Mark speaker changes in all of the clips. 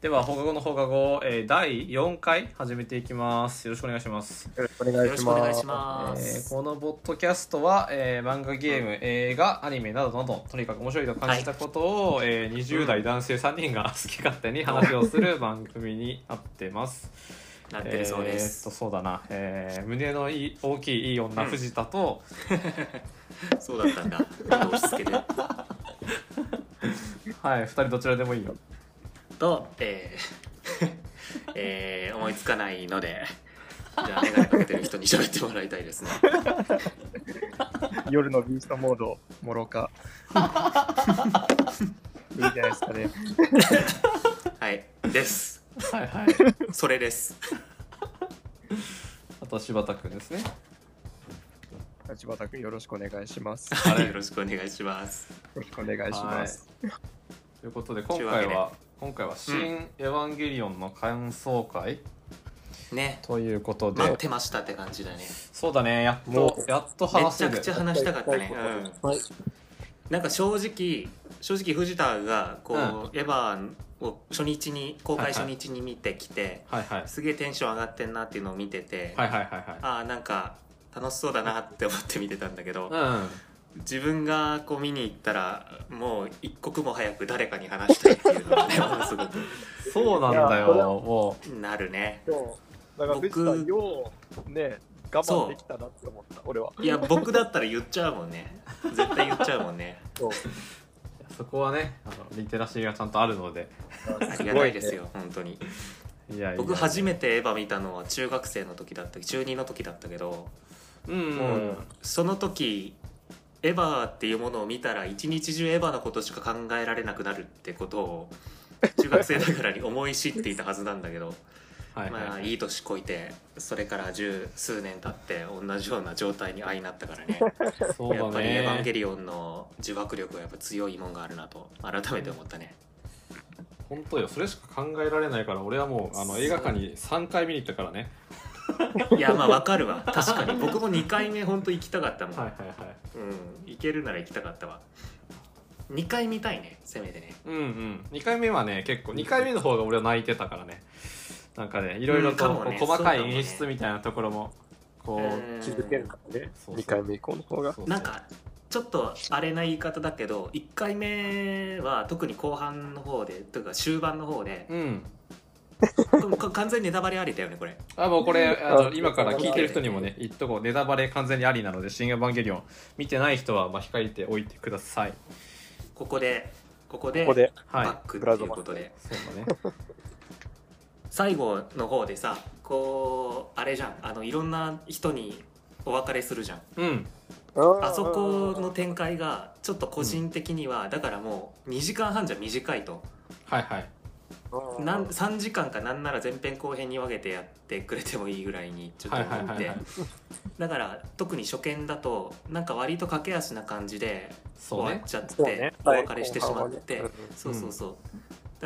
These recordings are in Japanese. Speaker 1: では放課後の放課後、えー第4回始めていきますよろしくお願いします、
Speaker 2: よろしくお願いし
Speaker 3: よろしくお願
Speaker 2: ま
Speaker 3: い
Speaker 2: す
Speaker 3: しま
Speaker 1: えー
Speaker 3: す
Speaker 1: このポッドキャストは、えー漫画ゲーム映画アニメなどなどとにかく面白いと感じたことを、えー20代男性3人が好き勝手に話をす る番組になってます
Speaker 3: なってるそうで
Speaker 1: えーっ
Speaker 3: す
Speaker 1: と。そうだな、えー胸のいい大きいいい女
Speaker 3: うん
Speaker 1: 藤田と、
Speaker 3: そうだったんだ。押し付けて。
Speaker 1: はい2人どちらでもいいよ
Speaker 3: と、えーえー思いつかないので、じゃあ、眼鏡かけてる人に喋ってもらいたいですね。
Speaker 2: 夜のビーストモード、もろ か。いいじゃないですかね。
Speaker 3: はい。です。
Speaker 1: はいはい
Speaker 3: それです。
Speaker 1: あとは柴田君ですね
Speaker 2: 立花君、よろしくお願いします。よ
Speaker 3: はい。よろしくお願いします。
Speaker 2: ろしくお願いします。
Speaker 1: ということで今回
Speaker 3: というわ
Speaker 1: は今回は「新エヴァンゲリオン」の感想会、
Speaker 3: ね。
Speaker 1: ということで、
Speaker 3: 待ってましたって感じだね。
Speaker 1: そうだねやっ
Speaker 2: も
Speaker 1: とやっと
Speaker 3: め
Speaker 1: 話
Speaker 3: ち
Speaker 1: せ
Speaker 3: ゃ
Speaker 1: る
Speaker 3: くちゃ話したかったね。うん
Speaker 2: はい。
Speaker 3: なんか正直正直藤田がこう、エヴァを初日に公開初日に見てきて、
Speaker 1: はいはい
Speaker 3: すげえテンション上がってんなっていうのを見てて、
Speaker 1: はいはいはい
Speaker 3: ああなんか楽しそうだなって思って見てたんだけど、
Speaker 1: はい
Speaker 3: 自分がこう見に行ったらもう一刻も早く誰かに話したいっていうのがねものすご く
Speaker 1: うんそうなんだ
Speaker 2: いやこれ
Speaker 1: よも
Speaker 3: なるね。
Speaker 2: そう。だから、
Speaker 3: 僕
Speaker 2: 藤田、よう、ね、我慢できたなって思った、俺は。
Speaker 3: いや僕だったら言っちゃうもんね絶対言っちゃうもんね
Speaker 2: そう。
Speaker 1: うそこはねあのリテラシーがちゃんとあるので
Speaker 3: ありがたい ですよ本当に
Speaker 1: いやいや
Speaker 3: 僕初めてエヴァ見たのは中学生の時だった中2の時だったけど
Speaker 1: うん、う、
Speaker 3: もうんその時エヴァっていうものを見たら一日中エヴァのことしか考えられなくなるってことを中学生ながらに思い知っていたはずなんだけど
Speaker 1: はいはい、
Speaker 3: まあいい年こいてそれから十数年経って同じような状態に相なったからね
Speaker 1: そう
Speaker 3: やっ
Speaker 1: だ
Speaker 3: ぱり「エヴァンゲ
Speaker 1: ね
Speaker 3: リオン」の自爆力はやっぱ強いもんがあるなと改めて思った ね
Speaker 1: 本当よそれしか考えられないから俺はもうあの映画館に3回見に行ったからね
Speaker 3: いやまあわかるわ確かに 僕も2回目本当行きたかったもん、
Speaker 1: はいはいはい
Speaker 3: うん行けるなら行きたかったわ2回見たいねせめてね
Speaker 1: うんうん2回目はね結構2回目の方が俺は泣いてたからねなんかねいろいろと
Speaker 3: う
Speaker 1: こ
Speaker 3: んかも
Speaker 1: う
Speaker 3: ね
Speaker 1: 細かい
Speaker 3: そうかもね
Speaker 1: 演出みたいなところもこう
Speaker 3: うん
Speaker 2: 気づけるからね。
Speaker 1: そうそう
Speaker 2: 2回目以降の方が。
Speaker 1: そうそう
Speaker 3: なんかちょっとあれな言い方だけど1回目は特に後半の方でというか終盤の 方で
Speaker 1: うん
Speaker 3: か完全にネタバレありだよねこれ
Speaker 1: あもうこれあの
Speaker 2: あ
Speaker 1: 今から聞いてる人にもね言っとこうネタバレ完全にありなので「シン・エヴァンゲリオン」見てない人はまあ控えておいてください
Speaker 3: ここでここで
Speaker 2: ここで、
Speaker 1: はい
Speaker 3: バックっていうことで、
Speaker 1: そうだね
Speaker 3: 最後の方でさこうあれじゃんあのいろんな人にお別れするじゃん
Speaker 1: うん
Speaker 2: あ
Speaker 3: あそこの展開がちょっと個人的には、だからもう2時間半じゃ短いと
Speaker 1: はいはい
Speaker 2: の
Speaker 3: なん3時間かなんなら前編後編に分けてやってくれてもいいぐらいにちょっと
Speaker 1: はい
Speaker 3: 思
Speaker 1: は
Speaker 3: っ
Speaker 1: いはい
Speaker 3: て
Speaker 1: はい
Speaker 3: だから特に初見だとなんか割と駆け足な感じで
Speaker 1: そう
Speaker 3: 終わ
Speaker 1: ね
Speaker 3: っちゃって、
Speaker 2: そうね。
Speaker 3: お別れしてしまって、
Speaker 2: はい
Speaker 3: そうそうそう、だか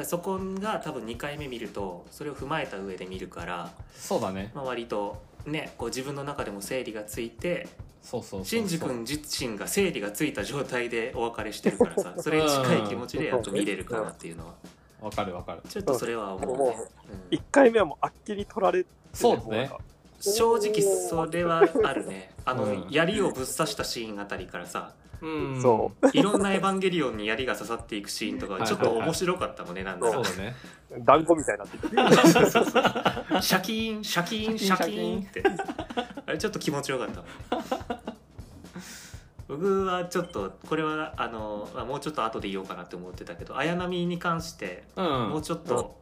Speaker 3: らそこが多分2回目見るとそれを踏まえた上で見るから、
Speaker 1: そうだね
Speaker 3: まあ、割とねこう自分の中でも整理がついて
Speaker 1: そうそうそうそう
Speaker 3: シンジ君自身が整理がついた状態で お別れしてるからさそれに近い気持ちでやっと見れるかなっていうのは
Speaker 1: わかるわかる
Speaker 3: ちょっとそれは思うね。うん
Speaker 2: 1回目はもうあっきり取られてね
Speaker 1: そうですね。
Speaker 3: 正直それはあるねあの、
Speaker 1: うん
Speaker 3: 槍をぶっ刺したシーンあたりからさ
Speaker 1: うん
Speaker 2: そ
Speaker 3: いろんな「エヴァンゲリオン」に槍が刺さっていくシーンとかちょっと面白かったもんねなんだ
Speaker 1: そう
Speaker 3: ろ
Speaker 1: だね
Speaker 2: う団子みたいになってきて
Speaker 3: そうそうそうシャキーンシャキーンシャキーンってあれちょっと気持ちよかったもんね僕はちょっとこれはあのまあもうちょっと後で言おうかなって思ってたけど綾波に関して
Speaker 1: う
Speaker 3: もうんちょっと、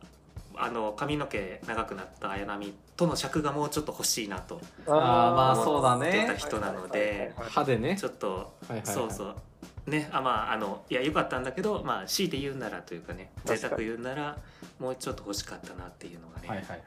Speaker 3: あの髪の毛長くなった綾波との尺がもうちょっと欲しいなと
Speaker 1: あーまあ
Speaker 3: そ
Speaker 1: そううだ
Speaker 3: 出た
Speaker 1: ね
Speaker 3: 人なので
Speaker 1: 歯でね
Speaker 3: ちょっと
Speaker 1: はいはいはい
Speaker 3: そうそうねあまああのいや良かったんだけどまあ強いて言うならというかね
Speaker 2: 確か
Speaker 3: 贅
Speaker 2: に
Speaker 3: 沢言うならもうちょっと欲しかったなっていうのがね、
Speaker 1: はいはいはいはい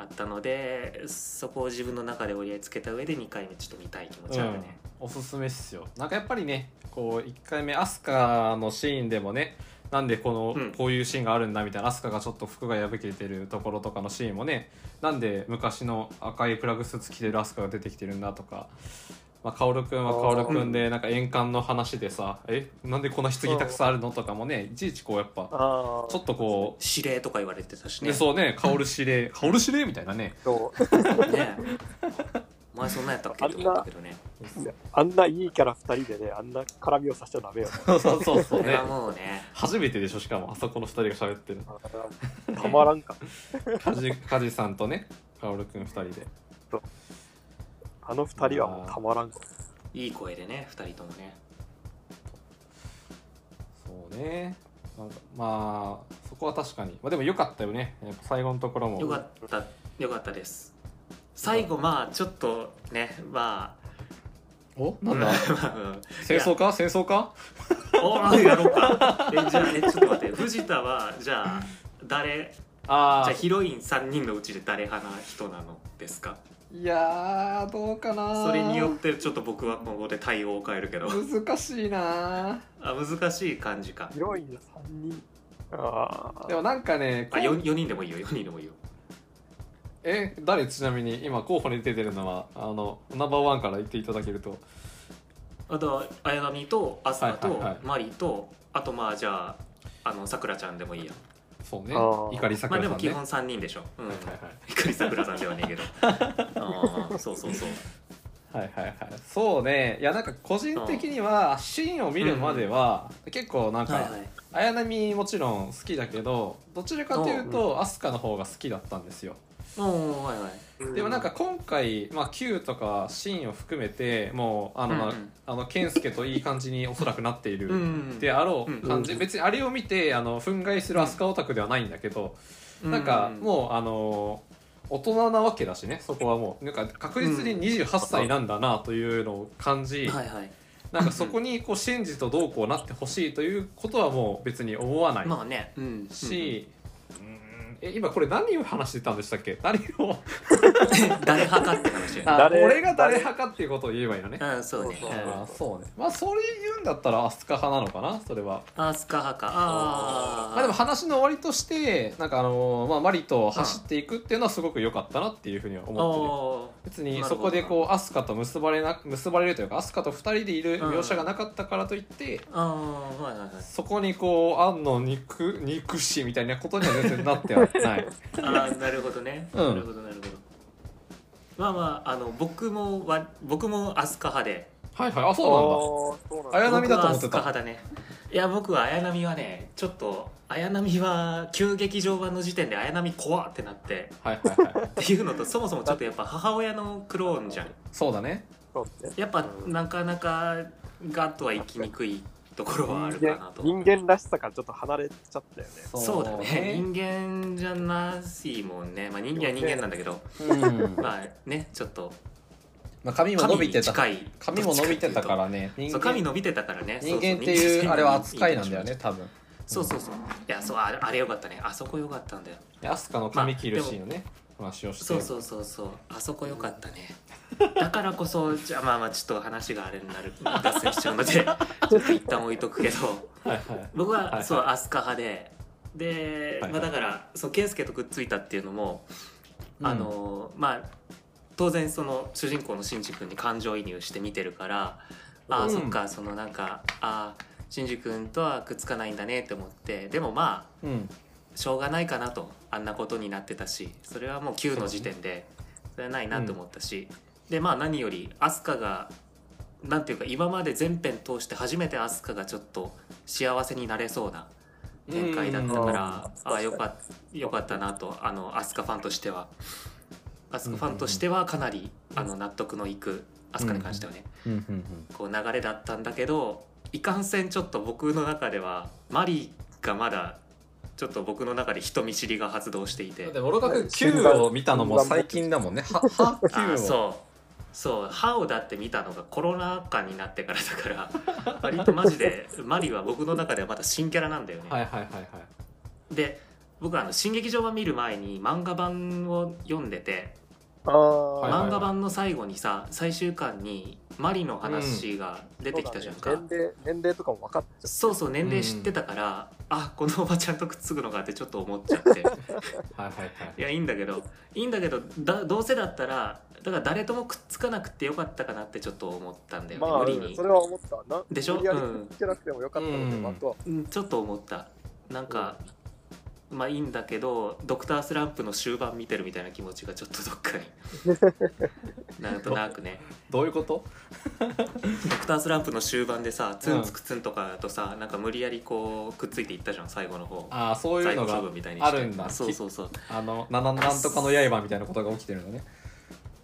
Speaker 3: あったのでそこを自分の中で折り合いつけた上で2回目ちょっと見たい気持ちあるね、
Speaker 1: うん、おすすめっすよなんかやっぱりねこう1回目アスカのシーンでもねなんでこの、
Speaker 3: うん
Speaker 1: こういうシーンがあるんだみたいなアスカがちょっと服が破けてるところとかのシーンもねなんで昔の赤いプラグスーツ着てるアスカが出てきてるんだとかまあ、カオルくんはカオルくんでなんか円環の話でさ「えなんでこんな棺たくさんあるの?」とかもねいちいちこうやっぱ
Speaker 4: ああ
Speaker 1: ちょっとこ
Speaker 3: 指令とか言われてたし
Speaker 1: う、
Speaker 3: ね
Speaker 1: ね、そうね「カオル指令」「カオル指令」みたいなね
Speaker 4: と
Speaker 3: ねお前そんなんやったっけって思ったけどね
Speaker 4: あんないいキャラ2人でねあんな絡みをさせちゃダメよ
Speaker 1: そうそうそうそ
Speaker 3: こ
Speaker 1: う
Speaker 3: れ
Speaker 1: ね
Speaker 3: はもうね
Speaker 1: 初めてでしょしかもあそこの2人が喋ってる
Speaker 4: あーたまらんか
Speaker 1: カジカジさんとねカオルくん2人で
Speaker 4: あの2人はもうたまらんか
Speaker 3: いい声でね2人ともね
Speaker 1: そうねなんかまあそこは確かに、まあ、でも良かったよねやっぱ最後のところも
Speaker 3: よかったよかったです最後まあちょっとねまあ
Speaker 1: お なんだ
Speaker 3: うん
Speaker 1: 戦争か戦争か
Speaker 3: おあやろうかえじゃあえちょっと待って藤田はじゃあ誰
Speaker 1: ああ
Speaker 3: じゃあヒロイン3人のうちで誰派な人なのですか
Speaker 1: いやーどうかな
Speaker 3: それによってちょっと僕は今後で対応を変えるけど
Speaker 1: 難しいな
Speaker 3: あ難しい感じか
Speaker 4: ヒロイン3人ああ
Speaker 1: でもなんかね
Speaker 3: あ 4, 四人でもいいよ4人でもいいよ
Speaker 1: え誰ちなみに今候補に出てるのはあのナンバーワンから言っていただけると
Speaker 3: あとは綾波と飛鳥
Speaker 1: はい
Speaker 3: と
Speaker 1: はいはい
Speaker 3: マリとあとまあじゃああのさくらちゃんでもいいや
Speaker 1: そうね
Speaker 4: あー
Speaker 1: 碇さ
Speaker 3: ま
Speaker 1: くらさ
Speaker 3: あで
Speaker 1: ん
Speaker 3: も
Speaker 1: ね
Speaker 3: 基本3人でしょうん
Speaker 1: はい
Speaker 3: 碇さくらさんではねえけ どあーそうそうそう
Speaker 1: はいはいはいはいそうねいやなんか個人的にはシーンを見るまでは結構なんか
Speaker 3: い
Speaker 1: 綾波もちろん好きだけどどちらかというと飛鳥の方が好きだったんですよ
Speaker 3: おおはいはい
Speaker 1: でもなんか今回、まあ、Q とかシーンを含めてもうあの、
Speaker 3: うんうん
Speaker 1: まああの健介といい感じにおそらくなっている、
Speaker 3: うん
Speaker 1: であろう感じ、
Speaker 4: うん
Speaker 1: 別にあれを見てあの憤慨する飛鳥オタクではないんだけど、なんかもうあの大人なわけだしねそこはもうなんか確実に28歳なんだなというのを感じ、
Speaker 3: はいはい
Speaker 1: なんかそこにこうシンジとどうこうなってほしいということはもう別に思わない
Speaker 3: まあねうん
Speaker 1: し、うんえ今これ何を話してたんでしたっけ何を
Speaker 3: うん 誰派かって話
Speaker 1: あ
Speaker 4: 誰
Speaker 1: 俺が誰派かっていうことを言えばいいのね。
Speaker 3: うんそうね
Speaker 4: そうそう
Speaker 1: あーそうね。まあ、それ言うんだったら、アスカ派なのかな、それは。
Speaker 3: あスカ派かあー
Speaker 1: まあ、でも、話の終わりとして、なんか、あのーまあ、マリと走っていくっていうのは、すごく良かったなっていうふうには思ってる。
Speaker 3: おー
Speaker 1: 別に、そこで、こう、アスカと結ばれな、結ばれるというか、アスカと二人でいる描写がなかったからといって。
Speaker 3: あーはいはいはい
Speaker 1: そこにこう安の憎憎しみたいなことには全然なって はない
Speaker 3: あーなるほどね、
Speaker 1: うん
Speaker 3: なるほどなるほどまあまああの僕もわ僕も飛鳥派で
Speaker 1: はいはいあ
Speaker 4: あ
Speaker 1: そ
Speaker 4: ーそうな
Speaker 1: う
Speaker 4: ん
Speaker 1: なんだ綾
Speaker 4: だ
Speaker 1: 波だと思っ
Speaker 3: 僕
Speaker 1: て
Speaker 3: は
Speaker 1: た
Speaker 3: 飛鳥派だねいや僕は綾波はねちょっと綾波は急劇場版の時点で綾波怖ってなって
Speaker 1: はいはいはい
Speaker 3: っていうのとそもそもちょっとやっぱ母親のクローンじゃん
Speaker 1: そうだね
Speaker 4: そうね
Speaker 3: やっぱなかなかガッとは行きにくいところはあるかなと
Speaker 4: 人間人間らしさからちょっと離れちゃったよね
Speaker 3: そうだね人間じゃないもんね、まあ、人間は人間なんだけど
Speaker 1: うん
Speaker 3: まあねちょっと
Speaker 1: まあ、髪も伸びてた
Speaker 3: 神に近い
Speaker 1: 髪も伸びてたからね人
Speaker 3: そう
Speaker 1: 間
Speaker 3: 髪伸びてたからね
Speaker 1: 人間っていうあれは扱いなんだよね多分
Speaker 3: そうそうそういやそうあれあれよかったねあそこよかったんだよ
Speaker 1: でアスカの髪切るシーンのね話をして
Speaker 3: そうそうそうそうあそこよかったねだからこそじゃあまあまあちょっと話があれになる脱線しちゃうのでちょっと一旦置いとくけど
Speaker 1: はいはい
Speaker 3: 僕は、
Speaker 1: いはい
Speaker 3: そう飛鳥派でで、
Speaker 1: はいはい
Speaker 3: まあ、だからそう圭介とくっついたっていうのも、
Speaker 1: うん
Speaker 3: あのまあ当然その主人公の新次君に感情移入して見てるからあー、
Speaker 1: うん
Speaker 3: そっかそのなんかあー新次君とはくっつかないんだねって思ってでもまあ
Speaker 1: うん
Speaker 3: しょうがないかなとあんなことになってたしそれはもう9の時点でそれはないなと思ったし、でまあ何より飛鳥がなんていうか今まで全編通して初めて飛鳥がちょっと幸せになれそうな展開だった
Speaker 1: うん
Speaker 3: から、ああよかよかったなとあの飛鳥ファンとしては飛鳥ファンとしてはかなり、あの納得のいく飛鳥に関してはね、
Speaker 1: うんうんうん
Speaker 3: こう流れだったんだけどいかんせんちょっと僕の中ではマリーがまだちょっと僕の中で人見知りが発動していて
Speaker 1: だって俺が9を見たのも最近だもんねはは
Speaker 3: あー
Speaker 1: 9を
Speaker 3: そうそう歯をだって見たのがコロナ禍になってからだか ら割とマジでマリーは僕の中ではまだ新キャラなんだよね。
Speaker 1: はいはいはいはい
Speaker 3: で僕はあの新劇場版見る前に漫画版を読んでて
Speaker 4: ああ、
Speaker 1: はい
Speaker 3: 漫画版の最後にさ最終巻にマリの話が出てきたじゃんか、
Speaker 4: そうだね年齢年齢とかも分かっちゃ
Speaker 3: そうそう年齢知ってたから、あこのおばちゃんとくっつくのかってちょっと思っちゃって
Speaker 1: はいはい
Speaker 3: いやいいんだけどいいんだけどだどうせだったらだから誰ともくっつかなくてよかったかなってちょっと思ったんだ
Speaker 4: う
Speaker 3: よね、
Speaker 4: まあ
Speaker 3: 無理に
Speaker 4: それは思ったな
Speaker 3: でしょ
Speaker 4: 無理やり
Speaker 3: うん
Speaker 4: つけなくてもよかったので、
Speaker 1: うん
Speaker 4: あとは
Speaker 3: うんちょっと思ったなんか、まあいいんだけどドクタースランプの終盤見てるみたいな気持ちがちょっとどっ かになんとなくね
Speaker 1: どういうこと
Speaker 3: ドクタースランプの終盤でさツンツクツンとかだとさ、なんか無理やりこうくっついていったじゃん最後の方
Speaker 1: ああそういうのが
Speaker 3: 最後勝負みたいに
Speaker 1: あるんだ
Speaker 3: そうそうそう
Speaker 1: あのなななんとかの刃みたいなことが起きてるのね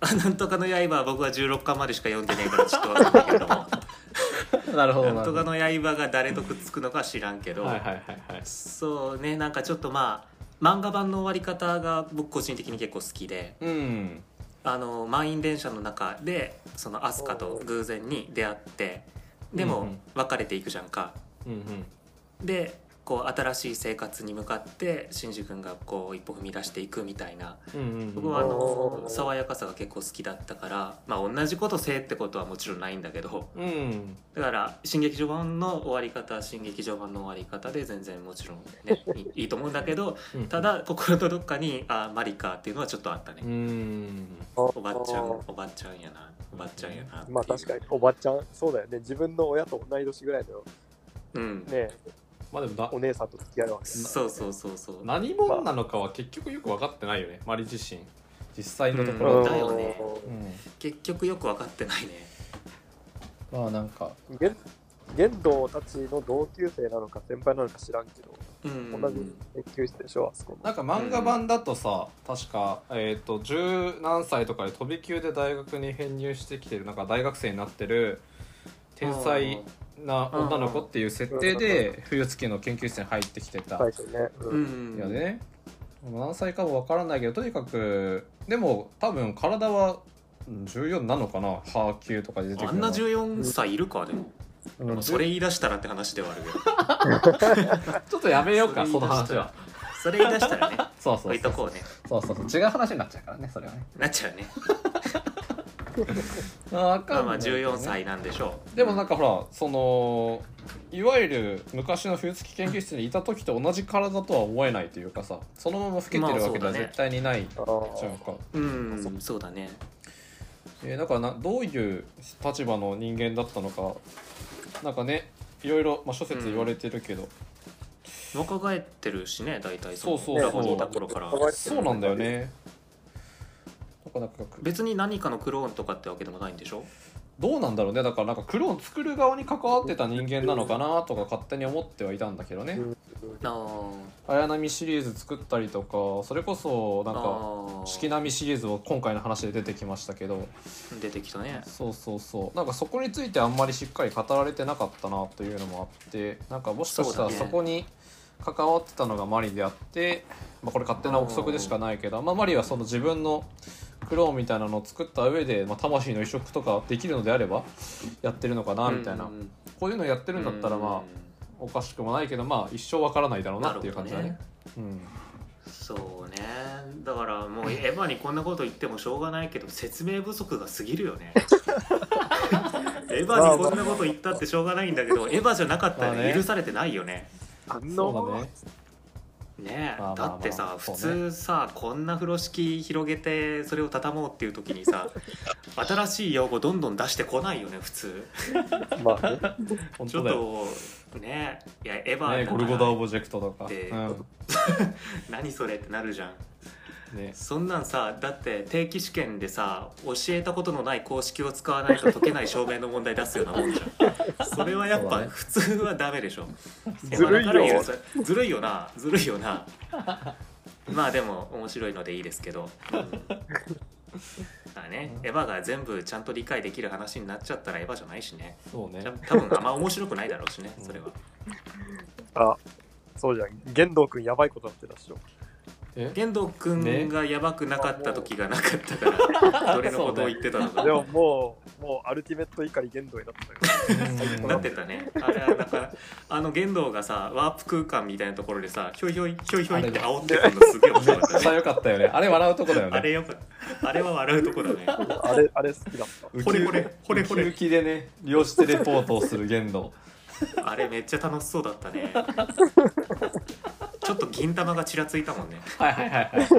Speaker 3: あなんとかの刃は僕は16巻までしか読んでないからちょっとわかんないけど
Speaker 1: なるほ
Speaker 3: なんとか
Speaker 1: は
Speaker 3: の刃が誰とくっつくのか知らんけ
Speaker 1: い
Speaker 3: ど、
Speaker 1: はいはいはい
Speaker 3: そうねなんかちょっとまあ漫画版の終わり方が僕個人的に結構好きで
Speaker 1: うん
Speaker 3: あの満員電車の中でその飛鳥と偶然に出会ってで
Speaker 1: うんう
Speaker 3: も
Speaker 1: ん
Speaker 3: 別れていくじゃんか。
Speaker 1: うんうん
Speaker 3: でこう新しい生活に向かってシンジ君がこう一歩踏み出していくみたいな
Speaker 1: うんうんうん
Speaker 3: 僕はあの
Speaker 4: うん
Speaker 3: 爽やかさが結構好きだったからまあ同じことせえってことはもちろんないんだけど
Speaker 1: うん
Speaker 3: だから新劇場版の終わり方は新劇場版の終わり方で全然もちろんね いいいと思うんだけど
Speaker 1: うん
Speaker 3: ただ心のどっかにあマリカっていうのはちょっとあったね
Speaker 1: う。ん
Speaker 3: おばっちゃんおばっちゃんやなおばっちゃんやなっていう
Speaker 4: まあ確かにおばちゃんそうだよね自分の親と同い年ぐらいの
Speaker 3: うん、
Speaker 4: ね
Speaker 1: まあでもな
Speaker 4: お姉さんと付き合うわけ
Speaker 3: そうそうそうそう
Speaker 1: 何者なのかは結局よく分かってないよねマリ自身実際のところ、
Speaker 3: うんだよね
Speaker 1: うん
Speaker 3: 結局よく分かってないね
Speaker 1: まあなんか
Speaker 4: 現玄道たちの同級生なのか先輩なのか知らんけど、
Speaker 3: うん
Speaker 4: 同じ研究室でしょあそこの
Speaker 1: なんか漫画版だとさ、確か、えー、と十何歳とかで飛び級で大学に編入してきてるなんか大学生になってる天才な女の子っていう設定で冬月の研究室に入ってきてた
Speaker 4: 最初ね、う
Speaker 3: うんん
Speaker 1: よね、何歳かもわからないけどとにかくでも多分体はうん14なのかなハーキューとかで出てく
Speaker 3: あ
Speaker 1: る
Speaker 3: ん
Speaker 1: の
Speaker 3: な14歳いるかでも
Speaker 1: うん
Speaker 3: でもそれ言い出したらって話ではあるけど
Speaker 1: ちょっとやめようか
Speaker 3: そ
Speaker 1: そ
Speaker 3: れ言い
Speaker 1: の
Speaker 3: 出
Speaker 1: 話は
Speaker 3: したらそれ言い出したらね
Speaker 1: そうそ
Speaker 3: 置
Speaker 1: う
Speaker 3: い
Speaker 1: そ
Speaker 3: と
Speaker 1: う
Speaker 3: こうね
Speaker 1: そうそうそう違う話になっちゃうからねそれはね
Speaker 3: なっちゃうね
Speaker 1: あー
Speaker 3: まあま
Speaker 1: わ
Speaker 3: あ
Speaker 1: かんないよね
Speaker 3: 14歳なんでしょう
Speaker 1: でもなんかほらそのいわゆる昔の冬月研究室にいた時と同じ体とは思えないというかさそのまま老けてるわけで
Speaker 3: まあそうだ
Speaker 1: は
Speaker 3: ね
Speaker 1: 絶対にない
Speaker 4: あ
Speaker 1: じゃん
Speaker 4: ー
Speaker 1: か、
Speaker 3: うんそうだね
Speaker 1: えーだからなどういう立場の人間だったのかなんかねいろいろ、まあ、諸説言われてるけど、
Speaker 3: 若返ってるしね大体
Speaker 1: そうそう
Speaker 3: ラボにいた頃から
Speaker 4: そう
Speaker 1: そうなんだよねだからなんか
Speaker 3: 別に何かのクローンとかってわけでもないんでしょ
Speaker 1: どうなんだろうねだからなんかクローン作る側に関わってた人間なのかなとか勝手に思ってはいたんだけどね
Speaker 3: あー
Speaker 1: 綾波シリーズ作ったりとかそれこそなんか
Speaker 3: あー
Speaker 1: 四季並みシリーズも今回の話で出てきましたけど
Speaker 3: 出てきたね
Speaker 1: そうそうそうなんかそこについてあんまりしっかり語られてなかったなというのもあってなんかもしかしたら
Speaker 3: そう
Speaker 1: そ
Speaker 3: だね
Speaker 1: こに関わってたのがマリであって、まあ、これ勝手な憶測でしかないけど、まあ、マリはその自分のクローンみたいなのを作った上で、まあ、魂の移植とかできるのであればやってるのかなみたいな、
Speaker 3: うん
Speaker 1: こういうのやってるんだったらまあおかしくもないけどまあ一生わからないだろうなっていう感じだね。
Speaker 3: なる
Speaker 1: うん
Speaker 3: そうねだから もうエヴァにこんなこと言ってもしょうがないけど説明不足が過ぎるよ ねエヴァにこんなこと言ったってしょうがないんだけどエヴァじゃなかった
Speaker 1: まあね
Speaker 3: ら許されてないよね
Speaker 4: あん
Speaker 1: そうだね
Speaker 3: ねえ
Speaker 1: まあまあまあ
Speaker 3: だってさ
Speaker 1: そ
Speaker 3: 普
Speaker 1: うね
Speaker 3: 通さこんな風呂敷広げてそれを畳もうっていう時に さ新しい用語どんどん出してこないよね普通
Speaker 4: まあね、
Speaker 1: 本
Speaker 3: ち
Speaker 1: 当
Speaker 3: ょっ
Speaker 1: だよ
Speaker 3: とねえいやエヴァだから
Speaker 1: ね、ゴルゴダオブジェクトとか、
Speaker 3: で
Speaker 1: う
Speaker 3: 何それってなるじゃん
Speaker 1: んね、
Speaker 3: そんなんさだって定期試験でさ教えたことのない公式を使わないと解けない証明の問題出すようなもんじゃんそれはやっ
Speaker 1: そう
Speaker 3: ぱ
Speaker 1: だね
Speaker 3: 普通はダメでしょ
Speaker 4: ずるいよ
Speaker 3: いやだから許さずるいよなずるいよなまあでも面白いのでいいですけど、うんだからねエヴァが全部ちゃんと理解できる話になっちゃったらエヴァじゃないしね
Speaker 1: そうね
Speaker 3: 多分多分あんま面白くないだろうしねそれは
Speaker 4: あそうじゃん玄道くんやばいことになってたっしょ
Speaker 1: え
Speaker 3: 玄道くんがやばくなかった時がなかったから、どれのことを言ってたのか
Speaker 4: でももう、もうアルティメット怒り言動になったよ。
Speaker 1: うん
Speaker 3: なってたねあれはなんかあの玄道がさワープ空間みたいなところでさひょいひょいひょいひょいって煽ってるのすげえ面白か
Speaker 1: め
Speaker 3: っ
Speaker 1: っち
Speaker 3: た
Speaker 1: ゃ
Speaker 3: ね
Speaker 1: 良かったよねあれ笑うとこだよね
Speaker 3: あれよくあれは笑うとこだね
Speaker 4: あれ、あれ好きだった。
Speaker 1: ウ
Speaker 3: ほ
Speaker 1: キ
Speaker 3: れ
Speaker 1: ウ
Speaker 3: ほれほれほれ
Speaker 1: ウキウキでね両手レポートをする言動
Speaker 3: あれめっちゃ楽しそうだったねちょっと銀玉がちらついたもんね
Speaker 1: はいはいはいはいは
Speaker 4: なん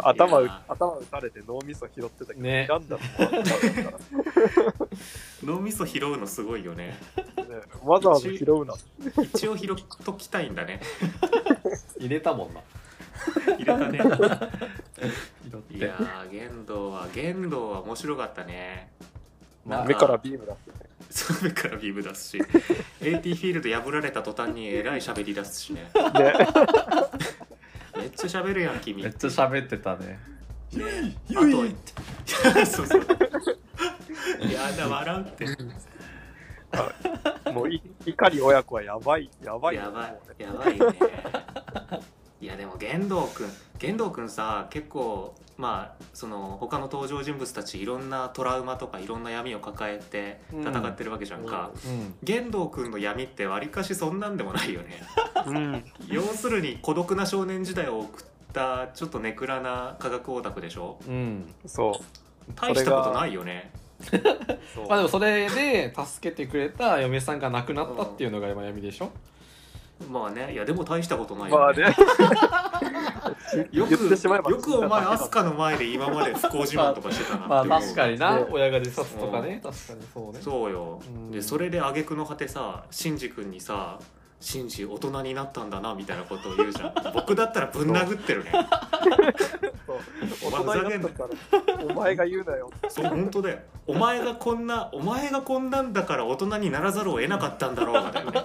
Speaker 4: か頭
Speaker 3: い
Speaker 4: 打
Speaker 3: や
Speaker 4: 頭打たれて脳みそ拾ってたけど、
Speaker 1: ね
Speaker 4: なんだろうわかんなかっ
Speaker 3: 脳みそ拾うのすごいよね
Speaker 4: たねわざわざ拾うな。
Speaker 3: 一応拾っときたいんだね
Speaker 1: い入れたもんな
Speaker 3: 入れた ね
Speaker 1: 拾っ
Speaker 3: い
Speaker 1: て
Speaker 3: やー玄道は玄道は面白かったね
Speaker 1: まあ
Speaker 4: 目からビームだってね。
Speaker 3: そう目からビーム出すし AT フィールド破られた途端にえらい喋り出すしね
Speaker 4: ね
Speaker 3: めっちゃ喋るやん君
Speaker 1: めっ
Speaker 3: ね
Speaker 1: ちゃ喋ってたね
Speaker 3: あといや そうそうやだ笑うって
Speaker 4: もうい怒り親子はやばい、やばいよ。
Speaker 3: やば
Speaker 4: もう
Speaker 3: い
Speaker 4: ね
Speaker 3: やばいねいやでも玄道くん玄道くんさ結構まあその他の登場人物たちいろんなトラウマとかいろんな闇を抱えて戦ってるわけじゃんか、
Speaker 1: うん
Speaker 3: 玄道くんの闇ってわりかしそんなんでもないよね
Speaker 4: うん。
Speaker 3: 要するに孤独な少年時代を送ったちょっとネクラな科学オタクでしょ
Speaker 1: うん
Speaker 4: そ
Speaker 3: 大したことないよね
Speaker 4: う。そう
Speaker 1: まあでもそれで助けてくれた嫁さんが亡くなったっていうのが今闇でしょ
Speaker 3: まあねいやでも大したことない
Speaker 4: ま
Speaker 3: よ
Speaker 4: あ
Speaker 3: ね、
Speaker 4: ね、
Speaker 3: よく
Speaker 4: 言ってしまえば
Speaker 3: よくお前アスカの前で今まで不幸自慢とかしてたなって
Speaker 1: まあ
Speaker 3: 思う
Speaker 1: 確かにな
Speaker 4: そう
Speaker 1: 親が自殺とかね確かにそうね
Speaker 3: そうよ
Speaker 1: うん
Speaker 3: でそれで挙句の果てさシンジ君にさ「シンジ大人になったんだな」みたいなことを言うじゃん 僕だったらぶん殴って るね
Speaker 4: そう
Speaker 3: お前
Speaker 4: 大人になったから、お前が言うなよ。
Speaker 3: そう本当だよお前がこんなお前がこんなんだから大人にならざるを得なかったんだろうがだ よね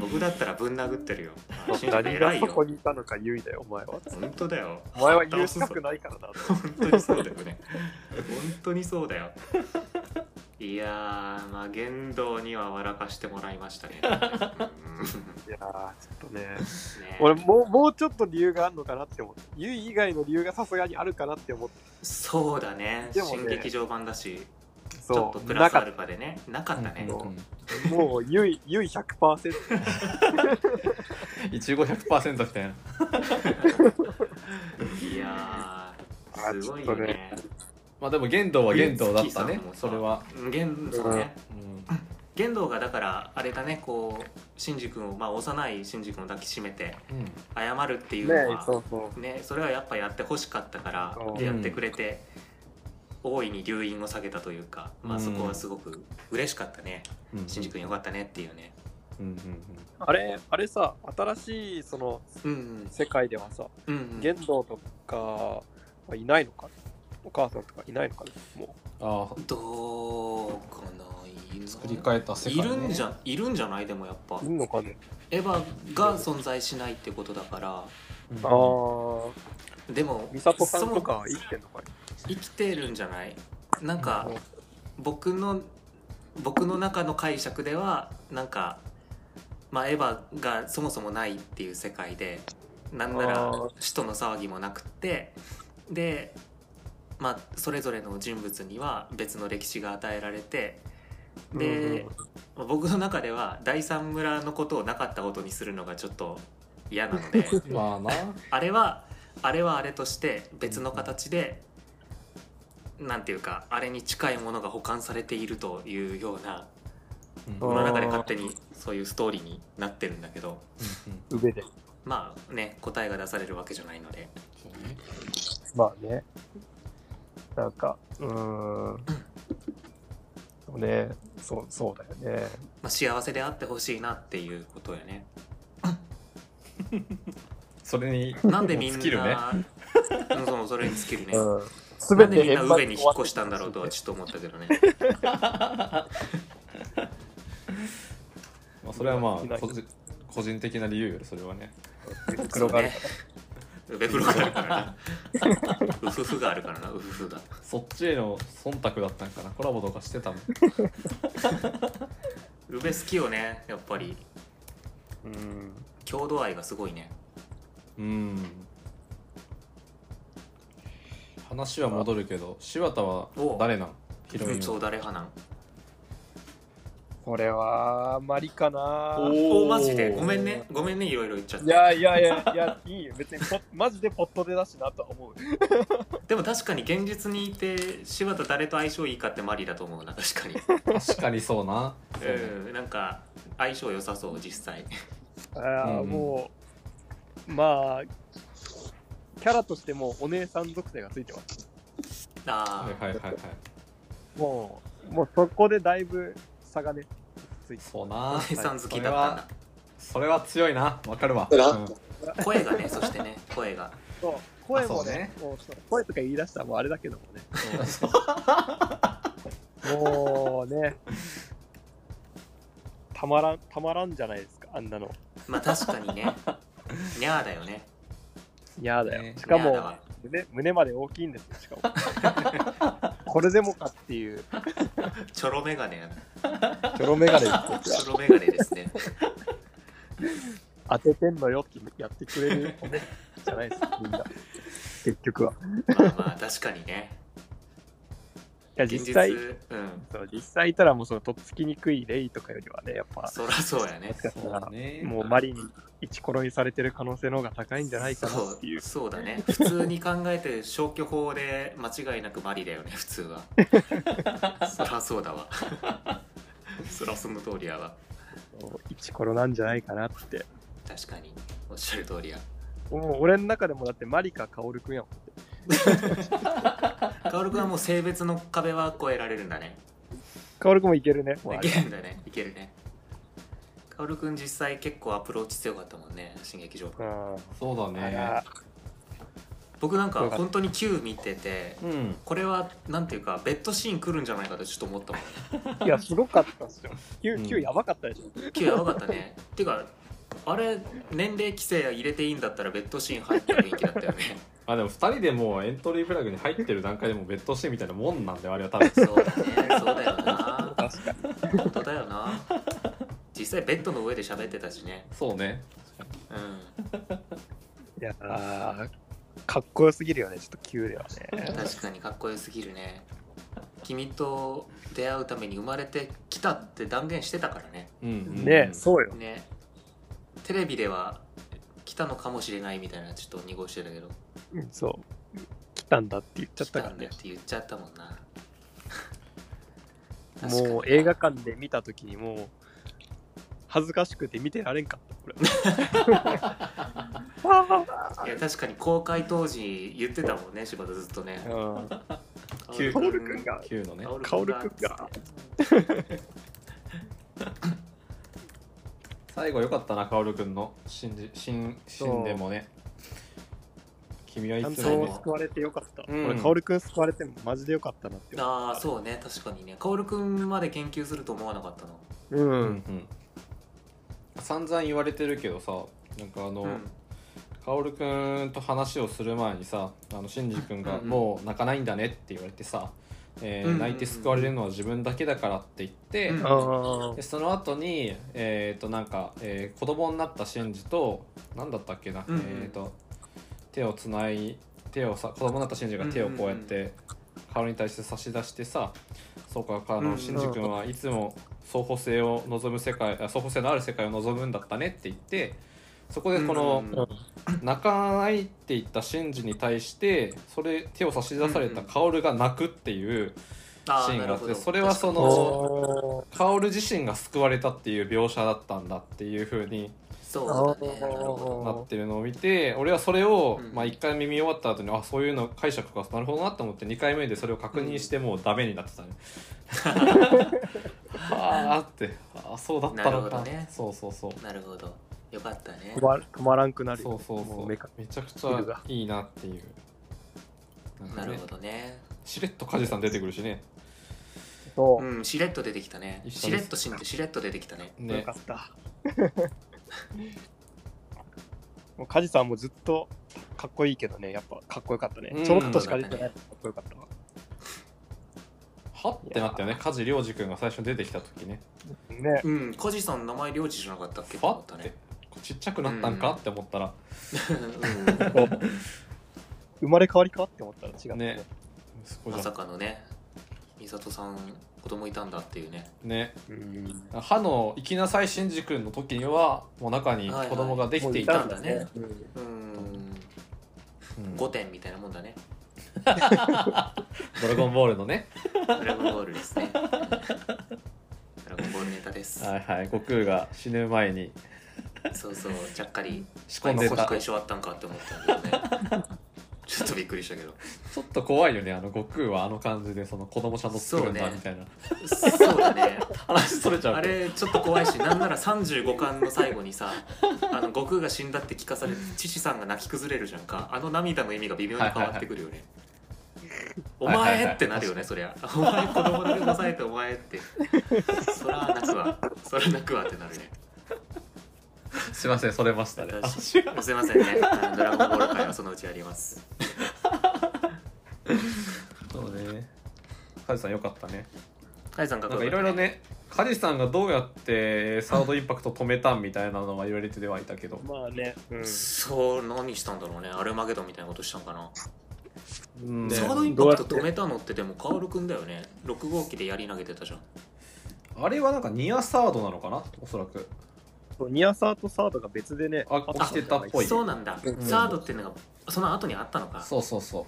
Speaker 3: 僕だったらぶん殴ってるよあシンジ君
Speaker 4: 何
Speaker 3: 偉
Speaker 4: が
Speaker 3: い
Speaker 4: そこ
Speaker 3: よ
Speaker 4: にいたのか言うだよ、お前は。
Speaker 3: 本当だよ
Speaker 4: お前は言うしたくないからな。
Speaker 3: 本当にそうだよね本当にそうだよいやーまあ言動には笑かしてもらいましたね,、 う
Speaker 4: いやー、ちょっとね。
Speaker 3: ん、ね
Speaker 4: 俺もう、もうちょっと理由があるのかなって思って。ゆい以外の理由がさすがにあるかなって思って。
Speaker 3: そうだね
Speaker 4: でもね
Speaker 3: 新劇場版だしちょっ
Speaker 4: そ
Speaker 3: とプ
Speaker 4: う。
Speaker 3: ラ
Speaker 4: な
Speaker 3: スア
Speaker 4: か
Speaker 3: ルファでねなかったね、
Speaker 4: うん
Speaker 3: う
Speaker 4: った。もう、ゆい、ゆい100%。
Speaker 1: いちご100%みたいな。
Speaker 3: いや
Speaker 4: あ
Speaker 3: ーすごいよね
Speaker 1: まあでも言動は言動だったね
Speaker 3: 冬月さんも。さ
Speaker 1: それは。
Speaker 3: うん言そうね
Speaker 1: うん
Speaker 3: 言動がだからあれだねこうシンジ君をまあ幼いシンジ君を抱きしめて
Speaker 1: うん
Speaker 3: 謝るっていう
Speaker 4: ね
Speaker 3: の
Speaker 4: え
Speaker 3: は、
Speaker 4: そうそう。
Speaker 3: ね、それはやっぱやってほしかったから
Speaker 4: そう
Speaker 3: でやってくれて、大いに留飲を下げたというか、まあ、そこはすごく嬉しかったね、
Speaker 1: うん
Speaker 3: 新宿よかったねっていうね
Speaker 1: うんうん
Speaker 4: あれ、あれさ、新しい、その、
Speaker 3: うん
Speaker 4: 世界ではさ、
Speaker 3: うんうん
Speaker 4: 玄道とかはいないのかなお母さんとかいないのかなも
Speaker 1: ああ
Speaker 3: どうかないる
Speaker 1: 作り変えた世界
Speaker 3: い
Speaker 1: ね
Speaker 3: るんじゃいるんじゃないでもやっぱ
Speaker 4: ういんのかね
Speaker 3: エヴァが存在しないってことだから
Speaker 4: あ
Speaker 1: あ
Speaker 4: あ
Speaker 3: でも
Speaker 4: 美里さんとかは生きてんのかね
Speaker 3: その生きてるんじゃないなんか僕の僕の中の解釈ではなんか、まあ、エヴァがそもそもないっていう世界でなんなら
Speaker 4: あ
Speaker 3: 首
Speaker 4: ー
Speaker 3: 都の騒ぎもなくってで、まあ、それぞれの人物には別の歴史が与えられてで、まあ僕の中では第三村のことをなかったことにするのがちょっと嫌なの で
Speaker 1: まあな。
Speaker 3: あれはあれはあれとして別の形で。なんていうかあれに近いものが保管されているというような
Speaker 1: うん
Speaker 4: あ
Speaker 3: こ
Speaker 4: ー
Speaker 3: の中で勝手にそういうストーリーになってるんだけど
Speaker 4: うん上で
Speaker 3: まあね答えが出されるわけじゃないので
Speaker 4: まあねなんかうーんでもねそうそうだよね
Speaker 3: まあ、幸せであってほしいなっていうことよね。
Speaker 1: それに
Speaker 3: なんでみんな、
Speaker 1: 尽きるね
Speaker 3: うんそうそれに尽きるね。
Speaker 4: うん
Speaker 3: な
Speaker 4: 全
Speaker 3: んでみんな
Speaker 4: 円
Speaker 3: 上
Speaker 4: 満
Speaker 3: に引っ越したんだろうとはちょっと思ったけどね。
Speaker 1: まあそれはまあ個人個人的な理由よそれはね。
Speaker 4: 黒がある
Speaker 3: そうね。上黒があるからな。うふふがあるからな、うふふが。
Speaker 1: そっちへの忖度だったんかなコラボとかしてたもん。
Speaker 3: 上好きよね、やっぱり。
Speaker 4: うん
Speaker 3: 郷土愛がすごいね。
Speaker 1: うん話は戻るけど柴田は誰なんヒロイン
Speaker 3: そう
Speaker 1: は
Speaker 3: 誰派なん
Speaker 4: これは、あまりかな。
Speaker 3: おおマジでごめんねごめんねいろいろ言っちゃっ
Speaker 4: い
Speaker 3: て
Speaker 4: やいやいや、いや、いいよ。別にポ、マジでポットでだしなとは思う。
Speaker 3: でも確かに現実にいて柴田誰と相性いいかってマリだと思うな確かに
Speaker 1: 確かにそうな
Speaker 3: うんなんか相性良さそう実際
Speaker 4: ああ、
Speaker 1: うん
Speaker 4: もう、まあ、キャラとしてもお姉さん属性がついてます。
Speaker 3: あ
Speaker 1: はいは
Speaker 3: ー
Speaker 1: いはいはい
Speaker 4: もう、もうそこでだいぶ差がね、ついて
Speaker 1: そう
Speaker 3: お
Speaker 1: な
Speaker 3: 姉さん好きだったんだ
Speaker 1: それは強いなわかるわ
Speaker 5: それは
Speaker 1: うん
Speaker 3: 声がねそしてね声が
Speaker 4: そう声
Speaker 1: あそ
Speaker 4: も
Speaker 1: う
Speaker 4: ね
Speaker 1: ね
Speaker 4: もうそう声とか言い出したらもうあれだけどもね。もうね、 たまらん、たまらんじゃないですか、あんなの。
Speaker 3: まあ確かにねニャーだよね
Speaker 4: やだよ。
Speaker 1: ね
Speaker 4: しか
Speaker 3: ニャーだ
Speaker 4: も
Speaker 3: わ
Speaker 4: 胸、胸まで大きいんですよ、しかも。これでもかっていう、
Speaker 3: チョロメガネ
Speaker 4: ちょろメガネって
Speaker 3: チョロメガネですね
Speaker 4: 当ててんのよってやってくれ るねじゃないですか、みんな。結局は。い
Speaker 3: まあまあ確かにね
Speaker 4: や、
Speaker 3: 現
Speaker 4: 実
Speaker 3: 実
Speaker 4: 際、
Speaker 3: うん
Speaker 4: そう実際いたらもうそのとっつきにくいレイとかよりはね、やっぱ、
Speaker 3: そらそうやね
Speaker 1: そうだね
Speaker 4: もうマリに一コロにされてる可能性の方が高いんじゃないかなっていう。
Speaker 3: そうそうだね普通に考えて消去法で間違いなくマリだよね普通はそらそうだわそらその通りやわ
Speaker 4: 一コロなんじゃないかなって。
Speaker 3: 確かにおっしゃる通りや
Speaker 4: もう俺の中でもだってマリカカオルくんやもん。
Speaker 3: カオル君はもう性別の壁は越えられるんだね
Speaker 4: カオルくんもいけるね。もうあ
Speaker 3: い
Speaker 4: れ
Speaker 3: けるんだねいけるねカオル君実際結構アプローチ強かったもんね新劇場
Speaker 4: うん。
Speaker 1: そうだ
Speaker 4: あ
Speaker 1: ね
Speaker 4: ら、
Speaker 3: 僕なんか本当に Q 見てて
Speaker 1: うん
Speaker 3: これはなんていうかベッドシーン来るんじゃないかとちょっと思ったもん
Speaker 4: いや、すごかった っすよ。
Speaker 1: う
Speaker 4: Q、
Speaker 1: ん
Speaker 4: Q やばかったでしょ。
Speaker 3: Q やばかったね ていうかあれ年齢規制入れていいんだったらベッドシーン入った雰囲気だったよね
Speaker 1: あでも2人でもうエントリーフラグに入ってる段階でもうベッドしてみたいなもんなんであれは多 分
Speaker 3: そうだねそうだよな本当だよな実際ベッドの上で喋ってたしね
Speaker 1: そうね
Speaker 3: うん
Speaker 4: いやー、かっこよすぎるよね、ちょっと Q ではね。
Speaker 3: 確かにかっこよすぎるね君と出会うために生まれてきたって断言してたからね
Speaker 1: うんうん
Speaker 4: ね
Speaker 1: う
Speaker 4: え、
Speaker 1: ん
Speaker 4: そうよ。
Speaker 3: ねテレビでは来たのかもしれないみたいなちょっと濁してたけど
Speaker 4: うんそう。来たんだって言っちゃっ
Speaker 3: 来
Speaker 4: た
Speaker 3: た
Speaker 4: から
Speaker 3: んだ
Speaker 4: ね
Speaker 3: っ。て言っちゃったもんな確かに
Speaker 4: もう映画館で見たときにもう、恥ずかしくて見てられんかった、これ。
Speaker 3: いや確かに公開当時言ってたもんね柴田ずっとね
Speaker 4: うん。
Speaker 1: 急
Speaker 4: カオルくんが、
Speaker 1: Q のね
Speaker 4: 薫君が
Speaker 1: 最後良かったな薫君の死んじ死ん死んでもね君はい
Speaker 4: ちゃん
Speaker 1: つも
Speaker 4: と
Speaker 1: ね
Speaker 4: 救われてよかった。
Speaker 1: うん
Speaker 4: 俺、カオルくん救われてもマジでよかったなって思う。
Speaker 3: ああそうね確かにね薫君まで研究すると思わなかったの
Speaker 4: う
Speaker 1: うん
Speaker 4: ん。
Speaker 1: うん散々言われてるけどさなんかあの、
Speaker 3: うん
Speaker 1: 薫くんと話をする前にさあの新次君が「
Speaker 3: うん
Speaker 1: もう泣かないんだね」って言われてさ、えー
Speaker 3: うんうんうん
Speaker 1: 泣いて救われるのは自分だけだから」って言って、
Speaker 3: うん
Speaker 4: あ
Speaker 1: でその後にえっ、となんか、えー子供になった新次と何だったっけな、
Speaker 3: うんうん
Speaker 1: えっ、と手をつない手をさ子供になった新次が手をこうやって、薫に対して差し出してさそうかあ
Speaker 3: うんう
Speaker 1: の
Speaker 3: ん
Speaker 1: 新次君はいつも双方性を望む世界あ双方性のある世界を望むんだったねって言ってそこでこの、
Speaker 3: うん
Speaker 4: あ。
Speaker 1: 泣かないって言ったシンジに対してそれ手を差し出されたカオルが泣くっていう
Speaker 3: あ
Speaker 1: シ
Speaker 3: あ
Speaker 1: ーン
Speaker 3: な
Speaker 1: が
Speaker 3: る
Speaker 1: あっ
Speaker 3: ほ
Speaker 1: て、
Speaker 3: ど
Speaker 1: それはそ
Speaker 3: 確かに
Speaker 1: のカオル自身が救われたっていう描写だったんだっていう風に
Speaker 3: そうだねなるほ
Speaker 1: なってるのを見て俺はそれを、
Speaker 3: うん
Speaker 1: まあ、1回目見終わった後にあそういうの解釈がなるほどなと思って2回目でそれを確認してもうダメになっ てたね。はあってあそうだった
Speaker 3: なる
Speaker 1: の
Speaker 3: ほ
Speaker 1: か、
Speaker 3: どね
Speaker 1: そうそうそう
Speaker 3: どなるほどよかったね
Speaker 4: 止ま止まらんくなるよ
Speaker 1: そうそう
Speaker 4: も
Speaker 1: そうう
Speaker 4: 目か
Speaker 1: めちゃくちゃいいなっていう。なんか
Speaker 3: な
Speaker 1: ね
Speaker 3: るほどね
Speaker 1: しれっと梶さん出てくるしね。
Speaker 4: そうう、
Speaker 3: んしれっと出てきたね
Speaker 1: 一緒です
Speaker 3: しれっと死んでしれっと出てきたね
Speaker 4: よ
Speaker 1: ね
Speaker 4: か。った。 もうカジさんもずっとかっこいいけどね、やっぱかっこよかったね
Speaker 1: う。ん
Speaker 4: ちょろっとしか出てないけどかっこよかったわ。
Speaker 1: はってなったよね。梶良二君が最初に出てきた時ね。
Speaker 4: ね、
Speaker 3: うん梶さん名前領事じゃなかったっけと
Speaker 1: は
Speaker 3: 思っ
Speaker 1: ったて
Speaker 3: ね。
Speaker 1: ちっちゃくなったんか、って思ったら
Speaker 3: うん
Speaker 4: こう生まれ変わりかって思ったら違った
Speaker 1: ね息子
Speaker 3: ま
Speaker 1: じゃ
Speaker 3: さ
Speaker 1: ん
Speaker 3: かのね美里さん子供いたんだっていうね
Speaker 1: ね
Speaker 4: うん
Speaker 1: 歯の「行きなさい真珠くん」の時にはもう中に子供ができていた、
Speaker 3: はいはいもういたんだね
Speaker 4: うん
Speaker 3: うん
Speaker 1: うん
Speaker 3: 5点みたいなもんだね
Speaker 1: ドラゴンボールのね
Speaker 3: ドラゴンボール ですねドラゴンボールネタです
Speaker 1: はいはい悟空が死ぬ前に
Speaker 3: そうそうちゃっかり
Speaker 1: 仕込ん
Speaker 3: 今
Speaker 1: で
Speaker 3: こ
Speaker 1: た
Speaker 3: っちあったんかって思ったんだけど ねちょっとびっくりしたけど
Speaker 1: ちょっと怖いよねあの悟空はあの感じでその子供ちゃんと作るんだ
Speaker 3: そうね
Speaker 1: みたいな、
Speaker 3: そうだね
Speaker 1: 話それちゃう
Speaker 3: あ
Speaker 1: けど
Speaker 3: れちょっと怖いしなんなら35巻の最後にさあの悟空が死んだって聞かされて父さんが泣き崩れるじゃんかあの涙の意味が微妙に変わってくるよね、
Speaker 1: はいはいはい
Speaker 3: お前ってなるよねそりゃお前子供だけ抑えてお前ってそら泣くわそら泣くわってなるね
Speaker 1: すいませんそれましたね
Speaker 3: 私すいませんねあのドラゴンボール界はそのうちやります
Speaker 1: そうねカジさんよかったね
Speaker 3: カイさんかっ
Speaker 1: な
Speaker 3: こ
Speaker 1: んかい
Speaker 3: よ
Speaker 1: ろ
Speaker 3: か
Speaker 1: いろ
Speaker 3: った
Speaker 1: ねカジさんがどうやってサードインパクト止めたんみたいなのは言われてではいたけど
Speaker 4: まあね、うん
Speaker 3: そう何したんだろうねアルマゲドンみたいなことしたんかな
Speaker 1: うん
Speaker 4: ね
Speaker 3: サードインパクト止めたのってでもカオルくんだよね6号機でやり投げてたじゃん
Speaker 1: あれはなんかニアサードなのかなおそらく
Speaker 4: そうニアサーとサードが別でね、
Speaker 1: あ
Speaker 4: った
Speaker 1: 起きてたっぽい
Speaker 3: そうなんだ、
Speaker 4: うん
Speaker 3: サードっていうのがその後にあったのか
Speaker 1: そうそうそ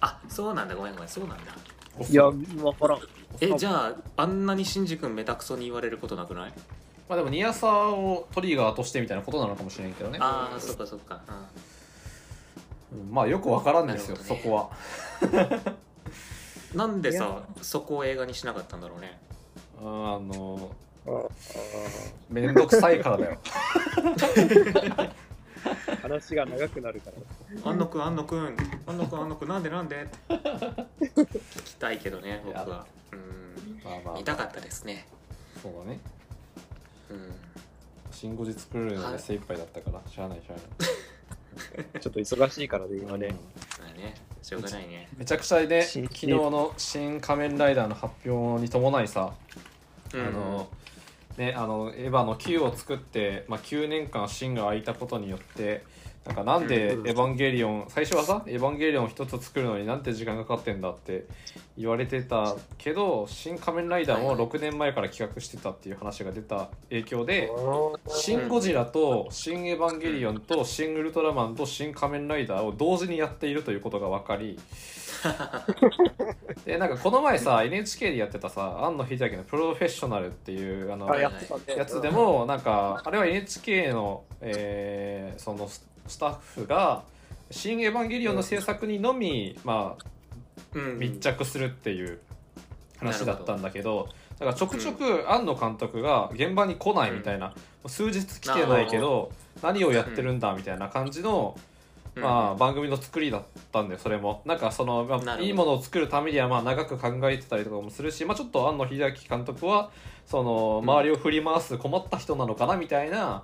Speaker 3: あそうなんだごめんごめんそうなんだ
Speaker 1: う
Speaker 4: いや、わからん。
Speaker 3: え
Speaker 4: あ
Speaker 3: じゃああんなにシンジ君メタクソに言われることなくない
Speaker 1: まあでもニアサーをトリガーとしてみたいなことなのかもしれんけどね
Speaker 3: ああそっかそっか、
Speaker 1: うんまあよくわからんですよ、
Speaker 3: なる
Speaker 1: そ
Speaker 3: ほど
Speaker 1: こ
Speaker 3: ね
Speaker 1: は
Speaker 3: うん、なんでさそこを映画にしなかったんだろうね
Speaker 1: あーあの
Speaker 4: あー
Speaker 1: めんどくさいからだ よ
Speaker 4: あー話が長くなるから。
Speaker 3: 安野くん安野くん安野くん安野くんなんでなんで聞きたいけどね僕
Speaker 1: い
Speaker 3: は
Speaker 1: や
Speaker 3: うん
Speaker 1: まあまあ
Speaker 3: 見たかったですね
Speaker 1: そうだね
Speaker 3: うん
Speaker 1: 新語字作るの
Speaker 3: は
Speaker 1: で
Speaker 3: い
Speaker 1: 精一杯だったからしゃあないしゃあない
Speaker 4: ちょっと忙しいからね、今ね。
Speaker 3: まあねしょうがないね
Speaker 1: めちゃくちゃね
Speaker 4: 新
Speaker 1: 昨日の「新仮面ライダー」の発表に伴いさ、
Speaker 3: うん
Speaker 1: あのねあのエヴァの Q を作って、まあ、9年間芯が空いたことによってなんかなんで「エ
Speaker 4: う
Speaker 1: ヴ
Speaker 4: ん
Speaker 1: ァンゲリオン」最初はさ「エヴァンゲリオン」一つ作るのになんて時間がかかってんだって言われてたけど「新仮面ライダー」も6年前から企画してたっていう話が出た影響で。シン・ゴジラとシン・エヴァンゲリオンとシン・ウルトラマンとシン・仮面ライダーを同時にやっているということが分か りでなんかこの前さ NHK でやってたさ庵野秀明の「プロフェッショナル」っていうあの
Speaker 4: あ、や
Speaker 1: や
Speaker 4: ってたね。
Speaker 1: つでもなんかあれは NHK の,、えーそのススタッフが「シン・エヴァンゲリオン」の制作にのみ、まあ、
Speaker 3: うん
Speaker 1: 密着するっていう話だったんだけどだからちょくちょく庵野監督が現場に来ないみたいな、数日来てないけど何をやってるんだみたいな感じの、
Speaker 3: うん
Speaker 1: まあ、番組の作りだったんだよそれもなんかその、まあ
Speaker 3: なるほど
Speaker 1: いいものを作るためにはまあ長く考えてたりとかもするし、まあ、ちょっと庵野秀明監督はその
Speaker 3: うん
Speaker 1: 周りを振り回す困った人なのかなみたいな。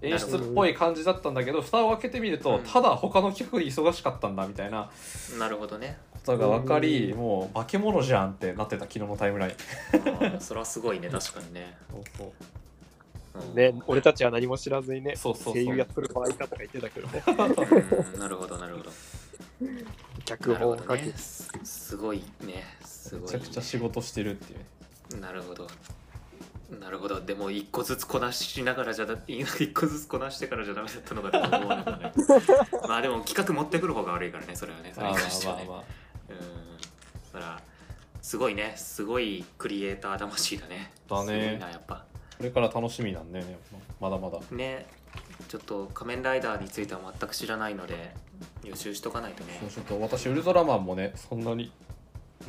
Speaker 1: 演出っぽい感じだったんだけど蓋を開けてみると、
Speaker 3: うん
Speaker 1: ただ他の企画で忙しかったんだみたいな
Speaker 3: なるほどね
Speaker 1: ことが分かり、もう化け物じゃんってなってた昨日のタイムライン
Speaker 3: あーそれはすごいね確かにね、
Speaker 1: そうそう
Speaker 3: うん
Speaker 4: ね、俺たちは何も知らずにね、
Speaker 1: そうそうそう
Speaker 4: 声優やっとる場合かとか言ってたけどね、
Speaker 3: うんなるほどなるほど。
Speaker 4: 脚
Speaker 3: なるほ
Speaker 4: 本を
Speaker 3: ど
Speaker 4: 書き、
Speaker 3: ね。すすごいね。すご
Speaker 1: め
Speaker 3: い、ね。
Speaker 1: ちゃくちゃ仕事してるっていうね
Speaker 3: なるほど。なるほど。でも一個ずつこなしなが らじゃだ一個ずつこなしてからじゃダメだったのかと思うの かね。まあでも企画持ってくる方が悪いからねそれはね。それ
Speaker 1: まあ
Speaker 3: に
Speaker 1: ま
Speaker 3: 関してはね。
Speaker 1: あまあまあ
Speaker 3: うん。そらすごいね。すごいクリエイター魂だね。
Speaker 1: だね
Speaker 3: すごいなやっぱ。
Speaker 1: これから楽しみなんだよねまだまだ
Speaker 3: ね。ちょっと仮面ライダーについては全く知らないので予習しとかないとね
Speaker 1: そう。ちょっと私ウルトラマンもねそんなに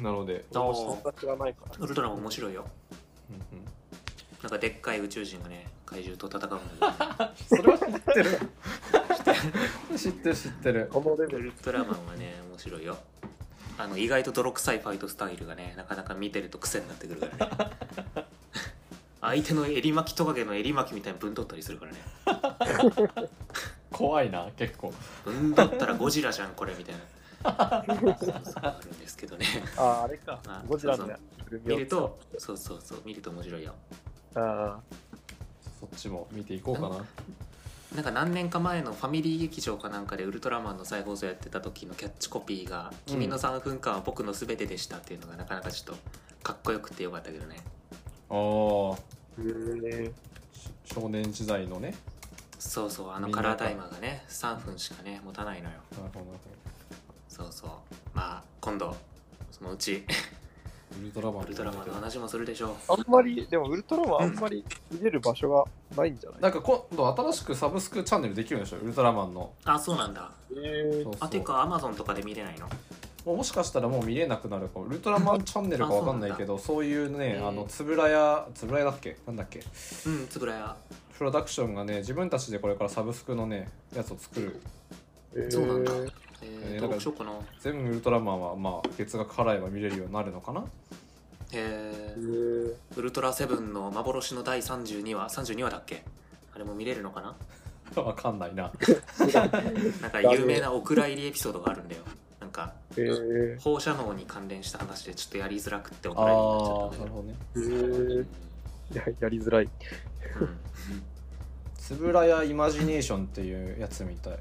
Speaker 1: なので、
Speaker 3: あー
Speaker 4: そんな知らないから。
Speaker 3: ウルトラマン面白いよ。
Speaker 1: うんうん、
Speaker 3: なんかでっかい宇宙人がね怪獣と戦うんだ
Speaker 1: それは知ってる知ってる知ってる
Speaker 4: このレ
Speaker 3: けど
Speaker 4: ベ
Speaker 3: ウ
Speaker 4: ル、
Speaker 3: ルトラマンはね面白いよあの意外と泥臭いファイトスタイルがねなかなか見てると癖になってくるからね相手の襟巻きトカゲの襟巻きみたいにぶんどったりするからね
Speaker 1: 怖いな結構
Speaker 3: ぶんどったらゴジラじゃんこれみたいなそうそうあるんですけどね
Speaker 4: あーあれか
Speaker 3: あ、
Speaker 4: ゴジラ
Speaker 3: そ
Speaker 4: の
Speaker 3: うそう
Speaker 4: やつ
Speaker 3: 見るとそうそうそう見ると面白いよ
Speaker 4: あ
Speaker 1: そっちも見ていこうかな
Speaker 3: なんか何年か前のファミリー劇場かなんかでウルトラマンの再放送やってた時のキャッチコピーが
Speaker 1: う
Speaker 3: 「
Speaker 1: ん
Speaker 3: 君の3分間は僕の全てでした」っていうのがなかなかちょっとかっこよくてよかったけどね
Speaker 1: ああ
Speaker 2: うん
Speaker 1: 少年時代のね
Speaker 3: そうそうあの
Speaker 1: みんな
Speaker 3: カ
Speaker 1: が
Speaker 3: ラータイマーがね3分しかね持たないのよ
Speaker 1: なるほどなるほ
Speaker 3: そうそうまあ今度そのうち
Speaker 1: どウルトラマン
Speaker 3: ウ ルトラマンの話もするでしょ
Speaker 4: あんまり、でもウルトラマンあんまり見れる場所がないんじゃない
Speaker 1: なんか今度新しくサブスクチャンネルできるんでしょウルトラマンの
Speaker 3: あそうなんだ
Speaker 4: え
Speaker 1: そうそう
Speaker 3: あてかアマゾンとかで見れないの
Speaker 1: もしかしたらもう見れなくなるかもウルトラマンチャンネルかわかんないけ どそういうね
Speaker 3: うん
Speaker 1: あの円谷円谷だっけなんだっけ
Speaker 3: うん円谷
Speaker 1: プロダクションがね自分たちでこれからサブスクのねやつを作る
Speaker 4: ー
Speaker 3: そうなんだ
Speaker 4: えー
Speaker 3: え
Speaker 1: えー
Speaker 3: ー、ど
Speaker 1: だから
Speaker 3: うしようかなへ
Speaker 1: 全部ウルトラマンはまあ月額払えば見れるようになるのかな
Speaker 3: え
Speaker 4: えー
Speaker 3: ウルトラセブンの幻の第32話32話だっけあれも見れるのかな
Speaker 1: わかんないな
Speaker 3: なんか有名なお蔵入りエピソードがあるんだよなんか
Speaker 4: えー
Speaker 3: 放射能に関連した話でちょっとやりづらくってお
Speaker 1: ああ
Speaker 3: 蔵入りになっちゃった
Speaker 1: なる
Speaker 3: んだけど
Speaker 1: ほどね
Speaker 4: えーややりづらい。
Speaker 3: うん
Speaker 1: 円谷イマジネーションっていうやつみたい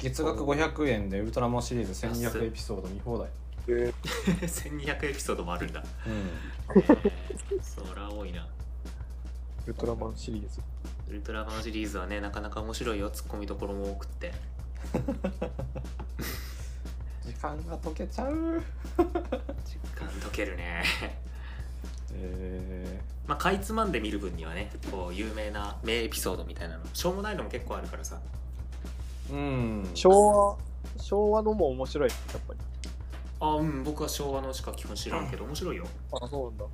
Speaker 1: 月額500円でウルトラマンシリーズ1200エピソード見放題
Speaker 4: え
Speaker 3: 1200エピソードもあるんだ、
Speaker 1: うん
Speaker 3: えー、そら多いな
Speaker 4: ウルトラマンシリーズ。
Speaker 3: ウルトラマンシリーズはねなかなか面白いよツッコミどころも多くって
Speaker 1: 時間が解けちゃう
Speaker 3: 時間解けるね
Speaker 1: え
Speaker 3: まあかいつまんで見る分にはねこう有名な名エピソードみたいなのしょうもないのも結構あるからさ
Speaker 1: ー、うん
Speaker 4: 昭和、昭和のも面白い、やっぱり。
Speaker 3: あうん僕は昭和のしか基本知らんけど面白いよ
Speaker 4: あ、そうなんだ。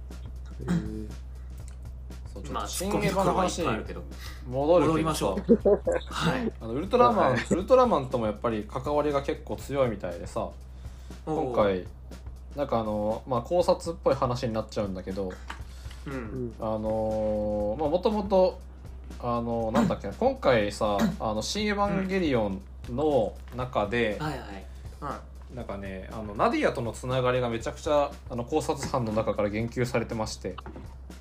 Speaker 1: そうちょっ
Speaker 3: まあ
Speaker 1: と
Speaker 3: ツ
Speaker 1: 新
Speaker 3: ッコミ
Speaker 1: エ
Speaker 3: ど
Speaker 1: ヴ
Speaker 3: こ
Speaker 1: ァの
Speaker 3: ろはいっ
Speaker 1: 話
Speaker 3: ぱい
Speaker 1: に
Speaker 3: あるけど
Speaker 1: 戻るけど
Speaker 3: 戻りましょうはい
Speaker 1: あのウルトラマン、
Speaker 4: はい
Speaker 1: ウルトラマンともやっぱり関わりが結構強いみたいで さ今回なんかあの、まあ、考察っぽい話になっちゃうんだけど
Speaker 4: う
Speaker 3: う
Speaker 4: んん。
Speaker 1: あのーまあもともとあのーなんだっけな今回さ「あの新エヴァンゲリオン」の中で、
Speaker 3: はいはい
Speaker 1: なんかねあのナディアとのつながりがめちゃくちゃあの考察班の中から言及されてまして
Speaker 3: うん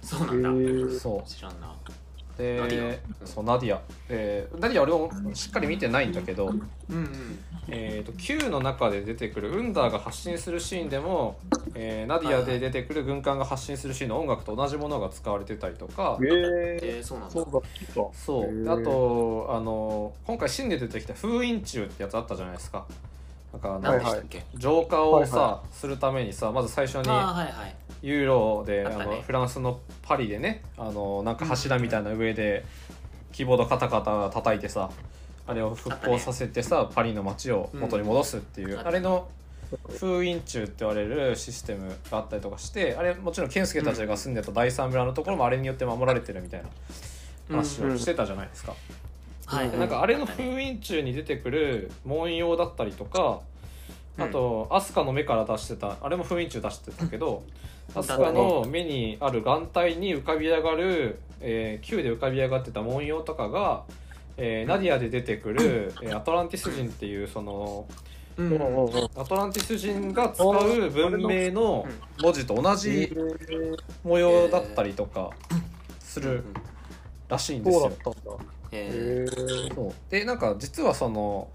Speaker 3: そうなんだ、
Speaker 4: えー
Speaker 1: そ
Speaker 3: 知らんな
Speaker 1: うで
Speaker 3: ナディア
Speaker 1: そうナディア、えーナディア俺もしっかり見てないんだけど、
Speaker 3: うんうん
Speaker 1: えー、と Q の中で出てくるウンダーが発信するシーンでも、えーナディアで出てくる軍艦が発信するシーンの音楽と同じものが使われてたりとか、
Speaker 4: えー、
Speaker 3: えー、そうなんだ
Speaker 4: そうだった。
Speaker 1: そう
Speaker 4: へ
Speaker 1: で
Speaker 4: ー
Speaker 1: あとあの今回新で出てきた「封印中」ってやつあったじゃないですか。なんかあの、
Speaker 3: 何でしたっけ、
Speaker 1: 浄化をさ、
Speaker 4: はい
Speaker 1: するためにさまず最初に
Speaker 3: ああはいはい
Speaker 1: ユーロで
Speaker 3: あ
Speaker 1: あ、
Speaker 3: ったね
Speaker 1: のフランスのパリでねあのなんか柱みたいな上でキーボードカタカタ叩いてさあれを復興させてさ、パリの街を元に戻すっていう、
Speaker 3: うん
Speaker 1: あれの封印中って言われるシステムがあったりとかしてあれもちろん健介たちが住んでた第三村のところもあれによって守られてるみたいな話をしてたじゃないですか。
Speaker 3: はい、
Speaker 1: なんかあれの
Speaker 3: うん
Speaker 1: 封印中に出てくる文様だったりとか、
Speaker 3: うん
Speaker 1: あと飛鳥の目から出してたあれも封印中出してたけど
Speaker 3: うん
Speaker 1: 飛鳥の目にある眼帯に浮かび上がる、えー、球で浮かび上がってた文様とかが、えーナディアで出てくる、えーアトランティス人っていうその
Speaker 3: うん
Speaker 4: うんうんうん。
Speaker 1: アトランティス人が使う文明の文字と同じ模様だったりとかするらしいんです
Speaker 4: そうだ
Speaker 1: よ
Speaker 4: っ。たんだ。え
Speaker 3: え
Speaker 4: ー、
Speaker 1: そうでなんか実はその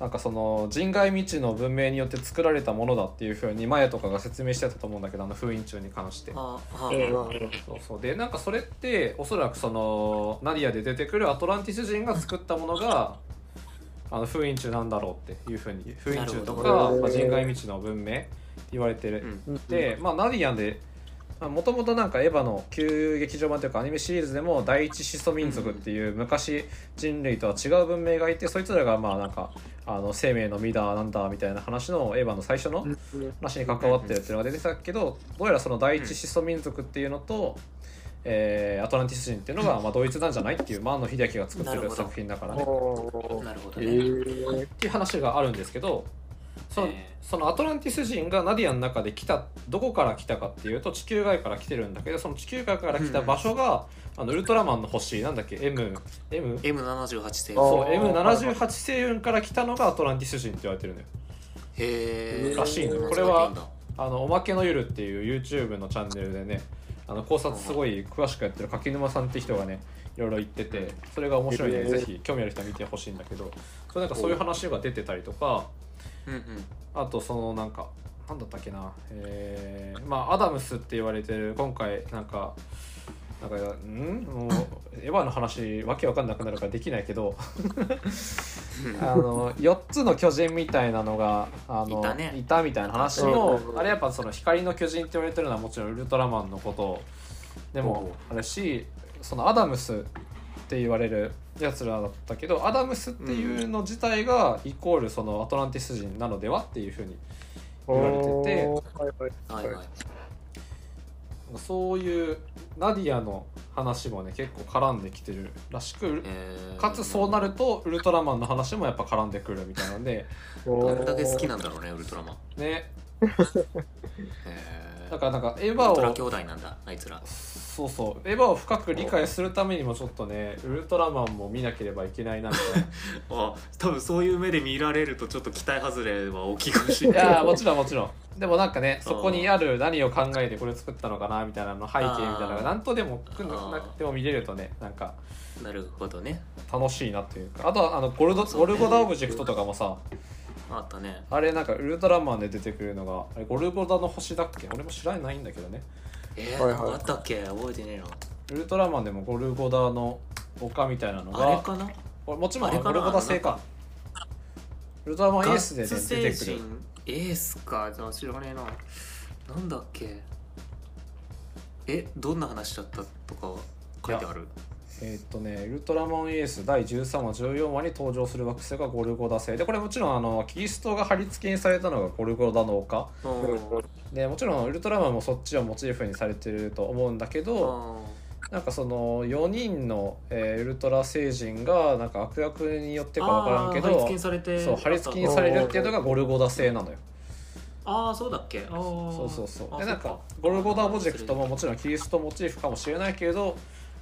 Speaker 1: なんかその人外未知の文明によって作られたものだっていうふうにマヤとかが説明してたと思うんだけどあの封印中に関して
Speaker 3: ー、あーは
Speaker 4: え
Speaker 3: ー
Speaker 4: ー、
Speaker 1: そうそうでなんかそれっておそらくそのナディアで出てくるアトランティス人が作ったものがあの封印中なんだろうっていうふうに封印中と
Speaker 3: なる
Speaker 1: か
Speaker 4: ほ、ど
Speaker 1: まあ、人外未知の文明って言われてる
Speaker 3: うん
Speaker 1: で、まあ、ナディアンでもともとなんかエヴァの旧劇場版というかアニメシリーズでも第一始祖民族っていう昔人類とは違う文明がいてそいつらがまあなんかあの生命の実だなんだみたいな話のエヴァの最初の話に関わってるっていうのが出てたけどどうやらその第一始祖民族っていうのと、えーアトランティス人っていうのがまあ同一なんじゃないっていう万野秀明が作って
Speaker 3: なる
Speaker 1: る
Speaker 3: ほど
Speaker 1: 作品だからねっ
Speaker 4: おー
Speaker 3: なるほど
Speaker 4: え
Speaker 3: ね、
Speaker 4: ー、
Speaker 1: ていう話があるんですけどその
Speaker 3: え
Speaker 1: そのアトランティス人がナディアの中で来たどこから来たかっていうと地球外から来てるんだけどその地球外から来た場所が、あのウルトラマンの星なんだっけ M, M?
Speaker 3: ー、M78 星
Speaker 1: そ
Speaker 4: あ
Speaker 3: 座
Speaker 1: う
Speaker 4: ー
Speaker 1: M78 星雲から来たのがアトランティス人って言われてるのよ
Speaker 3: へえ
Speaker 1: らしいのよこれはあの「おまけのゆる」っていう YouTube のチャンネルでねあの考察すごい詳しくやってる柿沼さんって人がねいろいろ言っててそれが面白いので
Speaker 4: へえ
Speaker 1: ぜひ興味ある人は見てほしいんだけどそれなんかそういう話が出てたりとか
Speaker 3: うんうん
Speaker 1: あとそのなんかなんだったっけなえーまあアダムスって言われてる今回なんかなんかんもうエヴァの話わけわかんなくなるからできないけど あの4つの巨人みたいなのがあの
Speaker 3: いたね
Speaker 1: みたいな話の
Speaker 4: うん
Speaker 1: あれやっぱその光の巨人って言われてるのはもちろんウルトラマンのことでもあるしそのアダムスって言われるやつらだったけどアダムスっていうの自体がイコールそのアトランティス人なのではっていうふうに言われてて
Speaker 4: おーはいはい
Speaker 3: はいはい
Speaker 1: そういうナディアの話もね結構絡んできてるらしく
Speaker 3: えー
Speaker 1: かつそうなるとウルトラマンの話もやっぱ絡んでくるみたいなん で
Speaker 3: どんだけ好き
Speaker 4: な
Speaker 3: なんだろうねウルトラマン
Speaker 1: ね
Speaker 3: へー
Speaker 1: だからなんかエヴ
Speaker 3: ウルト
Speaker 1: ァ
Speaker 3: ラ
Speaker 1: を
Speaker 3: 兄弟なんだあいつら
Speaker 1: そうそうエヴァを深く理解するためにもちょっとねウルトラマンも見なければいけないなみたいな
Speaker 3: あ多分そういう目で見られるとちょっと期待外れは大きいかもし れ
Speaker 1: いや
Speaker 3: な
Speaker 1: ー
Speaker 3: い
Speaker 1: もちろんもちろんでもなんかねそこにある何を考えてこれ作ったのかなみたいなの背景みたいなの
Speaker 3: あ
Speaker 1: が
Speaker 3: ー
Speaker 1: なんとでもくんなくても見れるとねなんか
Speaker 3: なるほどね
Speaker 1: 楽しいなというかあとはあのゴルド
Speaker 3: そう
Speaker 1: ゴ
Speaker 3: ね
Speaker 1: ルゴダオブジェクトとかもさ
Speaker 3: あったね
Speaker 1: あれなんかウルトラマンで出てくるのがあれゴルゴダの星だっけ俺も知らないんだけどね
Speaker 3: えー
Speaker 4: はいはい
Speaker 3: あったっけ覚えてねえ
Speaker 1: ウルトラマンでもゴルゴダの丘みたいなの
Speaker 3: のあれ
Speaker 1: が
Speaker 3: かな
Speaker 1: これもちろん
Speaker 3: あれか
Speaker 1: ゴ
Speaker 3: な
Speaker 1: ルゴダ製かウルトラマンエースで、ね、
Speaker 3: ガッツ
Speaker 1: 出てく
Speaker 3: 星
Speaker 1: る
Speaker 3: 人エースかじゃあ知らねえななんだっけえどんな話だったとか書いてある
Speaker 1: えーっとね、ウルトラマンエース第13話14話に登場する惑星がゴルゴダ製でこれもちろんあのキリストが貼り付けにされたのがゴルゴダの丘
Speaker 3: あー
Speaker 1: でもちろんウルトラマンもそっちをモチーフにされてると思うんだけ
Speaker 3: あ
Speaker 1: ど
Speaker 3: ー
Speaker 1: なんかその4人の、えーウルトラ星人がなんか悪役によってかわからんけ
Speaker 3: あー貼り
Speaker 1: ど
Speaker 3: 付けにされて
Speaker 1: そう貼り付けにされるっていうのがゴルゴダ製なのよ
Speaker 3: ああそうだっけああそ
Speaker 1: そうそうそうでなんかゴルゴダオブジェクトももちろんキリストモチーフかもしれないけれど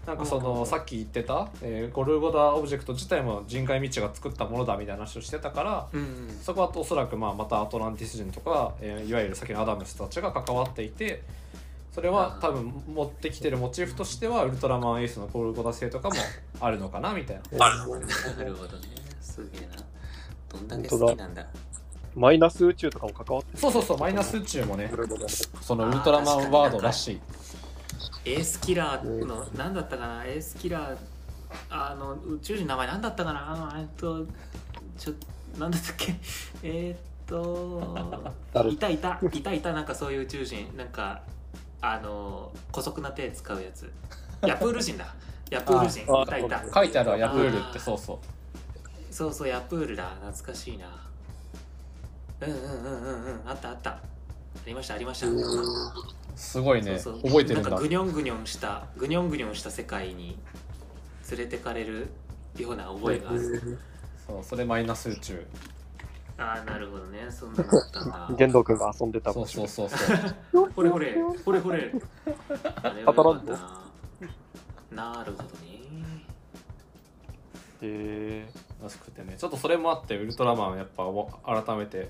Speaker 1: なんかそ
Speaker 3: うんうんう
Speaker 1: の
Speaker 3: ん
Speaker 1: さっき言ってた、えーゴルゴダオブジェクト自体も人海未知が作ったものだみたいな話をしてたから
Speaker 3: うんうん
Speaker 1: そこはおそらくまあまたアトランティス人とか、えーいわゆるさっきのアダムスたちが関わっていてそれは多分持ってきてるモチーフとしてはウルトラマンエースのゴルゴダ製とかもあるのかなみたいな。
Speaker 3: なるほどね。すげえな。どんだけ好きなんだ。
Speaker 4: マイナス宇宙とかも関わって
Speaker 1: そうそうそうマイナス宇宙もね
Speaker 4: るので
Speaker 1: そのウルトラマンワードらしい
Speaker 3: エースキラーの、なんだったかな、エースキラー、あの、宇宙人の名前なんだったかな、あの、えっと、ちょ、なんだったっけ、えーっ と、
Speaker 4: 誰
Speaker 3: いたいた、いたいた、なんかそういう宇宙人、なんか、あの、古速な手使うやつ。ヤプール人だ。ヤプール人、
Speaker 4: あ
Speaker 3: いたいた。
Speaker 1: 書いてあるわヤプールってそうそう
Speaker 3: そうそう、ヤプールだ。懐かしいな。うんうんうんうんうん、あったあった。ありました、ありました。
Speaker 1: すごいね
Speaker 3: そうそう
Speaker 1: 覚えてるん
Speaker 3: なん
Speaker 1: だ
Speaker 3: かぐにょんぐにょんしたぐにょんぐにょんした世界に連れてかれるような覚えがある、
Speaker 1: そうそれマイナス宇宙
Speaker 3: ああなるほどねそんなのだった んだ
Speaker 4: 玄道君が遊んでた
Speaker 1: そう
Speaker 4: 場
Speaker 1: そ
Speaker 4: 所
Speaker 1: うそう そう
Speaker 3: ほれほれほれほれあれはよかったななるほどね
Speaker 4: へ
Speaker 1: らしくてねちょっとそれもあってウルトラマンやっぱお改めて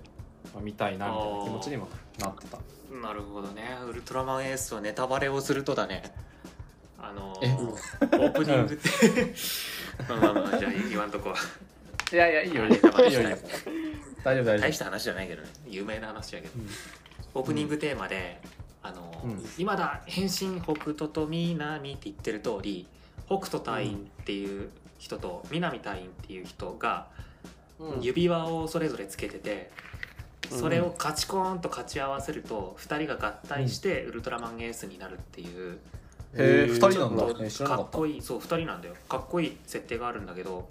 Speaker 1: まあ見たいなみたいな気持ちにもなってた
Speaker 3: なるほどねウルトラマンエースはネタバレをするとだねあの
Speaker 1: え
Speaker 3: オープニングって まあまあまあじゃあ言わんとこ
Speaker 1: いやいやいいよいい
Speaker 3: ネタバ
Speaker 1: よいい
Speaker 3: レし
Speaker 1: よ
Speaker 3: な
Speaker 1: い
Speaker 3: い
Speaker 1: よ大丈夫大丈
Speaker 3: 大した話じゃないけどね有名な話やけど、
Speaker 1: うん
Speaker 3: オープニングテーマで「あの
Speaker 1: うん
Speaker 3: 今だ変身北斗と南」って言ってる通り北斗隊員っていう人と南隊員っていう人が
Speaker 1: 夫うん
Speaker 3: 指輪をそれぞれつけてて。それをカチコーンと勝ち合わせると2人が合体してウルトラマンエースになるっていう
Speaker 1: へえ二人
Speaker 3: ち
Speaker 1: な
Speaker 3: ょ
Speaker 1: んだ
Speaker 3: っ
Speaker 1: え知
Speaker 3: と
Speaker 1: らなか
Speaker 3: かっ
Speaker 1: った
Speaker 3: こいいそう2人なんだよかっこいい設定があるんだけど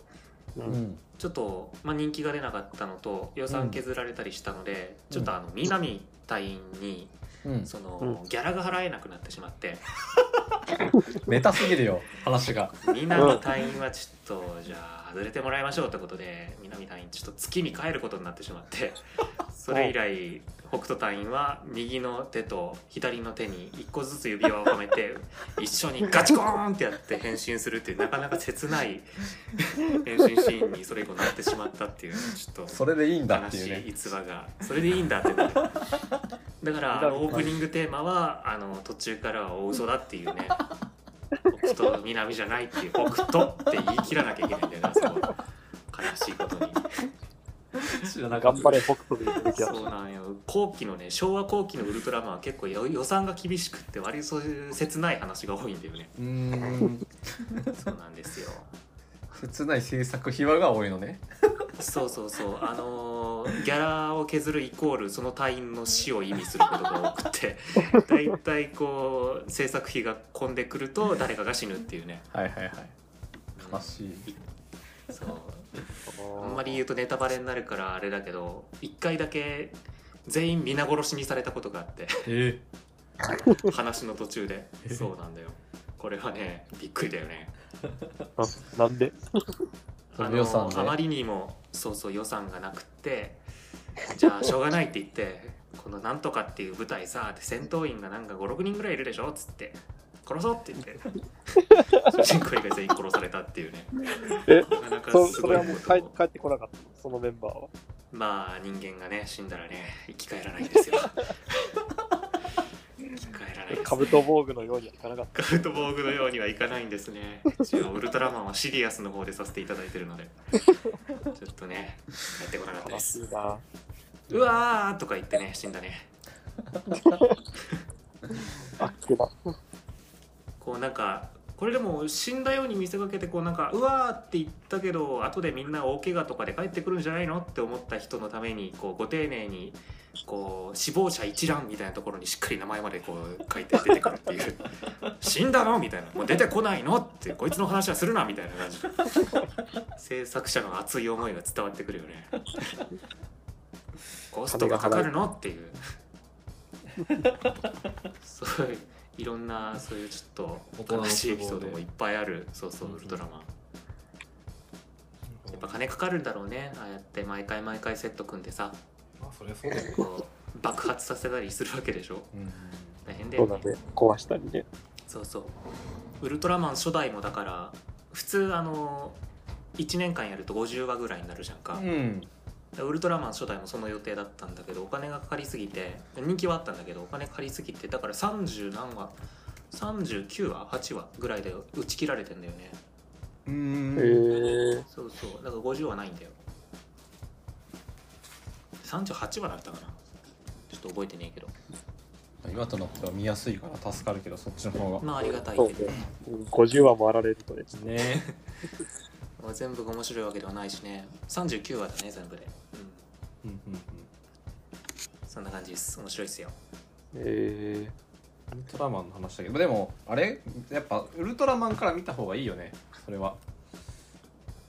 Speaker 1: うん
Speaker 3: ちょっと、まあ、人気が出なかったのと予算削られたりしたので、
Speaker 1: うん
Speaker 3: ちょっとあの南隊員に
Speaker 1: うん
Speaker 3: その、
Speaker 4: う
Speaker 3: ギャラが払えなくなってしま って
Speaker 1: ネタすぎるよ話が
Speaker 3: 南隊員はちょっとじゃあ外れてもらいましょうってことで南隊員ちょっと月に帰ることになってしま ってそれ以来北斗隊員は右の手と左の手に一個ずつ指輪をは めて一緒にガチコーンってやって変身するっていうなかなか切ない変身シーンにそれ以降なってしまったっていうちょっと。
Speaker 1: それでいいんだって
Speaker 3: 悲
Speaker 1: いう
Speaker 3: しい
Speaker 1: ね
Speaker 3: 逸話がそれでいいんだってな るだからあのオープニングテーマはあの途中からは大嘘だっていうねオープ北と南じゃないっていう北とって言い切らなきゃいけないんだよなそこは悲しいことに
Speaker 1: 知らなかっ
Speaker 4: 頑
Speaker 1: た
Speaker 4: 張れ、北斗で言うべきだ
Speaker 3: そうなんよ後期のね昭和後期のウルトラマンは結構よ予算が厳しくって割とそういう切ない話が多いんだよね
Speaker 1: うーん
Speaker 3: そうなんですよ
Speaker 1: 切ない制作秘話が多いのね
Speaker 3: そうそうそうあのーギャラを削るイコールその隊員の死を意味することが多くて大体こう制作費が混んでくると誰かが死ぬっていうね
Speaker 1: はいはいはい悲しい
Speaker 3: そうあんまり言うとネタバレになるからあれだけど一回だけ全員皆殺しにされたことがあって
Speaker 1: え
Speaker 3: 話の途中でそうなんだよこれはねびっくりだよね
Speaker 4: ななんで
Speaker 1: そ
Speaker 3: あ
Speaker 1: の予算
Speaker 3: の
Speaker 1: で
Speaker 3: あまりにもそうそう予算がなくってじゃあしょうがないって言ってこのなんとかっていう舞台さって戦闘員がなんか56人ぐらいいるでしょっつって殺そうって言って主人公以外全員殺されたっていうね
Speaker 4: え
Speaker 3: なかなか
Speaker 4: そ
Speaker 3: す
Speaker 4: そ
Speaker 3: ご
Speaker 4: れ
Speaker 3: い
Speaker 4: はもう
Speaker 3: こと
Speaker 4: 帰
Speaker 3: を
Speaker 4: 帰ってこなかったのそのメンバーは。
Speaker 3: まあ人間がね死んだらね生き返らないんですよ生き返らないです
Speaker 4: カブト防具のようにはいかなかっ。
Speaker 3: カルト防具のようにはいかないんですね。一応ウルトラマンはシリアスの方でさせていただいてるので、ちょっとね、やってこなかったたで
Speaker 4: 悲
Speaker 3: す
Speaker 4: し。いな。
Speaker 3: うわーとか言ってね、死んだね。
Speaker 4: あっけな。
Speaker 3: こうなんか、これでも死んだように見せかけて、こうなんか、うわーって言ったけど、後でみんな大怪我とかで帰ってくるんじゃないのって思った人のために、こうご丁寧に、こう死亡者一覧みたいなところにしっかり名前までこう書いて出てくるっていう「死んだの?」みたいな「もう出てこないの?」ってこいつの話はするなみたいな感じ制作者の熱い思いが伝わってくるよねコストがかかるのっていうそういういろんなそういうちょっと悲しいエピソードもいっぱいあるそうそうウルトラマンやっぱ金かかるんだろうねああやって毎回毎回セット組んでさ
Speaker 1: まあそりゃそうだよね
Speaker 3: こう爆発させたりするわけでしょ
Speaker 1: うん
Speaker 3: 大変だ
Speaker 4: そ
Speaker 3: よ
Speaker 4: うだ
Speaker 3: ね
Speaker 4: ね。壊したりね。
Speaker 3: そうそうウルトラマン初代もだから普通あの1年間やると50話ぐらいになるじゃんか、
Speaker 1: うん
Speaker 3: ウルトラマン初代もその予定だったんだけどお金がかかりすぎて人気はあったんだけどお金かかりすぎてだから30何話39話8話ぐらいで打ち切られてんだよね
Speaker 1: う
Speaker 4: へ
Speaker 1: ん
Speaker 4: え。
Speaker 3: そうそうだから50はないんだよ38話だったかなちょっと覚えてねえけど
Speaker 1: 今となっては見やすいから助かるけどそっちの方が
Speaker 3: まあありがたい
Speaker 4: そう
Speaker 3: け
Speaker 4: ね
Speaker 3: どね。
Speaker 4: うん50話もあられるとね。
Speaker 1: ね
Speaker 3: まあ全部が面白いわけではないしね39話だね全部でうん
Speaker 1: うんうんうん
Speaker 3: そんな感じです面白いですよ
Speaker 4: え
Speaker 1: ウルトラマンの話だけどでもあれやっぱウルトラマンから見た方がいいよねそれは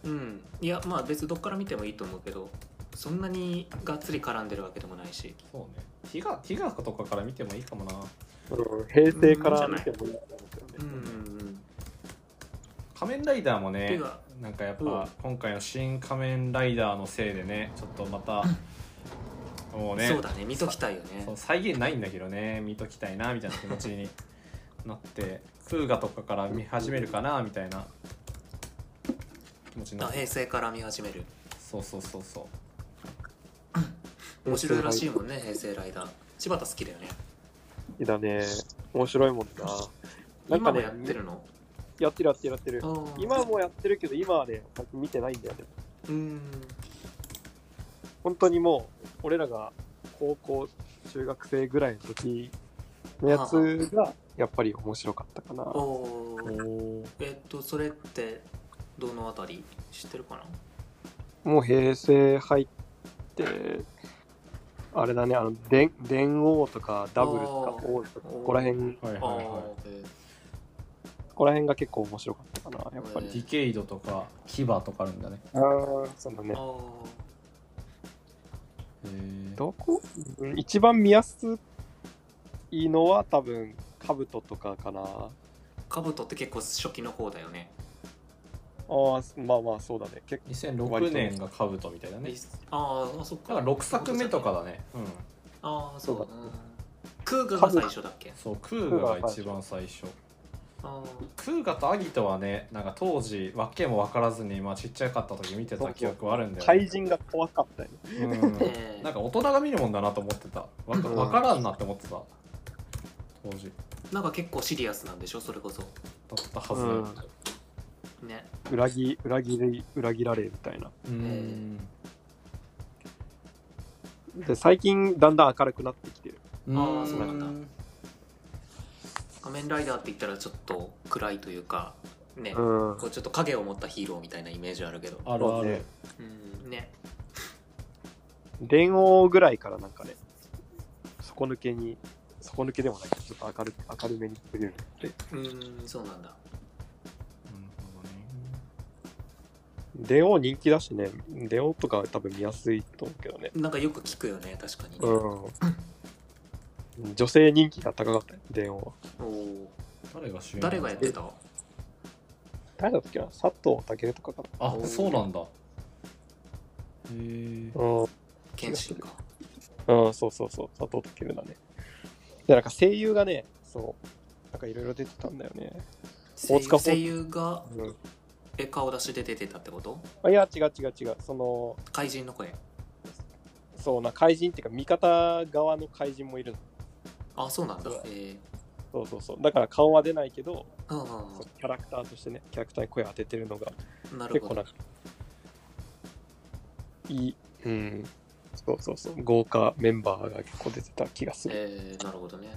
Speaker 3: うんいやまあ別にどっから見てもいいと思うけどそんなにがっつり絡んでるわけでもないし
Speaker 1: そうねティガティガとかから見てもいいかもな
Speaker 4: ーうん平成から見てもいいと思うけ
Speaker 3: う
Speaker 4: ど
Speaker 3: んう
Speaker 4: ね。
Speaker 3: ん
Speaker 1: 仮面ライダーも
Speaker 3: て
Speaker 1: ね
Speaker 3: か
Speaker 1: なんかやっ
Speaker 3: うん
Speaker 1: ぱ今回の「新仮面ライダー」のせいでねちょっとま たもう
Speaker 3: うん、
Speaker 1: ね
Speaker 3: そうだね見ときたいよね
Speaker 1: そう再現ないんだけどね見ときたいなみたいな気持ちに なってクーガとかから見始めるかなみたいな気持ちにな
Speaker 3: あ
Speaker 1: って
Speaker 3: 平成から見始める
Speaker 1: そうそうそうそう
Speaker 3: 面白いらしいもんね平成ライダー柴田好きだよね
Speaker 4: いいだね。面白いもんな。なんか
Speaker 3: 今も
Speaker 4: ね
Speaker 3: やってるの
Speaker 4: やってるやってるやってる
Speaker 3: あ。ー
Speaker 4: 今もやってるけど、今はね、先見てないんだよね。
Speaker 3: うん
Speaker 4: 本当にもう、俺らが高校、中学生ぐらいの時のやつが、やっぱり面白かったかな。
Speaker 3: おーえっとそれってどのあたり知ってるかな
Speaker 4: もう平成入って、あれだね、あの、でん電王とかダブルと
Speaker 3: あー
Speaker 4: か王とか、ここら辺、こ
Speaker 1: はいはい
Speaker 3: ああ
Speaker 1: は
Speaker 3: ー
Speaker 4: こら辺が結構面白かったかな、やっぱ
Speaker 3: え
Speaker 4: り。
Speaker 1: いディケイドとか牙とかあるんだね
Speaker 4: ああ、そうだ
Speaker 3: あ
Speaker 4: ね。
Speaker 3: ー
Speaker 1: へー
Speaker 4: どこうん一番見やすいのは多分、カブトとかかな。あ
Speaker 3: 兜って結構初期の方だよね
Speaker 4: あ、まあまあ、そうだね。結構
Speaker 1: 2006年がカブトみたいだね
Speaker 3: あーあそっ
Speaker 1: だ
Speaker 3: か
Speaker 1: から6作目とかだねうん
Speaker 3: ああそう
Speaker 4: そうだ
Speaker 3: うんクーガが最初だっけ
Speaker 1: そうクーガが一番最初
Speaker 3: あ
Speaker 1: クーガとアギトはねなんか当時わけも分からずに、まあ、ちっちゃかった時見てた記憶はあるんだよ、
Speaker 4: 怪
Speaker 1: ね、
Speaker 4: 人が怖かったよね。
Speaker 1: うん
Speaker 3: ーえー
Speaker 1: なんか大人が見るもんだなと思ってたわか
Speaker 4: うん
Speaker 1: 分からんなって思ってた当時
Speaker 3: なんか結構シリアスなんでしょそれこそ
Speaker 1: だったはず、
Speaker 4: うん
Speaker 3: ね
Speaker 4: 裏切裏切り裏切られみたいな
Speaker 1: うん
Speaker 4: で最近だんだん明るくなってきてる
Speaker 3: ああそうなんだ仮面ライダーって言ったらちょっと暗いというかね、
Speaker 4: うん
Speaker 3: こうちょっと影を持ったヒーローみたいなイメージあるけど
Speaker 1: あるある
Speaker 3: うんね
Speaker 4: 電王ぐらいからなんかね底抜けに底抜けでもないけどちょっと明る明るめに見える
Speaker 3: うんそうなんだ
Speaker 4: 電王人気だしね電王とかは多分見やすいと思うけどね
Speaker 3: なんかよく聞くよね確かにね、
Speaker 4: うん女性人気が高かったよ電王は
Speaker 3: おー
Speaker 1: 誰が主演
Speaker 3: 誰がやってた
Speaker 4: 誰だったっけな佐藤健とかか
Speaker 1: あそうなんだへえ
Speaker 4: なうん
Speaker 3: 剣心か
Speaker 4: うん、そうそうそう、佐藤健だね。で、なんか声優がね、そう、なんかいろいろ出てたんだよね。大
Speaker 3: 声優
Speaker 4: 塚
Speaker 3: 声優が
Speaker 4: うん、
Speaker 3: え顔出しで出てたってこと
Speaker 4: あいや、違う違う違う、その、
Speaker 3: 怪人の声
Speaker 4: そうな、怪人っていうか、味方側の怪人もいるの。
Speaker 3: あそうなんだ
Speaker 4: そう
Speaker 3: え
Speaker 4: そうそうそう、だから顔は出ないけど、
Speaker 3: ー、うんうん
Speaker 4: そうキャラクターとしてね、キャラクターに声を当ててるのが、
Speaker 3: うんなる
Speaker 4: 結構
Speaker 3: ほど
Speaker 4: なんか、いい、うん、そうそうそう、豪華メンバーが結構出てた気がする。
Speaker 3: えー、なるほどね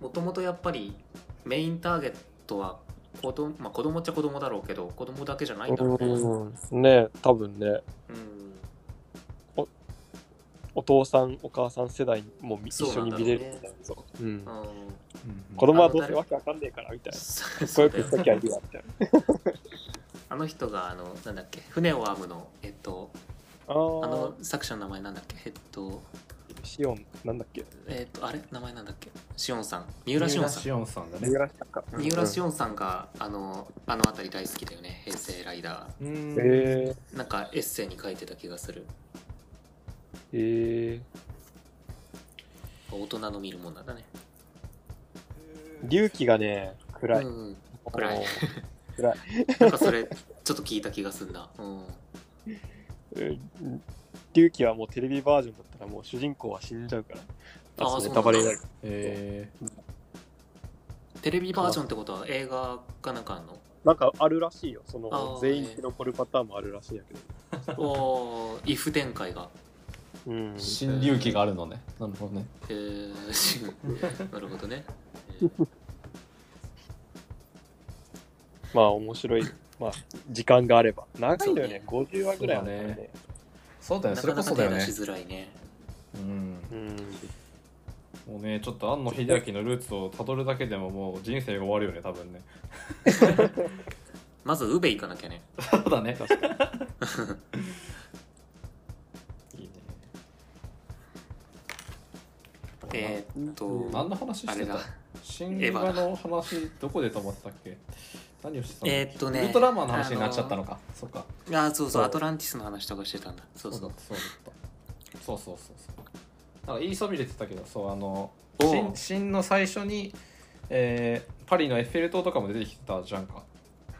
Speaker 3: もともとやっぱりメインターゲットは子供、まあ、子供っちゃ子供だろうけど子供だけじゃないんだろうねうん
Speaker 4: うん、ね多分ね。お父さんお母さん世代もみ一
Speaker 3: そうな
Speaker 4: 緒に
Speaker 3: んだろ
Speaker 4: 見
Speaker 3: う
Speaker 4: れ
Speaker 3: ね
Speaker 4: るみたいなそう、うん
Speaker 3: うん
Speaker 4: 子供はどう
Speaker 3: あ
Speaker 4: せ
Speaker 3: の
Speaker 4: わけわかんねえからみたいな
Speaker 3: そ
Speaker 4: こう
Speaker 3: そ
Speaker 4: いうう
Speaker 3: だ
Speaker 4: こと
Speaker 3: よ
Speaker 4: だけは言うわみたいな
Speaker 3: あの人があのなんだっけ船を編むのえっと
Speaker 4: あ
Speaker 3: あ
Speaker 4: の
Speaker 3: の作者の名前なんだっけえっと
Speaker 4: シオンなんだっけ
Speaker 3: えっとあれ名前なんだっけシオンさん三浦シオンさん
Speaker 1: シオンさんだ
Speaker 4: 三
Speaker 1: ね
Speaker 4: 浦さんか
Speaker 3: 三浦シ
Speaker 4: オ
Speaker 3: オンさんがあのあの辺り大好きだよね平成ライダ
Speaker 1: うん
Speaker 4: え
Speaker 3: ーなんかエッセイに書いてた気がする
Speaker 4: ー、え
Speaker 3: 大人の見るもんなんだね
Speaker 4: ー、隆起がね暗い、
Speaker 3: うん暗い
Speaker 4: もう暗い
Speaker 3: なんかそれちょっと聞いた気がすんなうん
Speaker 4: うん隆起はもうテレビバージョンだったらもう主人公は死んじゃうから
Speaker 3: あー
Speaker 4: そう
Speaker 3: そうなん
Speaker 4: ネタバ
Speaker 3: だ
Speaker 4: レになる
Speaker 1: え
Speaker 3: テレビバージョンってことは映画かなんかあんの
Speaker 4: なんかあるらしいよそ
Speaker 3: あ
Speaker 4: の
Speaker 3: ー
Speaker 4: 全員生き残るパターンもあるらしいんやけど
Speaker 3: おー、イフ展開が。
Speaker 4: うん
Speaker 1: 新隆起があるのねなるほどね
Speaker 3: えー、な るほどね。えー
Speaker 4: まあ面白い、まあ、時間があれば。長いのよね、
Speaker 3: そ
Speaker 4: 50話ぐらい
Speaker 1: そう
Speaker 4: は
Speaker 1: だ
Speaker 4: ね
Speaker 1: ね。そうだよね
Speaker 3: な
Speaker 1: そ
Speaker 3: か
Speaker 1: れこ
Speaker 3: なか
Speaker 1: そだ
Speaker 3: 手
Speaker 1: よ
Speaker 3: 出し
Speaker 1: ね
Speaker 3: づらいね。
Speaker 1: うん
Speaker 4: うん、
Speaker 1: もうねちょっと庵野秀明のルーツをたどるだけでももう人生が終わるよね多 分ね
Speaker 3: まず、ウベ行かなきゃね。
Speaker 1: そうだね確かにいいね
Speaker 3: えーっと、
Speaker 1: 何の話
Speaker 3: あ
Speaker 1: し
Speaker 3: れ
Speaker 1: て
Speaker 3: だ
Speaker 1: た。神話の話どこで止まってたっけ何をしてたの
Speaker 3: えーっとね
Speaker 1: ウルトラマンの話になっちゃったのか、そっか
Speaker 3: あー、そう
Speaker 4: そ
Speaker 3: そうう、アトランティスの話とかしてたんだ。そう
Speaker 1: そ
Speaker 3: そうう
Speaker 1: だ。ったそうだったそうそうそうそうなんか言いそびれてたけどそうあの
Speaker 3: おう
Speaker 1: 新新の最初に、えーパリのエッフェル塔とかも出てきてたじゃんか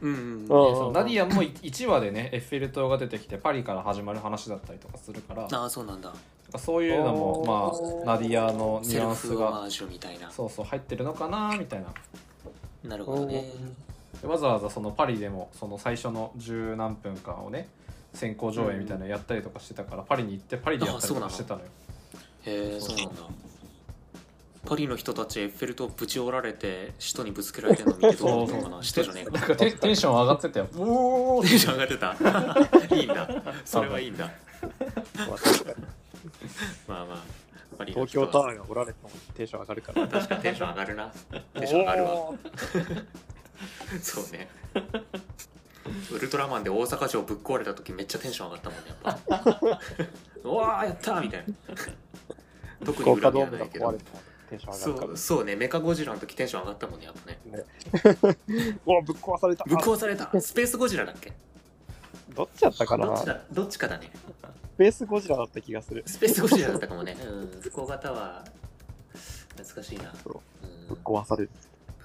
Speaker 3: うんうん
Speaker 4: う
Speaker 3: うん。
Speaker 4: ん
Speaker 1: でそのダディアンも1話で ねエッフェル塔が出てきてパリから始まる話だったりとかするからなん
Speaker 3: あー、そうなんだ。
Speaker 1: かそういうのも
Speaker 4: おー
Speaker 1: まあナディアのニ
Speaker 3: セ
Speaker 1: ュア
Speaker 3: ル
Speaker 1: ンス
Speaker 3: フオマ
Speaker 1: が
Speaker 3: ージュみたいな。
Speaker 1: そうそう入ってるのかなみたいな
Speaker 3: なるほどね。
Speaker 1: でわざわざそのパリでもその最初の十何分間をね先行上映みたいなのやったりとかしてたから、パリに行ってパリでやったりとかしてたのよ
Speaker 3: へえ、
Speaker 1: そ
Speaker 3: そううなんだ。パリの人たちエッフェル塔ぶち折られて使徒にぶつけられてるの見てどう思ったのかな使徒じゃねえか
Speaker 1: なんかテンテンション上がってたよおお
Speaker 3: テンション上がってたいいんだそれはいいんだ
Speaker 4: まあ確 かに
Speaker 3: まあまあパリの
Speaker 4: 東京
Speaker 3: 人は
Speaker 4: タワーがおられてもテンション上がるから。
Speaker 3: 確 かにテンション上がるなテンション上がるわ
Speaker 4: おー
Speaker 3: そうねウルトラマンで大阪城ぶっ壊れた時めっちゃテンション上がったもんねやっぱうわーやったーみたいな特に
Speaker 4: 福岡ドー
Speaker 3: 恨みは
Speaker 4: ム
Speaker 3: な
Speaker 4: が
Speaker 3: いけ
Speaker 4: 壊
Speaker 3: ど
Speaker 4: れてもテンション上
Speaker 3: そ
Speaker 4: がるから
Speaker 3: う。そうねメカゴジラの時テンション上がったもんねやっぱね
Speaker 4: うわ、ぶっ壊された。
Speaker 3: ぶっ壊されたスペースゴジラだっけ
Speaker 4: あどっちだったか
Speaker 3: ど
Speaker 4: な
Speaker 3: っち
Speaker 4: ス
Speaker 3: だどっちかだね
Speaker 4: ペースゴジラだった気がする。
Speaker 3: スペースゴジラだったかもねうん福岡タワー懐かしいな
Speaker 4: そう
Speaker 3: うん
Speaker 4: ぶ
Speaker 3: ぶ
Speaker 4: っ壊される。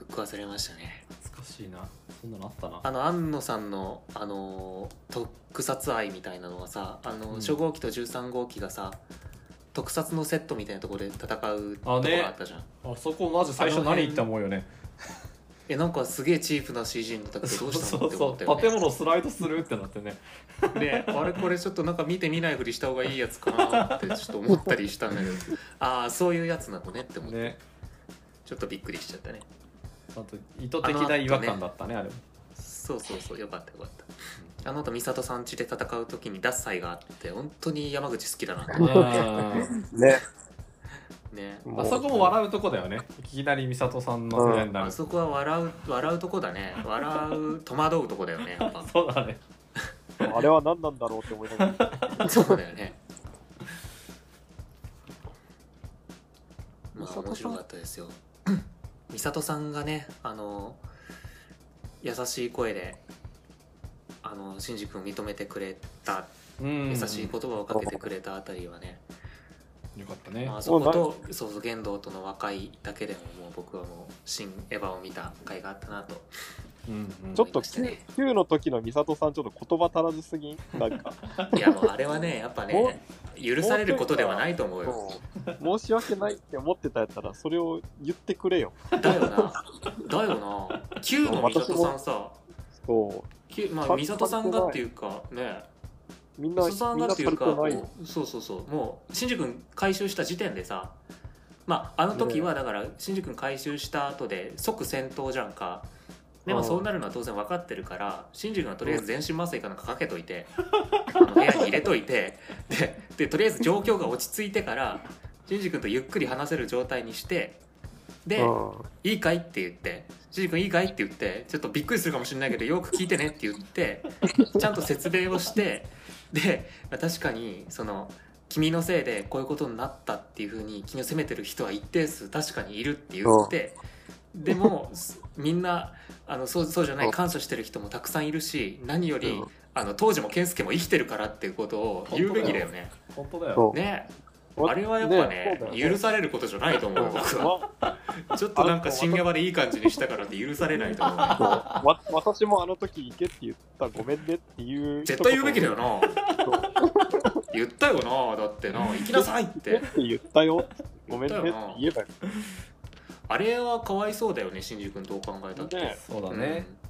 Speaker 3: っ壊されましたね
Speaker 1: 懐かしいなそんなのあったな
Speaker 3: あの安野さんの、あのー特撮愛みたいなのがさあの、
Speaker 1: うん
Speaker 3: 初号機と13号機がさ特撮のセットみたいなところで戦うとこ
Speaker 1: あ
Speaker 3: ろ
Speaker 1: ね
Speaker 3: あったじゃん、
Speaker 1: あそこマジ最初何言った思うよね
Speaker 3: えなんかすげえチープな CG になったけどど
Speaker 1: そうう
Speaker 3: した
Speaker 1: そ
Speaker 3: のっ
Speaker 1: う
Speaker 3: て思
Speaker 1: そ
Speaker 3: っ
Speaker 1: う
Speaker 3: たよ、ね、
Speaker 1: 建物スライドするってなってね
Speaker 3: であれこれちょっとなんか見て見ないふりした方がいいやつかな ってちょっと思ったりしたんだけどああそういうやつなのねって思って、
Speaker 1: ね
Speaker 3: ちょっとびっくりしちゃったね
Speaker 1: あと意図的な違和感だったねあれも
Speaker 3: そうそうそうよかったよかったあの後美里さん家で戦う時にダッサイがあって本当に山口好きだなと思
Speaker 1: うん
Speaker 4: ね。
Speaker 3: うね
Speaker 1: あそこも笑うとこだよねいきなり美里さんの世代にな
Speaker 3: あ
Speaker 1: る
Speaker 3: そこは笑う笑うとこだね笑う戸惑うとこだよねやっぱ
Speaker 1: そうだね
Speaker 4: あれは何なんだろうって思いながら。
Speaker 3: そうだよね。
Speaker 4: 美
Speaker 3: まあ
Speaker 4: 里さん
Speaker 3: 面白かったですよ。美里さんがね、あの優しい声で、あの新君を認めてくれ
Speaker 1: う
Speaker 3: た、
Speaker 1: ん
Speaker 3: 優しい言葉をかけてくれたあたりはね、
Speaker 1: よかったね
Speaker 3: まああそことそうそう玄道との和解だけでももう僕はもう新エヴァを見た回があったな と
Speaker 1: うんうん
Speaker 4: ちょっと Q, Q の時の美里さん、ちょっと言葉足らずす ぎんなんか、
Speaker 3: いやもうあれはねやっぱね許されることではないと思うよ。
Speaker 4: そう申し訳ないって思ってたやったら、それを言ってくれよ。
Speaker 3: だよな。だよな。Q の美里さんさ、
Speaker 4: そ
Speaker 3: Q ま
Speaker 4: か
Speaker 3: あ美里さんがっていうかね、
Speaker 4: う。みん
Speaker 3: 美
Speaker 4: な、
Speaker 3: 里さん
Speaker 4: み
Speaker 3: が
Speaker 4: んな
Speaker 3: って
Speaker 4: 足
Speaker 3: い
Speaker 4: り
Speaker 3: う
Speaker 4: て
Speaker 3: か、
Speaker 4: ないよ。
Speaker 3: もうそうそうそう、もう新宿君回収した時点でさ、まああの時はだから新宿君回収した後で即戦闘じゃんか。でも
Speaker 4: うん
Speaker 3: そうなるのは当然分かってるから新宿君はとりあえず全身麻酔かなんかかけといて あの部屋に入れといてででとりあえず状況が落ち着いてから新宿君とゆっくり話せる状態にしてで、
Speaker 4: う
Speaker 3: いいかいって言って、しじくんいいかいって言って、ちょっとびっくりするかもしれないけど、よく聞いてねって言って、ちゃんと説明をして、で、確かに、その、君のせいでこういうことになったっていうふうに、君を責めてる人は一定数確かにいるって言って、でも、すみんな、あのそうそうじゃな
Speaker 4: う
Speaker 3: い
Speaker 4: ん
Speaker 3: 感謝してる人もたくさんいるし何より、
Speaker 4: うん
Speaker 3: あの当時も健介も生きてるからっていうことを言うべきだよね。
Speaker 1: 本当だよ
Speaker 4: そ
Speaker 3: ね
Speaker 4: ん。
Speaker 3: あれはやっぱね
Speaker 4: そうだよ
Speaker 3: 許されることじゃないと思う
Speaker 4: そう
Speaker 3: 僕は。
Speaker 4: わ
Speaker 3: ちょっとなんか新ギャバでいい感じにしたからって許されないと 思うね。
Speaker 4: わ私もあの時行けって言ったごめんねっていう
Speaker 3: 絶対言うべきだ
Speaker 4: よ
Speaker 3: よな。言ったよな、だってな、行きなさいっ
Speaker 4: って
Speaker 3: て。
Speaker 4: 言ったよごめんねって言えばよ
Speaker 3: あれはかわいそうだよね、新宿君どう考えたって。
Speaker 4: ね
Speaker 1: そうだね
Speaker 3: うん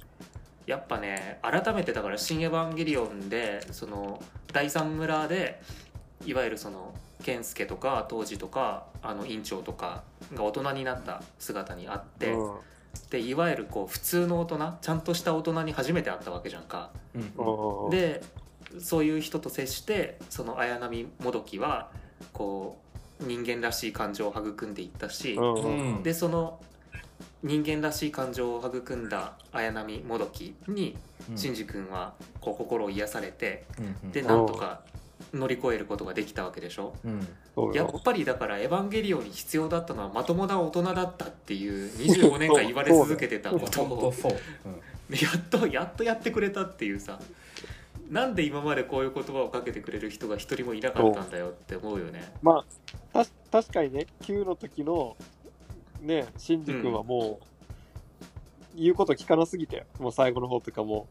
Speaker 3: やっぱね改めてだから「新エヴァンゲリオンで」その第三村でいわゆるその健介とか当時とかあの院長とかが大人になった姿にあって、
Speaker 4: うん
Speaker 3: でいわゆるこう普通の大人ちゃんとした大人に初めて会ったわけじゃんか。
Speaker 1: うん
Speaker 4: うん
Speaker 3: でそういう人と接してその綾波もどきはこう人間らしい感情を育んでいったし、
Speaker 4: うん
Speaker 1: うん
Speaker 3: でその人間らしい感情を育んだ綾波もどきに真司君はこう心を癒されて、
Speaker 1: うん
Speaker 3: でなんとか乗り越えることができたわけでしょ
Speaker 1: うん
Speaker 4: そう
Speaker 3: や
Speaker 4: よ
Speaker 3: っぱりだから「エヴァンゲリオン」に必要だったのはまともな大人だったっていう25年間言われ続けてた
Speaker 1: 本
Speaker 3: こと
Speaker 1: 当
Speaker 3: を
Speaker 1: そう
Speaker 3: でやっとやっとやってくれたっていうさなんで今までこういう言葉をかけてくれる人が一人もいなかったんだよって思うよね
Speaker 4: まあたし確かにね Q の時のねシンジ君はもう、言うこと聞かなすぎてもう最後の方とかも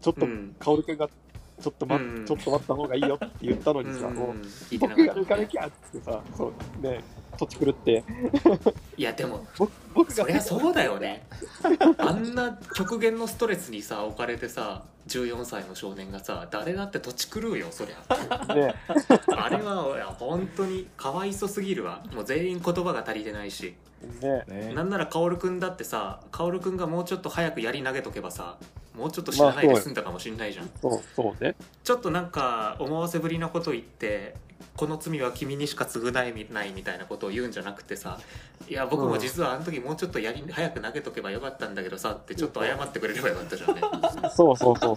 Speaker 4: ちょっ
Speaker 3: う
Speaker 4: と
Speaker 3: ん
Speaker 4: 薫君がちょっと待っ、
Speaker 3: うん
Speaker 4: ちょっと待った方がいいよって言ったの
Speaker 3: うん
Speaker 4: にさ、もう
Speaker 3: 聞いてな
Speaker 4: 僕が
Speaker 3: か
Speaker 4: 抜
Speaker 3: った
Speaker 4: か
Speaker 3: ね
Speaker 4: なきゃってさそうね土地狂って
Speaker 3: いやでも
Speaker 4: 僕僕が
Speaker 3: そりゃそうだよねあんな極限のストレスにさ置かれてさ14歳の少年がさ誰だって土地狂うよそりゃ
Speaker 4: ね
Speaker 3: あれはいや本当にかわいそすぎるわもう全員言葉が足りてないし
Speaker 4: ね
Speaker 1: ね
Speaker 3: なんなら薫君だってさ薫君がもうちょっと早く槍投げとけばさもうちょっと死なないで済んだかもしんないじゃん、
Speaker 4: そうそうね
Speaker 3: ちょっとなんか思わせぶりなこと言ってこの罪は君にしか償えないみたいなことを言うんじゃなくてさいや僕も実はあの時もうちょっとやり早く投げとけばよかったんだけどさってちょっと謝ってくれればよかったじゃんね
Speaker 4: そうそうそう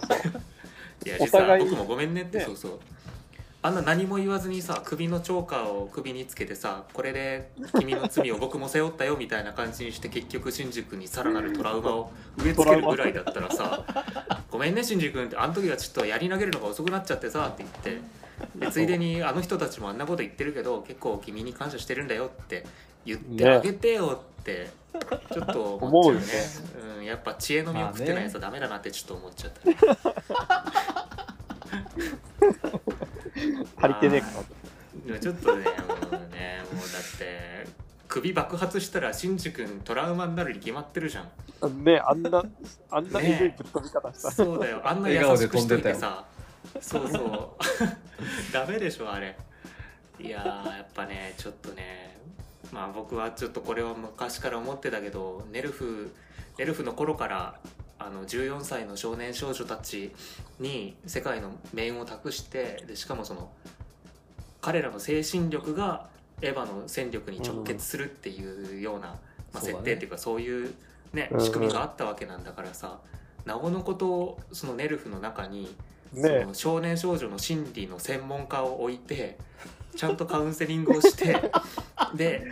Speaker 4: そう
Speaker 3: いや
Speaker 4: お
Speaker 3: 実は
Speaker 4: 互い
Speaker 3: 僕もごめんねって
Speaker 4: ね
Speaker 3: そうそうあんな何も言わずにさ首のチョーカーを首につけてさこれで君の罪を僕も背負ったよみたいな感じにして結局新宿にさらなるトラウマを植え付けるぐらいだったらさ「ごめんね新宿君」って「あの時はちょっとやり投げるのが遅くなっちゃってさ」って言ってでついでに「あの人たちもあんなこと言ってるけど結構君に感謝してるんだよ」って言ってあげてよってちょっと思っちゃうねうん、やっぱ知恵の実を食ってないやつはダメだなってちょっと思っちゃったね
Speaker 4: 足りてねえかな
Speaker 3: うでもちょっとねもうねもうだって首爆発したらしんじ君トラウマになるに決まってるじゃん
Speaker 4: あねあ んな、あんなエグいぶっ飛び方した。
Speaker 3: そ うだよあんな優
Speaker 1: 笑顔
Speaker 3: し
Speaker 1: で
Speaker 3: く
Speaker 1: 飛
Speaker 3: し
Speaker 1: ん
Speaker 3: と
Speaker 1: で
Speaker 3: い
Speaker 1: た
Speaker 3: て
Speaker 1: よ
Speaker 3: さそうそう ダメでしょあれいやーやっぱねちょっとねまあ僕はちょっとこれは昔から思ってたけどネルフネルフの頃からあの14歳の少年少女たちに世界の命運を託してでしかもその彼らの精神力がエヴァの戦力に直結するっていうような、まあ、
Speaker 1: そうだね
Speaker 3: 設定っていうかそういうね
Speaker 4: うんうん
Speaker 3: 仕組みがあったわけなんだからさ、なおのことをそのネルフの中に、
Speaker 4: ね
Speaker 3: その少年少女の心理の専門家を置いてちゃんとカウンセリングをして で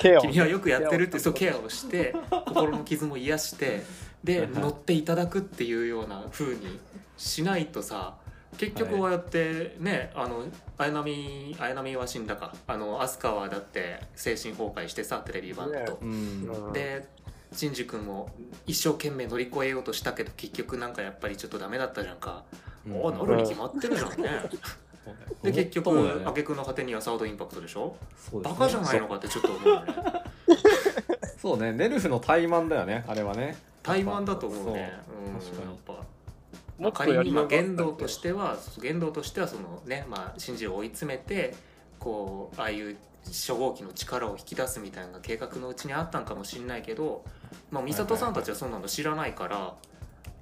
Speaker 4: ケアを。
Speaker 3: 君はよくやってるってそうケアをして心の傷も癒してで乗っていただくっていうような風にしないとさ結局こうやってね、あの綾波綾波は死んだかあの飛鳥はだって精神崩壊してさテレビ版だと。
Speaker 1: うん
Speaker 4: うん
Speaker 3: でシンジ君も一生懸命乗り越えようとしたけど結局なんかやっぱりちょっとダメだったじゃんか、おおなるに決まってるじゃんねで結局
Speaker 1: そうだね
Speaker 3: 挙句の果てにはサードインパクトでしょ
Speaker 1: そうです
Speaker 3: バ
Speaker 1: ね
Speaker 3: カじゃないのかってちょっと思うよね
Speaker 1: そうねネルフの怠慢だよねあれはね
Speaker 3: 怠慢だと思うねうん
Speaker 1: そう確かに
Speaker 3: やっぱ
Speaker 4: もっと
Speaker 3: 仮
Speaker 4: や
Speaker 3: に
Speaker 4: り
Speaker 3: 今
Speaker 4: ようがあった
Speaker 3: 言動としては言動としてはそのねまあシンジを追い詰めてこうああいう初号機の力を引き出すみたいな計画のうちにあったんかもしれないけど、まあ、美里さんたちはそんなの知らないから、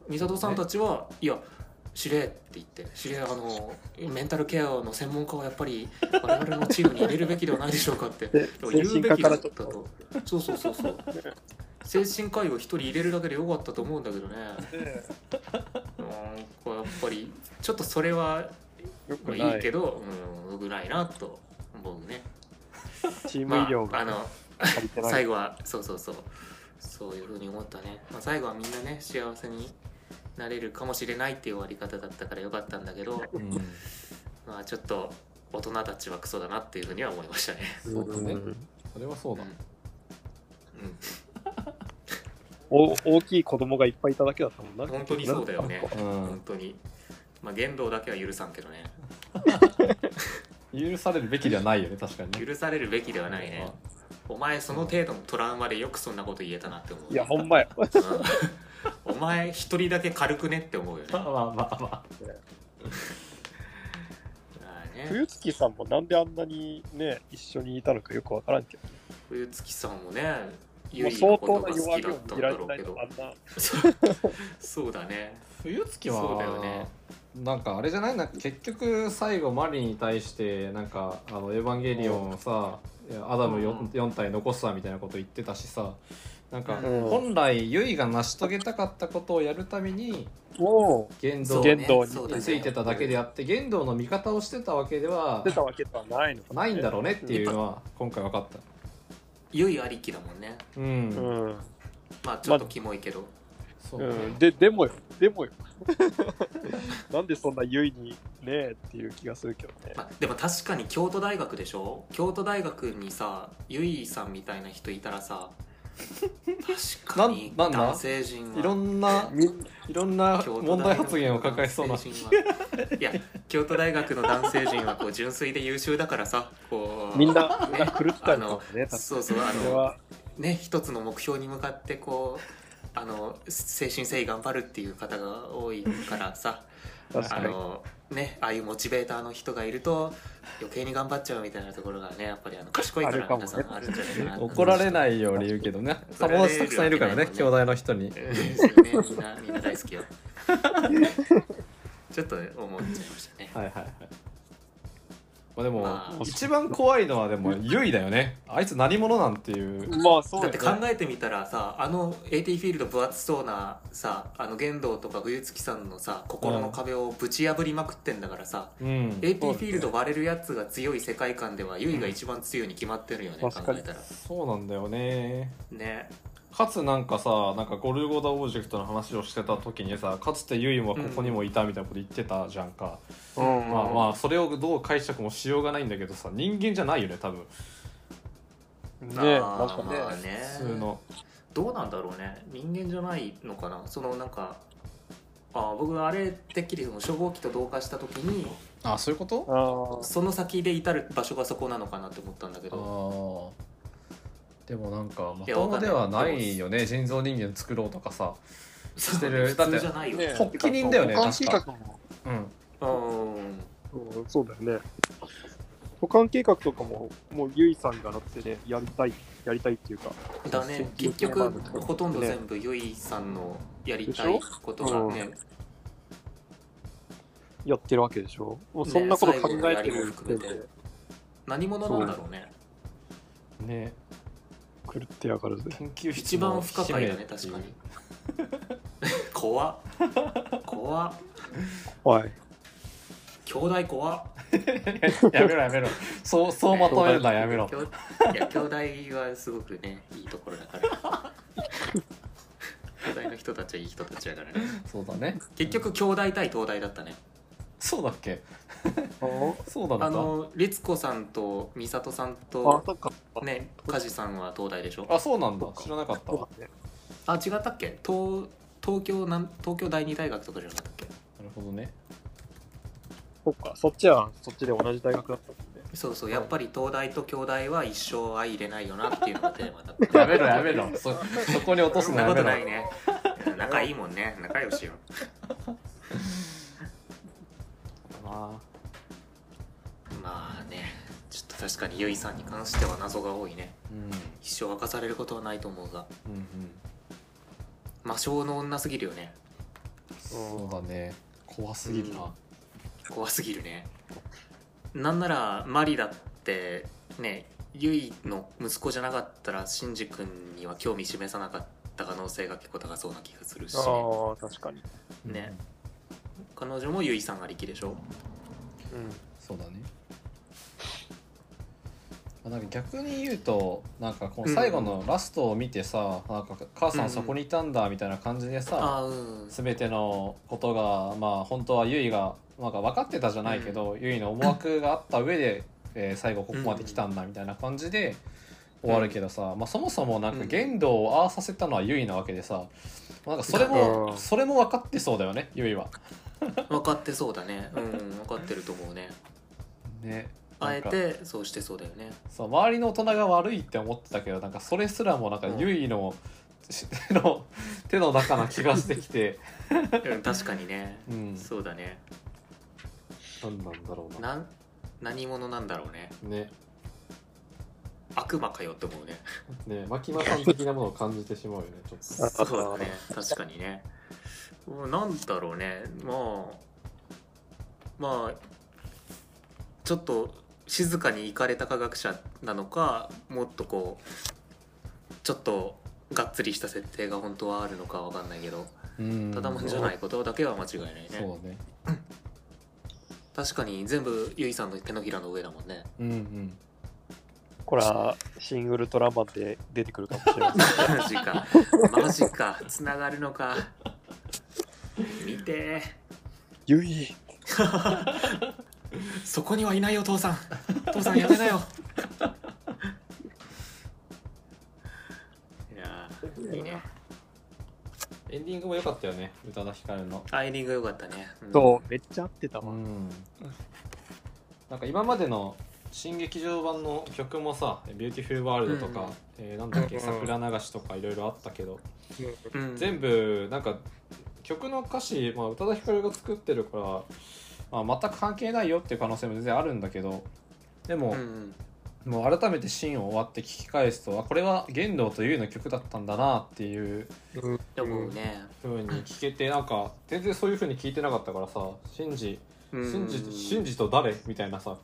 Speaker 3: 美里さんたちは「いや知れ」って言って「知れあのメンタルケアの専門家をやっぱり我々のチームに入れるべきではないでしょうか」って
Speaker 4: で
Speaker 3: 言う
Speaker 4: 精神
Speaker 3: べ
Speaker 4: 科
Speaker 3: き
Speaker 4: か
Speaker 3: だ
Speaker 4: ら
Speaker 3: っ
Speaker 4: ち
Speaker 3: た
Speaker 4: ょっと。
Speaker 3: とそうそうそうそう精神科医を一人入れるだけでよかったと思うんだけどねうんこれやっぱりちょっとそれは
Speaker 4: よく
Speaker 3: まあ
Speaker 4: ない
Speaker 3: い
Speaker 4: い。
Speaker 3: けどうんよくないなと思うね
Speaker 4: チーム医
Speaker 3: ま
Speaker 4: 療
Speaker 3: あ
Speaker 4: が
Speaker 3: あの
Speaker 4: 足りてない。
Speaker 3: 最後はそうそうそうそういうふうに思ったね、まあ、最後はみんなね幸せになれるかもしれないっていう終わり方だったからよかったんだけど
Speaker 1: うん
Speaker 3: まあちょっと大人たちはクソだなっていうふうには思いましたね
Speaker 1: そうだね
Speaker 4: うん
Speaker 1: それはそうだ
Speaker 4: お大きい子供がいっぱいいただけだったもんな。
Speaker 3: 本当にそうだよね
Speaker 1: うん
Speaker 3: 本当にまあ言動だけは許さんけどね
Speaker 1: 許されるべきではないよね確かにね
Speaker 3: 許されるべきではないねお前その程度のトラウマでよくそんなこと言えたなって思う
Speaker 4: いや、ほんまや。
Speaker 3: うんお前一人だけ軽くねって思うよね
Speaker 1: まあまあまあま
Speaker 3: まあね
Speaker 4: 冬月さんもなんであんなにね、一緒にいたのかよくわからんけど。
Speaker 3: 冬月さんもねゆ
Speaker 4: もう
Speaker 3: いの
Speaker 4: 相
Speaker 3: こと
Speaker 4: 当
Speaker 3: が
Speaker 4: な
Speaker 3: 好
Speaker 4: 弱
Speaker 3: き
Speaker 4: みを
Speaker 3: だった
Speaker 4: 握
Speaker 3: んだ
Speaker 4: られ
Speaker 3: ろ
Speaker 4: て
Speaker 3: う
Speaker 4: ない
Speaker 3: け
Speaker 4: と
Speaker 3: ど
Speaker 4: あんな。
Speaker 3: そうそうだね
Speaker 1: 冬月
Speaker 3: そうだよね
Speaker 1: はなんかあれじゃないなんか結局最後マリに対してなんかあのエヴァンゲリオンをさいやアダム 4, 4体残すわみたいなこと言ってたしさなんか
Speaker 4: うん
Speaker 1: 本来ユイが成し遂げたかったことをやるために
Speaker 4: も
Speaker 1: 言動
Speaker 3: そう
Speaker 1: に
Speaker 3: ね
Speaker 4: 言動に
Speaker 3: そうだね
Speaker 1: ついてただけであって言動の味方をしてたわけでは
Speaker 4: う、出たわけではないのか
Speaker 1: ないんだろうねっていうのは今回分かった
Speaker 3: ゆいありきだもんね
Speaker 1: うん、
Speaker 4: う。うん。
Speaker 3: まあちょっとキモいけど、
Speaker 1: そう
Speaker 4: う
Speaker 1: ね、
Speaker 4: ん、ででもよ、でもよ。 なんでそんな優位にねえっていう気がするけどね。
Speaker 3: まあ、でも確かに京都大学でしょ京都大学にさゆいさんみたいな人いたら さ確かに
Speaker 1: なんなんだ
Speaker 3: 男性陣はい
Speaker 1: ろんな
Speaker 4: みん
Speaker 1: いろんな問題発言を抱え そうな
Speaker 3: 京都大学の男性陣はいや京都大学の男性陣はこう純粋で優秀だからさこう
Speaker 4: みんなみんな狂ってたのかもね、確か
Speaker 3: そうそうあ
Speaker 4: に。それ
Speaker 3: の
Speaker 4: は、
Speaker 3: ね一つの目標に向かってこうあの精神誠意頑張るっていう方が多いからさ
Speaker 4: 確
Speaker 3: あ
Speaker 4: かに。
Speaker 3: のねああいうモチベーターの人がいると余計に頑張っちゃうみたいなところがねやっぱりあの賢いか
Speaker 4: あ
Speaker 3: ら
Speaker 4: るかも
Speaker 3: 皆
Speaker 4: ね
Speaker 3: さんあるんじゃないかな
Speaker 1: 怒られないいように言うけどね
Speaker 3: それ
Speaker 1: 友達たくさんいるからね
Speaker 3: ルール
Speaker 1: 兄弟の人に
Speaker 3: ですよねみんなみんな大好 きよちょっと思っちゃいましたね
Speaker 1: はいはいはいまあでも、
Speaker 3: まあ
Speaker 1: 一番怖いのはでもユイだよねあいつ何者なんていう
Speaker 4: まあ、そう
Speaker 3: だ
Speaker 4: よ
Speaker 3: って
Speaker 4: ね
Speaker 3: 考えてみたらさあの AT フィールド分厚そうなさあの玄道とか冬月さんのさ心の壁をぶち破りまくってんだからさ、
Speaker 1: うん
Speaker 3: AT フィールド割れるやつが強い世界観ではユイが一番強いに決まってるよね、
Speaker 4: うん
Speaker 3: 考えたら
Speaker 1: そうなんだよね
Speaker 3: ね
Speaker 1: かつなんかさなんかゴルゴダ・オブジェクトの話をしてた時にさかつてユイはここにもいたみたいなこと言ってたじゃんか、
Speaker 4: うん
Speaker 1: まあまあそれをどう解釈もしようがないんだけどさ人間じゃないよね多分
Speaker 4: ね
Speaker 3: あ
Speaker 4: え、
Speaker 3: ー
Speaker 4: なんか
Speaker 3: まあ
Speaker 4: ね。
Speaker 3: ね
Speaker 1: 普通の
Speaker 3: どうなんだろうね人間じゃないのかなそのなんかああ僕はあれてっきりその初号機と同化した時に
Speaker 5: あそういうこと
Speaker 4: あ
Speaker 3: その先で至る場所がそこなのかなって思ったんだけ
Speaker 5: あ
Speaker 3: ど
Speaker 5: ーでもなんかま
Speaker 3: いや
Speaker 5: ともでは
Speaker 3: わかん
Speaker 5: な
Speaker 3: ない
Speaker 5: いよね人造人間作ろうとかさしてる
Speaker 3: 普通じゃないよ、
Speaker 4: だって
Speaker 5: 発起人だよね
Speaker 4: 保管
Speaker 5: 確
Speaker 4: 計
Speaker 5: か
Speaker 4: 画、も、
Speaker 5: うん、
Speaker 3: うん
Speaker 4: うん、そうだよね。保管計画とかも、もうゆいさんがなってね、やりたい、やりたいっていうか、
Speaker 3: だね結局ほとんど全部ゆいさんのやりたいことがね
Speaker 4: やってるわけでしょ。もうそんなこと考えてる時点
Speaker 3: ね最後のやりも含め
Speaker 4: で
Speaker 3: て何者なんだろうね
Speaker 1: ね
Speaker 4: 狂ってやがるぜ。
Speaker 1: 研究室
Speaker 3: 一番不可解だね確か に怖っ怖っ
Speaker 4: おい。
Speaker 3: 兄弟怖っ
Speaker 1: に やめろやめろそうそうまとめるのはやめろ
Speaker 3: 兄いや兄弟はすごくねいいところだから 兄弟の人たちはいい人たちだからね
Speaker 1: そうだね
Speaker 3: 結局兄弟対東大だったね
Speaker 1: そうだっけ
Speaker 4: あ、
Speaker 1: そうだった
Speaker 3: あ
Speaker 1: あ
Speaker 3: の律子さんと美里さん
Speaker 4: あ
Speaker 3: と
Speaker 4: そっか。
Speaker 3: ね梶さんは東大でしょ
Speaker 1: そうなんだ知らなかった
Speaker 4: そう
Speaker 1: わ
Speaker 4: だね。
Speaker 3: あ違ったっけ東東京なん東京第二大学とかじゃなかったっけ
Speaker 1: なるほどね
Speaker 4: そっか、そっちは、そっちで同じ大学だったもんね。
Speaker 3: そうそうやっぱり東大と京大は一生相入れないよなっていうのがテーマだった
Speaker 1: やめろやめろそそこに 落と
Speaker 3: そ
Speaker 1: す
Speaker 3: ん
Speaker 1: のや
Speaker 3: なこ
Speaker 1: め
Speaker 3: と
Speaker 1: ろ
Speaker 3: ないねうん仲いいもんね仲良しよ
Speaker 1: あ
Speaker 3: まあねちょっと確かにゆいさんに関しては謎が多いね
Speaker 1: ーうん
Speaker 3: 一生明かされることはないと思うが
Speaker 1: うんうん
Speaker 3: 魔性の女すぎるよね
Speaker 1: そうだね怖すぎるな、
Speaker 3: 怖すぎるねなんならマリだってねゆいの息子じゃなかったらシンジ君には興味示さなかった可能性が結構高そうな気がするし、
Speaker 4: ああ、確かに。
Speaker 1: うん
Speaker 3: ね彼女もゆいさんありきでしょ
Speaker 4: うん。
Speaker 1: そうだね。まあなんか逆に言うとなんかこの最後のラストを見てさ、なんか母さんそこにいたんだみたいな感じでさ、
Speaker 3: ああうん
Speaker 1: 全てのことがまあ本当はゆいがなんか分かってたじゃないけど、ゆいの思惑があった上で、えー最後ここまで来たんだみたいな感じで終わるけどさ、まあ、そもそもなんか言動をああさせたのはゆいなわけでさ、まあなんかそれも、
Speaker 4: うん
Speaker 1: それも分かってそうだよねゆいは。
Speaker 3: 分かってそうだねうん分かってると思うね
Speaker 1: ね。
Speaker 3: あ
Speaker 1: な
Speaker 3: え
Speaker 1: んか
Speaker 3: てそうしてそうだよね
Speaker 1: そう周りの大人が悪いって思ってたけどなんかそれすらもなんか
Speaker 3: うん
Speaker 1: ゆいの, し、の手の中な気がしてき て、
Speaker 3: うん確かにね
Speaker 1: うん、
Speaker 3: そうだね
Speaker 1: 何なんだろうな
Speaker 3: なん何者なんだろうね
Speaker 1: ね
Speaker 3: 悪魔かよって思うね
Speaker 1: ね牧間さん的なものを感じてしまうよねちょ っと。
Speaker 3: そうだね確かにねもうなんだろうねまあまあちょっと静かにいかれた科学者なのかもっとこうちょっとがっつりした設定が本当はあるのかわかんないけど
Speaker 1: うん
Speaker 3: ただもんじゃないことだけは間違いないね、
Speaker 1: そうだね
Speaker 3: 確かに全部ゆいさんの手のひらの上だも んね
Speaker 1: うんうん
Speaker 4: これは、シングルトラマンで出てくるかもしれ ません。
Speaker 3: マジかマジかつながるのか見て
Speaker 4: ゆい。
Speaker 3: ーそこにはいないよ父さん父さんやめなよいやーいいね
Speaker 1: エンディングも良かったよね宇多田ヒカルの。
Speaker 3: アイリング良かったね、うん
Speaker 4: そう、めっちゃ合ってた
Speaker 1: う
Speaker 4: わ。
Speaker 1: ん、なんか今までの新劇場版の曲もさ「ビューティフルワールド」とか、
Speaker 3: うん
Speaker 1: えーなんだっけ「
Speaker 4: うん
Speaker 1: 桜流し」とかいろいろあったけど
Speaker 3: うん
Speaker 1: 全部なんか曲の歌詞、まあ、宇多田ヒカルが作ってるから、まあ、全く関係ないよっていう可能性も全然あるんだけどでも
Speaker 3: う、ん
Speaker 1: もう改めてシーンを終わって聞き返すとあこれは玄道と優の曲だったんだなっていう
Speaker 4: うん
Speaker 3: でもね、
Speaker 1: 風に聞けてなんか全然そういう風に聞いてなかったからさ「シンジ
Speaker 3: うん、
Speaker 1: シンジシンジと誰?」みたいなさ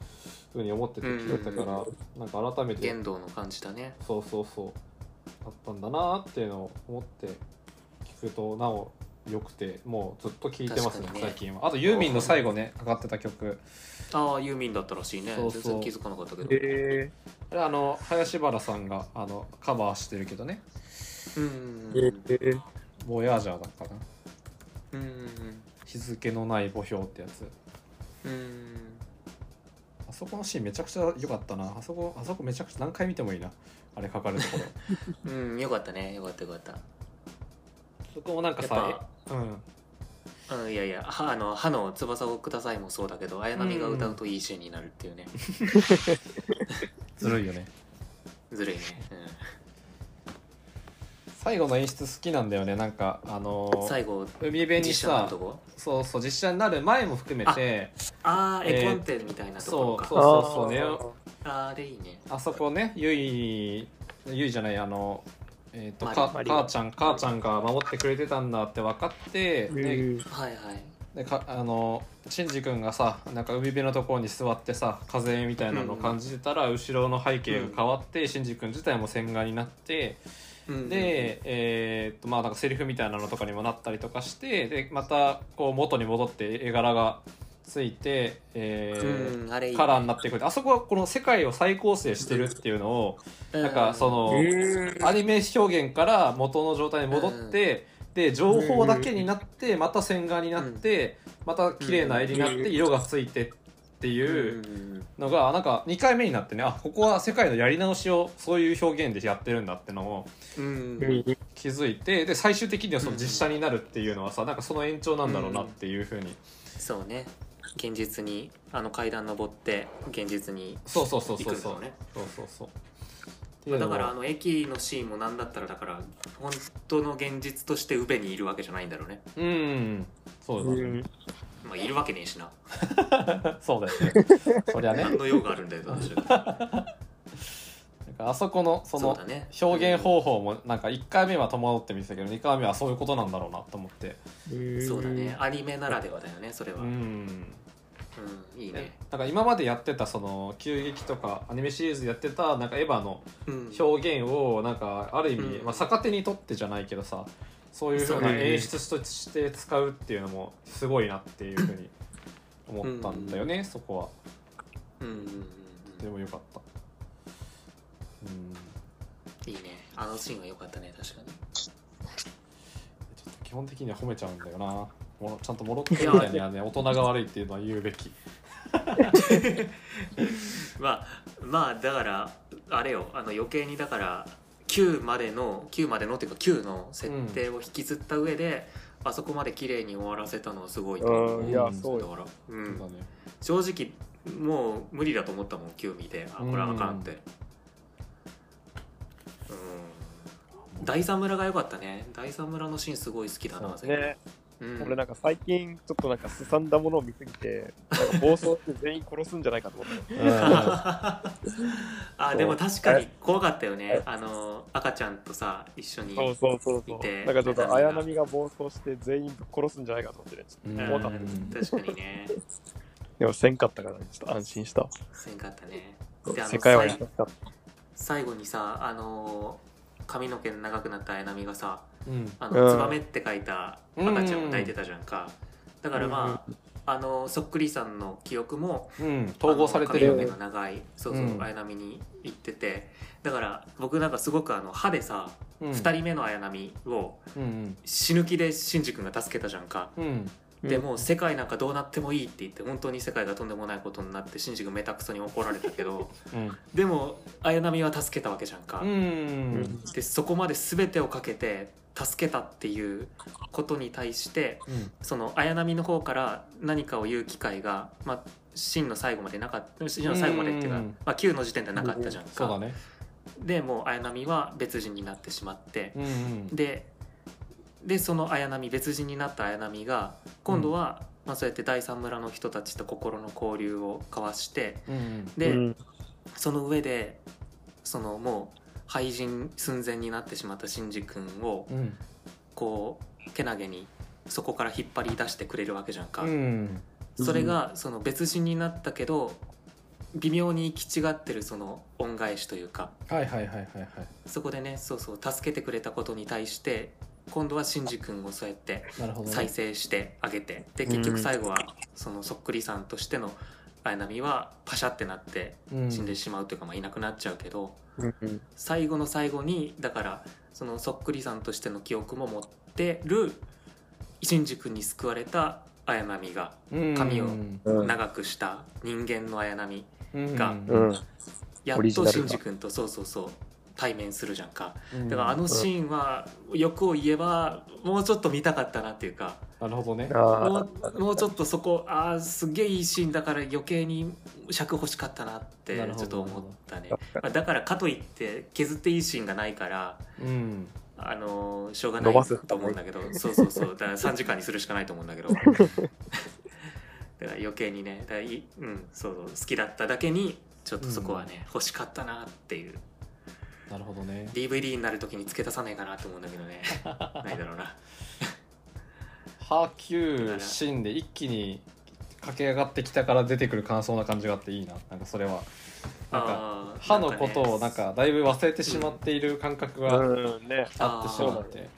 Speaker 1: 風に思ってて聞けたから、なんか改めて
Speaker 3: 言動の感じだね
Speaker 1: そうそうそうだったんだなっていうのを思って聞くとなお良くてもうずっと聴いてますね
Speaker 3: 確かにね
Speaker 1: 最近はあとユーミンの最後ねかかってた曲
Speaker 3: ああユーミンだったらしいね
Speaker 1: そうそう
Speaker 3: 全然気づかなかったけど、
Speaker 4: え
Speaker 1: あれあの林原さんがあのカバーしてるけどね
Speaker 3: うん
Speaker 4: ー、えー、
Speaker 1: 「ボヤージャー」だったかな
Speaker 3: うん
Speaker 1: 日付のない墓標ってやつ
Speaker 3: うん
Speaker 1: あそこのシーンめちゃくちゃ良かったなあそこあそこめちゃくちゃ何回見てもいいなあれかかるとこ ろ
Speaker 3: うん、よかったねよかったよかった
Speaker 1: そこもなんか
Speaker 3: やっ
Speaker 1: さうん
Speaker 3: うん、いやいやはあの「歯の翼をください」もそうだけど綾波が歌うといいシーンになるっていうね、
Speaker 5: ずるいよね
Speaker 3: ずるいね、
Speaker 1: 最後の演出好きなんだよねなんかあの
Speaker 3: うん、最後
Speaker 1: 海辺に
Speaker 3: 実写の
Speaker 1: さ
Speaker 3: とこ
Speaker 1: そうそう実写になる前も含めて
Speaker 3: ああ
Speaker 1: え
Speaker 3: 絵
Speaker 1: ー
Speaker 3: コンテみたいなところか、
Speaker 1: そうそうそうね
Speaker 3: ああでいいね
Speaker 1: あそこねゆいゆいじゃないあのえっ、と
Speaker 3: マリ
Speaker 1: か
Speaker 2: マリ
Speaker 1: 母ちゃん母ちゃんが守ってくれてたんだって分かって、
Speaker 4: う
Speaker 1: ね
Speaker 4: ん
Speaker 3: はいはい
Speaker 1: でかあのシンジ君がさなんか海辺のところに座ってさ風みたいなのを感じてたら、後ろの背景が変わって、シンジ君自体も洗顔になって、
Speaker 3: うん
Speaker 1: で、えーっとまあ、なんかセリフみたいなのとかにもなったりとかしてでまたこう元に戻って絵柄がついて、えー
Speaker 3: うんあれいいね
Speaker 1: カラーになってくるあそこはこの世界を再構成してるっていうのを、
Speaker 3: う
Speaker 1: なんかその、アニメ表現から元の状態に戻って、で情報だけになってまた洗顔になって、また綺麗な絵になって
Speaker 4: うん
Speaker 1: 色がついてって
Speaker 3: う
Speaker 1: いうんのがなんか2回目になってねあここは世界のやり直しをそういう表現でやってるんだってのを
Speaker 3: うん
Speaker 4: うんうん
Speaker 1: 気づいてで最終的にはその実写になるっていうのはさなんかその延長なんだろうなっていうふうに
Speaker 3: そうね現実にあの階段登って現実に
Speaker 1: そうそうそう
Speaker 3: 行
Speaker 1: そ
Speaker 3: く
Speaker 1: うんそう
Speaker 3: だろうね
Speaker 1: そうそうそうっていう
Speaker 3: だ
Speaker 1: の
Speaker 3: からあ
Speaker 1: が
Speaker 3: の駅のシーンも何だったらだから本当の現実として宇部にいるわけじゃないんだろうね
Speaker 1: うんそうだ
Speaker 4: う
Speaker 1: ね
Speaker 4: ん
Speaker 3: まあいるわけねえしな
Speaker 1: そうだよねそりゃね
Speaker 3: 何の用があるんだよ私
Speaker 1: なんかあそこのその
Speaker 3: うだね
Speaker 1: 表現方法もなんか1回目は戸惑って見てたけど2回目はそういうことなんだろうなと思って
Speaker 3: うんそうだねアニメならではだよねそれは
Speaker 1: う
Speaker 3: うん
Speaker 1: ん
Speaker 3: いいね
Speaker 1: なんか今までやってたその急激とかアニメシリーズでやってたなんかエヴァの
Speaker 3: うん
Speaker 1: 表現をなんかある意味、
Speaker 3: うん
Speaker 1: まあ、逆手にとってじゃないけどさそういうふうな
Speaker 3: そうね
Speaker 1: 演出として使うっていうのもすごいなっていうふうに思ったんだよね、そこは
Speaker 3: うんうんうんうん
Speaker 1: でもよかったうん
Speaker 3: いいねあのシーンは良かったね確かに
Speaker 1: ちょっと基本的には褒めちゃうんだよなもろちゃんと戻ってみたいにはね大人が悪いっていうのは言うべき
Speaker 3: まあまあだからあれよあの余計にだから9までの9までのっていうか9の設定を引きずった上で、あそこまで綺麗に終わらせたのはすごいと思
Speaker 4: うん
Speaker 1: いや
Speaker 4: そう
Speaker 3: だ
Speaker 4: よ
Speaker 3: から、う
Speaker 1: そうんだ、ね
Speaker 3: 正直もう無理だと思ったもん9見てあこれはあかんってうん、大佐村が良かったね大佐村のシーンすごい好きだな
Speaker 1: そう
Speaker 3: 全
Speaker 4: ね、
Speaker 3: 部うん
Speaker 4: 俺なんか最近ちょっとなんかすさんだものを見すぎてなんか暴走して全員殺すんじゃないかと思った
Speaker 3: あでも確かに怖かったよねあの赤ちゃんとさ一緒に
Speaker 4: そうそうそうそ
Speaker 3: 見て
Speaker 4: うなんかちょっと綾波が暴走して全員ぶっ殺すんじゃないかと思ってねちょっ
Speaker 1: うん
Speaker 3: うん
Speaker 4: 怖かった
Speaker 3: 確かにね
Speaker 4: とでもせんかったからねちょっと安心した
Speaker 3: せんかったね
Speaker 4: そう
Speaker 3: であの
Speaker 4: 世界は
Speaker 3: 最
Speaker 4: 優しかった
Speaker 3: 最後にさあのー髪の毛長くなった綾波がさ
Speaker 1: うん
Speaker 3: 「あの
Speaker 4: うん
Speaker 3: ツバメ」って書いた赤ちゃんを抱いてたじゃんか、だからまあ、あのーそっくりさんの記憶も
Speaker 1: うん、統合されてるよ
Speaker 3: あ
Speaker 1: ね
Speaker 3: の。髪の毛が長いそうそう、
Speaker 1: うん
Speaker 3: 綾波に行っててだから僕なんかすごくあの歯でさ、
Speaker 1: 二
Speaker 3: 二2人目の綾波を
Speaker 1: うん
Speaker 3: 死ぬ気でシンジ君が助けたじゃんか、
Speaker 1: うんうん
Speaker 3: でもう世界なんかどうなってもいいって言って本当に世界がとんでもないことになってシンジ君めたくそに怒られたけど
Speaker 1: うん
Speaker 3: でも綾波は助けたわけじゃんか、
Speaker 1: うん
Speaker 3: でそこまで全てをかけて助けたっていうことに対して
Speaker 1: うん
Speaker 3: その綾波の方から何かを言う機会が、まあ、真の最後までなかった真の最後までっていうか、
Speaker 1: うん
Speaker 3: まあ、9の時点ではなかったじゃん
Speaker 1: そうだ
Speaker 3: か、
Speaker 1: ね。
Speaker 3: でもう綾波は別人になってしまって
Speaker 1: う、んうん
Speaker 3: ででその綾波別人になった綾波が今度は、まあ、そうやって第三村の人たちと心の交流を交わして
Speaker 1: うん
Speaker 3: で、
Speaker 4: うん
Speaker 3: その上でそのもう廃人寸前になってしまったシンジ君を
Speaker 1: うん
Speaker 3: こうけなげにそこから引っ張り出してくれるわけじゃんか、
Speaker 1: うん
Speaker 3: それがその別人になったけど微妙に行き違ってるその恩返しというか
Speaker 1: はいはいはいはいはい。
Speaker 3: そこでねそうそう助けてくれたことに対して今度はシンジ君をそうやって
Speaker 1: なるほどね。
Speaker 3: 再生してあげてで結局最後はそのそっくりさんとしての綾波はパシャってなって
Speaker 1: うん
Speaker 3: 死んでしまうというか、まあ、いなくなっちゃうけど。
Speaker 4: うん
Speaker 3: 最後の最後にだからそのそっくりさんとしての記憶も持ってるシンジ君に救われた綾波が髪を
Speaker 1: うん
Speaker 4: うん
Speaker 3: 長くした人間の綾波
Speaker 1: うん
Speaker 3: が
Speaker 1: うん
Speaker 4: うん
Speaker 3: やっ
Speaker 4: オリジ
Speaker 3: と
Speaker 4: ナル
Speaker 3: シ
Speaker 4: が
Speaker 3: ンジ君とそうそうそう対面するじゃんか
Speaker 1: うん
Speaker 3: だからあのシーンは欲を言えばもうちょっと見たかったなっていうか
Speaker 1: なるほどね
Speaker 3: も
Speaker 2: あ
Speaker 3: うもうちょっとそこあーすげえいいシーンだから余計に尺欲しかったなって
Speaker 1: なるほ
Speaker 3: ち
Speaker 1: ど
Speaker 3: ょっと思ったね
Speaker 2: 確か、
Speaker 3: まあ、だからかといって削っていいシーンがないから
Speaker 1: うん
Speaker 3: あのーしょうがな
Speaker 2: 伸ばす
Speaker 3: いと思うんだけどそうそうそう だから3時間にするしかないと思うんだけどだから余計にねだからいうん、そうそう好きだっただけにちょっとそこはね、欲しかったなっていう
Speaker 1: なるほどね
Speaker 3: DVD になる時に付け足さないかなと思うんだけ どねないだろうな
Speaker 1: ハーキューシーンで一気に駆け上がってきたから出てくる感想な感じがあっていいななんかそれはなんか
Speaker 3: あー
Speaker 1: 歯のことをな
Speaker 3: な
Speaker 1: んん
Speaker 3: かね
Speaker 1: かだいぶ忘れてしまっている感覚
Speaker 4: う
Speaker 1: が
Speaker 4: んね
Speaker 1: あってしまっ
Speaker 4: あ
Speaker 1: てなる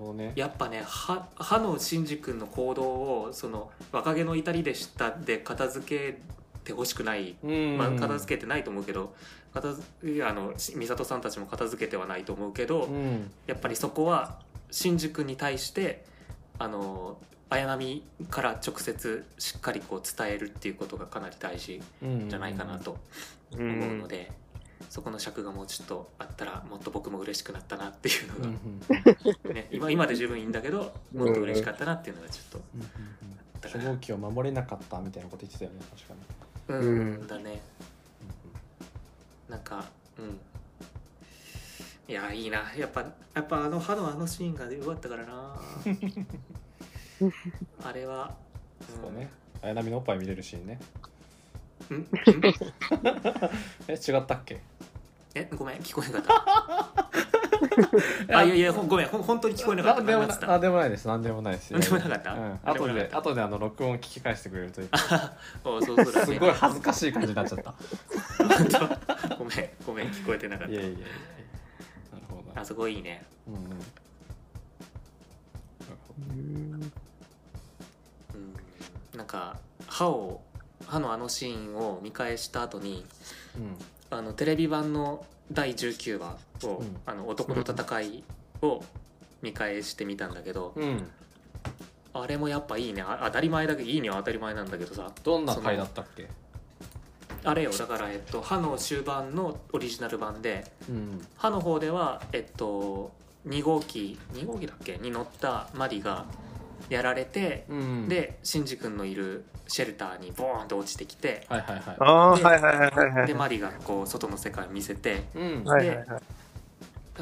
Speaker 1: ほどね
Speaker 3: やっぱね歯歯の真司君の行動をその若気の至りでしたで片付けてほしくない、
Speaker 1: うん
Speaker 3: まあ、片付けてないと思うけど片付いやあのし美里さんたちも片付けてはないと思うけど、
Speaker 1: うん
Speaker 3: やっぱりそこは真司君に対してあの綾波から直接しっかりこう伝えるっていうことがかなり大事
Speaker 1: うん
Speaker 3: じゃないかなと
Speaker 4: う
Speaker 3: 思うの
Speaker 4: ん
Speaker 3: で、そこの尺がもうちょっとあったらもっと僕も嬉しくなったなっていうの
Speaker 1: うん
Speaker 3: が、
Speaker 1: うん
Speaker 3: ね、今今で十分いいんだけどもっと嬉しかったなっていうのがちょっ
Speaker 1: うんうん
Speaker 3: とだ
Speaker 1: 初
Speaker 3: から
Speaker 1: 号機を守れなかったみたいなこと言ってたよね確かに
Speaker 3: うん、
Speaker 2: うん
Speaker 3: だねなんかうんいやいいなやっぱやっぱあの歯のあのシーンがよかったか らなあれは、うん、
Speaker 1: そうね綾波のおっぱい見れるシーンね
Speaker 3: んん
Speaker 1: え違ったっけ
Speaker 3: えごめん聞こえなかっ たあいやいやほんごめんほん本当に聞こえなかっ
Speaker 1: な
Speaker 3: た
Speaker 1: んでも
Speaker 3: なんつっ
Speaker 1: な
Speaker 3: た
Speaker 1: あでもないですなんでもないです
Speaker 3: なんでもなかった
Speaker 1: うん
Speaker 3: なんでも
Speaker 1: 後
Speaker 3: なか
Speaker 1: で
Speaker 3: った
Speaker 1: 後であの録音聞き返してくれるといい
Speaker 3: おそうそうだ
Speaker 1: す
Speaker 3: ね
Speaker 1: ごい恥ずかしい感じになっちゃった
Speaker 3: ごめんごめん聞こえてなかっ
Speaker 1: いやいやいやいやなるほど
Speaker 3: たあそこいいね
Speaker 1: うんうんなるほど
Speaker 3: うんなんか歯を歯のあのシーンを見返した後に
Speaker 1: うん
Speaker 3: あのテレビ版の第19話を「
Speaker 1: うん
Speaker 3: あの男の戦い」を見返してみたんだけど、
Speaker 1: うん、
Speaker 3: あれもやっぱいいねあ当たり前だけどいいには当たり前なんだけどさ
Speaker 1: どんな回だったっけ
Speaker 3: あれよだから、えっと、歯の終盤のオリジナル版で
Speaker 1: うん
Speaker 3: 歯の方ではえっと2号機2号機だっけに乗ったマリがやられて、
Speaker 1: うん
Speaker 3: でシンジ君のいるシェルターにボーンと落ちてきて、
Speaker 1: はいはいはい
Speaker 2: あーはいはいはいはいは
Speaker 3: で
Speaker 2: い
Speaker 3: マリがこう外の世界を見せて
Speaker 1: うん
Speaker 2: はいはいは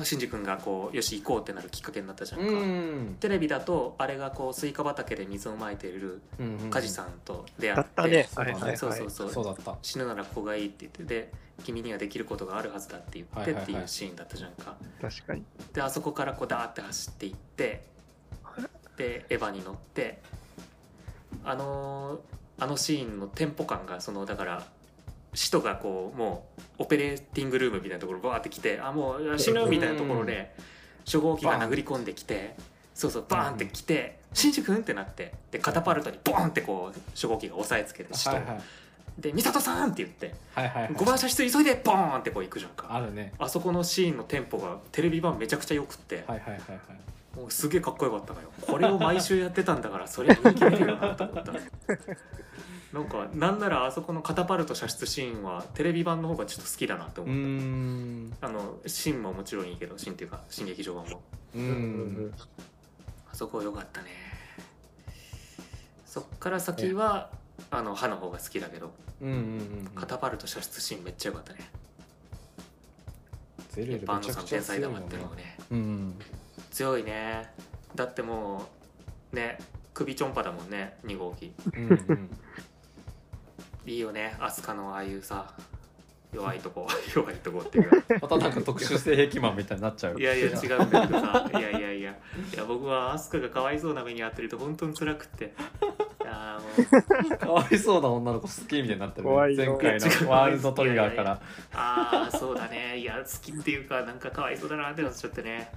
Speaker 2: い
Speaker 3: シンジ君がこうよし行こうってなるきっかけになったじゃん
Speaker 1: う
Speaker 3: か、
Speaker 1: ん
Speaker 3: テレビだとあれがこうスイカ畑で水をまいている
Speaker 1: うんうん
Speaker 3: 梶さんと出
Speaker 2: だ
Speaker 3: 会っ、
Speaker 2: ってたねはい
Speaker 1: そうだ
Speaker 2: はい
Speaker 1: ね
Speaker 2: はい
Speaker 3: そうそうそう
Speaker 1: そうだった
Speaker 3: 死ぬならここがいいって言ってで君にはできることがあるはずだって言
Speaker 1: は
Speaker 3: っ
Speaker 1: いは
Speaker 3: て
Speaker 1: いはい
Speaker 3: っていうシーンだったじゃんか、
Speaker 2: 確かに
Speaker 3: であそこからこうダーって走っていってでエヴァに乗ってあのーあのシーンのテンポ感がそのだから使徒がこうもうオペレーティングルームみたいなところバーって来てあもう死ぬみたいなところで初号機が殴り込んできてそうそうバーンって来て「シンジ君?」ってなってでカタパルトにボーンってこう初号機が押さえつけて使
Speaker 1: は
Speaker 3: 徒を
Speaker 1: いはい
Speaker 3: で「美里さん!」って言って
Speaker 1: はいはいは
Speaker 3: 「
Speaker 1: い
Speaker 3: 5番車室急いでボーン!」ってこう行くじゃん
Speaker 1: あ
Speaker 3: か
Speaker 1: るね
Speaker 3: あそこのシーンのテンポがテレビ版めちゃくちゃ良くって。
Speaker 1: はいはいはいはい
Speaker 3: もうすげえかっこよかったのよこれを毎週やってたんだからそれ人気出るよなと思 ったなんかなんならあそこのカタパルト射出シーンはテレビ版の方がちょっと好きだなって
Speaker 1: う
Speaker 3: 思
Speaker 1: ー
Speaker 3: う、
Speaker 1: ん
Speaker 3: あのシーンももちろんいいけどシーンっていうか新劇場版も
Speaker 1: う
Speaker 4: うんん
Speaker 3: あそこ良かったねそっから先はあの歯の方が好きだけど
Speaker 1: うんうんうん
Speaker 3: カタパルト射出シーンめっちゃ良かったね
Speaker 1: ゼルエ
Speaker 3: やっ
Speaker 1: ル
Speaker 3: ぱ
Speaker 1: めち
Speaker 3: 安
Speaker 1: ゃ
Speaker 3: 野さ
Speaker 1: く
Speaker 3: ん
Speaker 1: ちゃ
Speaker 3: 天才だ
Speaker 1: 強い
Speaker 3: わ
Speaker 1: も
Speaker 3: っ
Speaker 1: ん
Speaker 3: て
Speaker 1: ね
Speaker 3: のはね
Speaker 1: うん
Speaker 3: 強いねだってもうね首ちょんぱだもんね2号機
Speaker 1: うんうん
Speaker 3: いいよねアスカのああいうさ弱いとこ 弱いとこっていうか
Speaker 1: またなんか特殊性癖マンみたいになっちゃう
Speaker 3: いやいや違うんだけどさいやいやいやいや僕はアスカがかわいそうな目に遭ってると本当に辛くってあーもう
Speaker 1: かわいそうな女の子好きみたいになってるね
Speaker 4: 怖いよ
Speaker 1: 前回のワールドトリガーか
Speaker 3: いや
Speaker 1: ら
Speaker 3: あーそうだねいや好きっていうかなんかかわいそうだなってなっちゃってね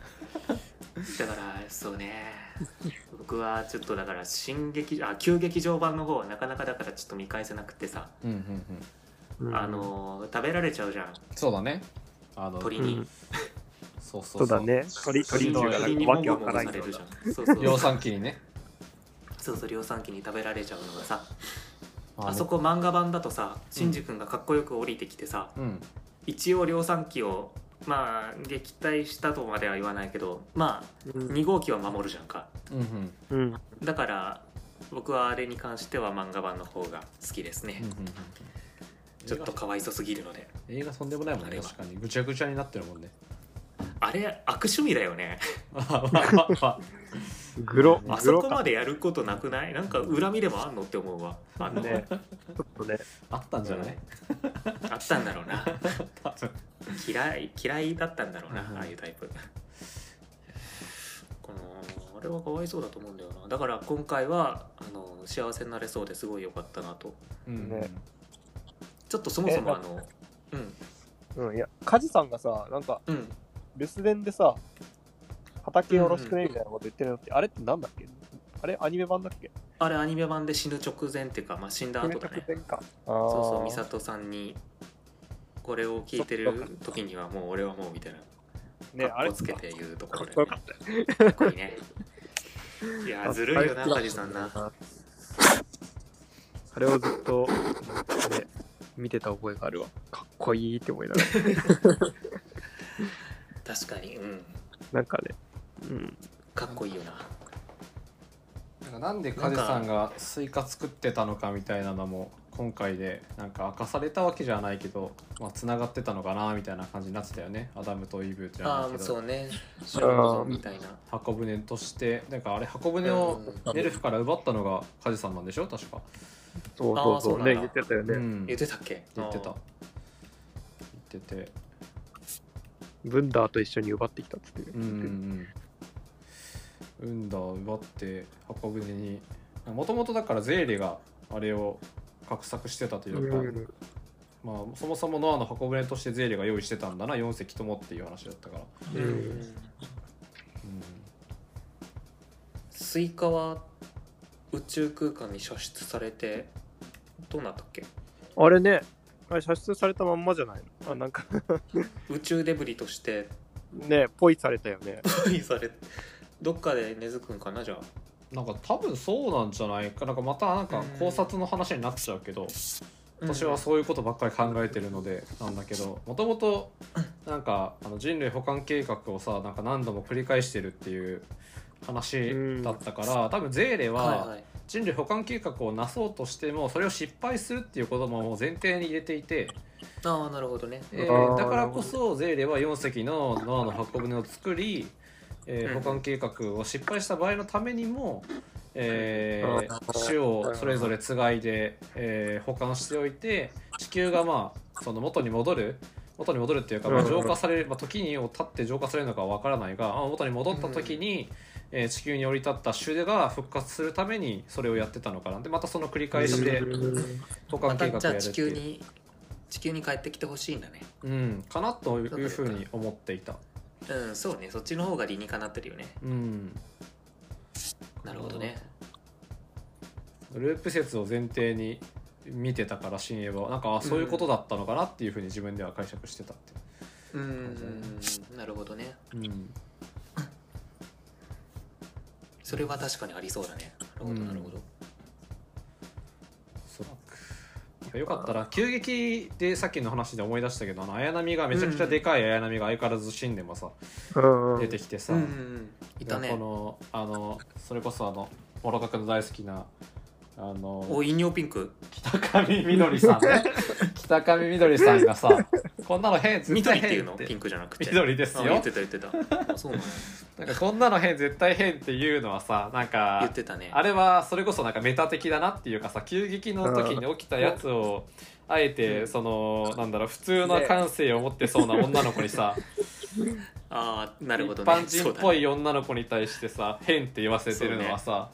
Speaker 3: だからそうね僕はちょっとだから新劇あ旧劇場版の方はなかなかだからちょっと見返せなくてさ、
Speaker 1: うんうんうん
Speaker 3: あのー食べられちゃうじゃん
Speaker 1: そうだねあの
Speaker 3: 鳥に、
Speaker 4: うん
Speaker 1: そうそ
Speaker 2: そうう
Speaker 1: そ
Speaker 2: だ
Speaker 1: う
Speaker 2: ね鳥鳥
Speaker 1: そう
Speaker 2: 中がな
Speaker 3: 鳥
Speaker 2: ん
Speaker 3: に
Speaker 2: か
Speaker 3: も
Speaker 2: わ
Speaker 3: ぐ
Speaker 2: け
Speaker 3: も
Speaker 2: わ
Speaker 3: ぐ
Speaker 2: からん
Speaker 3: され
Speaker 2: よ
Speaker 3: る
Speaker 2: う
Speaker 3: じ
Speaker 2: な
Speaker 3: ゃんそうそう
Speaker 1: 量産機にね
Speaker 3: そうそう量産機に食べられちゃうのがさ
Speaker 1: あの
Speaker 3: あそこ漫画版だとさシンジ君がかっこよく降りてきてさ、
Speaker 1: うん
Speaker 3: 一応量産機をまあ撃退したとまでは言わないけどまあ2号機は守るじゃんか
Speaker 5: うんうん
Speaker 4: うん。うん。
Speaker 3: だから僕はあれに関しては漫画版の方が好きですね、
Speaker 5: うんうん
Speaker 3: ちょっとかわいそすぎるので
Speaker 5: 映画とんでもないもん
Speaker 3: あれ
Speaker 5: ね
Speaker 3: は
Speaker 5: 確かにぐちゃぐちゃになってるもんね
Speaker 3: あれ悪趣味だよね
Speaker 4: グロ、
Speaker 3: あ
Speaker 4: グ
Speaker 3: そ
Speaker 4: ロ
Speaker 3: こ
Speaker 4: か
Speaker 3: までやることなくないなんか恨みでもあんのって思うわあんの
Speaker 4: ね。ちょっとね。
Speaker 5: あったんじゃない
Speaker 3: あったんだろうな
Speaker 5: 多分
Speaker 3: 嫌い嫌いだったんだろうな、
Speaker 5: うんうん
Speaker 3: ああいうタイプ このあれはかわいそうだと思うんだよなだから今回はあの幸せになれそうですごい良かったなと
Speaker 5: うん
Speaker 4: ね
Speaker 3: ちょっとそもそも
Speaker 4: え
Speaker 3: あのうん
Speaker 4: うん。いや、カジさんがさ、なんか、
Speaker 3: うん
Speaker 4: 留守電でさ、畑よろしくねみたいなこと言ってるのって、あれってなんだっけあれアニメ版だっけ
Speaker 3: あれアニメ版で死ぬ直前っていうか、まあ、死んだ後だね
Speaker 4: 決めた直前か。
Speaker 3: そ
Speaker 4: そ
Speaker 3: うそう美里さんにこれを聞いてる時にはもう俺はもうみたいな
Speaker 4: ね、あ
Speaker 3: かっ
Speaker 4: れ
Speaker 3: こつけて言うところで、
Speaker 4: かっこ
Speaker 3: かっこいいねいやずるいよな梶さんな
Speaker 4: あれをずっと、ね、見てた覚えがあるわ。かっこいいって思いながら。
Speaker 3: 確かにうん
Speaker 4: なんかね、うん。
Speaker 3: かっこいいよな
Speaker 1: なんかなんで梶さんがスイカ作ってたのかみたいなのも今回でなんか明かされたわけじゃないけどまあつながってたのかなみたいな感じになってたよねアダムとイブじゃ
Speaker 3: あ
Speaker 1: ない
Speaker 3: あ
Speaker 1: け
Speaker 3: そ
Speaker 1: ど
Speaker 3: うね小学みたいな
Speaker 1: 箱舟としてなんかあれ箱舟を
Speaker 3: うん
Speaker 1: エルフから奪ったのが梶さんなんでしょ確か、
Speaker 4: そう
Speaker 3: あー
Speaker 4: そうそ
Speaker 3: そう
Speaker 4: う。
Speaker 3: なんだ
Speaker 4: ね、言ってたよ
Speaker 1: う
Speaker 4: ね。
Speaker 1: ん、
Speaker 3: 言
Speaker 1: 言
Speaker 3: っ
Speaker 1: って
Speaker 3: てたっけ
Speaker 1: た言って
Speaker 3: あ
Speaker 1: た
Speaker 3: ー
Speaker 1: 言ってて
Speaker 4: ブンダーと一緒に奪ってきたっつって。
Speaker 1: うんうんうん、運だを奪って箱舟にもともとだからゼーレがあれを画策してたというか、
Speaker 4: うん
Speaker 1: まあ、そもそもノアの箱舟としてゼーレが用意してたんだな4隻ともっていう話だったから、
Speaker 4: うん
Speaker 3: うんスイカは宇宙空間に射出されてどうなったっけ
Speaker 4: あれね、あれ射出されたまんまじゃないのあ、なんか
Speaker 3: 宇宙デブリとして
Speaker 4: ね、ポイされたよね。
Speaker 3: 処理されどっかで根付くんかなじゃあ
Speaker 1: なんか多分そうなんじゃないかなんかまたなんか考察の話になっちゃうけど、私はそういうことばっかり考えてるのでなんだけどもともとなんかあの人類保管計画をさなんか何度も繰り返してるっていう話だったから、多分ゼーレ
Speaker 3: うんはいは
Speaker 1: はい人類保管計画をなそうとしてもそれを失敗するっていうことももう前提に入れていて、
Speaker 3: ああなるほどね
Speaker 1: えー
Speaker 4: あー
Speaker 1: だからこそゼーレは4隻のノアの箱舟を作り、えー
Speaker 3: うん
Speaker 1: 保管計画を失敗した場合のためにも、えー
Speaker 4: あー
Speaker 1: 種をそれぞれつがいで、えー保管しておいて地球がまあその元に戻る元に戻るっていうか、まあ、
Speaker 4: うん
Speaker 1: 浄化される、まあ、時にを経って浄化されるのかは分からないが、まあ元に戻った時に、えー地球に降り立った種が復活するためにそれをやってたのかなでまたその繰り返しで保
Speaker 3: ま
Speaker 1: 管計
Speaker 3: た
Speaker 1: 画
Speaker 3: じゃ
Speaker 1: を
Speaker 3: あ
Speaker 1: やるって
Speaker 3: 地
Speaker 1: い
Speaker 3: 球
Speaker 1: う。
Speaker 3: に地球に帰ってきてほしいんだね
Speaker 1: うん、かなというふうに思っていた。
Speaker 3: うんそうねそっちの方が理にかなってるよね
Speaker 1: うん、
Speaker 3: なるほどね
Speaker 1: ループ説を前提に見てたから新エヴァはなんかあそういうことだったのかなっていうふうに自分では解釈してたって。
Speaker 3: うんなるほどね
Speaker 1: うん、
Speaker 3: それは確かにありそうだねなるほ
Speaker 1: う
Speaker 3: ど
Speaker 1: ん
Speaker 3: なるほど
Speaker 1: おそらく。なんかよかったら急激でさっきの話で思い出したけどあの綾波がめちゃくちゃでかい綾波が相変わらず死んでもさ、
Speaker 4: うんうん
Speaker 1: 出てきてさ、
Speaker 3: うんうんうんいたね
Speaker 1: このあのそれこそあのモロカクの大好きなあの
Speaker 3: お飲料ピ ンク
Speaker 1: 北上みどりさんね北上みどりさんがさこんなの変絶
Speaker 3: 緑
Speaker 1: 対
Speaker 3: ってい
Speaker 1: 変
Speaker 3: う
Speaker 1: っ
Speaker 3: の
Speaker 1: て
Speaker 3: ピンクじゃなくて
Speaker 1: 緑です
Speaker 3: あ
Speaker 1: よ
Speaker 3: 言ってた言ってた あそうなの
Speaker 1: なんかこんなの変絶対変っていうのはさなん
Speaker 3: 言っ
Speaker 1: か
Speaker 3: てたね
Speaker 1: あれはそれこそなんかメタ的だなっていうかさ急激の時に起きたやつをあえ
Speaker 3: う
Speaker 1: て
Speaker 3: ん
Speaker 1: そのなんだろう普通の感性を持ってそうな女の子にさ
Speaker 3: ああな
Speaker 1: 一
Speaker 3: るほどね
Speaker 1: 般人っぽ
Speaker 3: そう
Speaker 1: い女の子に対してさ変って言わせてるのはさ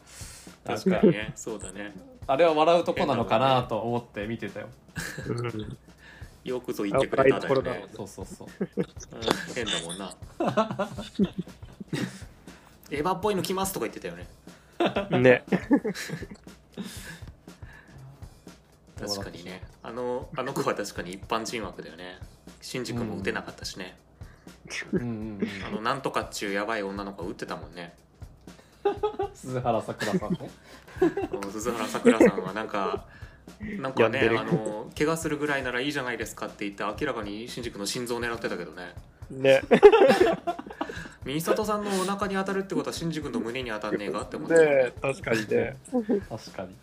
Speaker 3: だ
Speaker 1: な
Speaker 3: ね
Speaker 1: ん
Speaker 3: 確
Speaker 1: か
Speaker 3: かにねそうだね
Speaker 1: あれは笑うとこなのかなと思って見てたよ
Speaker 4: うん
Speaker 3: よくぞ言ってくれたんだよ
Speaker 4: ああい
Speaker 3: ね
Speaker 4: う
Speaker 1: そうそうそう
Speaker 3: うん変だもんな エヴァっぽいの来ますとか言ってたよね
Speaker 4: ね。
Speaker 3: 確かにねあのあの子は確かに一般人枠だよね新宿も打てなかったしね、
Speaker 1: うんうんうん
Speaker 3: あのなんとかっちゅうやばい女の子は打ってたもんね
Speaker 1: 鈴原さくらさんね
Speaker 3: あの鈴原さくらさんはなんかなんかね
Speaker 4: やんでる
Speaker 3: あの怪我するぐらいならいいじゃないですかって言って明らかに新宿の心臓を狙ってたけどね
Speaker 4: ね。
Speaker 3: ミニサトさんのお腹に当たるってことはシンジ君の胸に当たんねえかって思ったけど
Speaker 4: ね確かにね。
Speaker 5: 確かに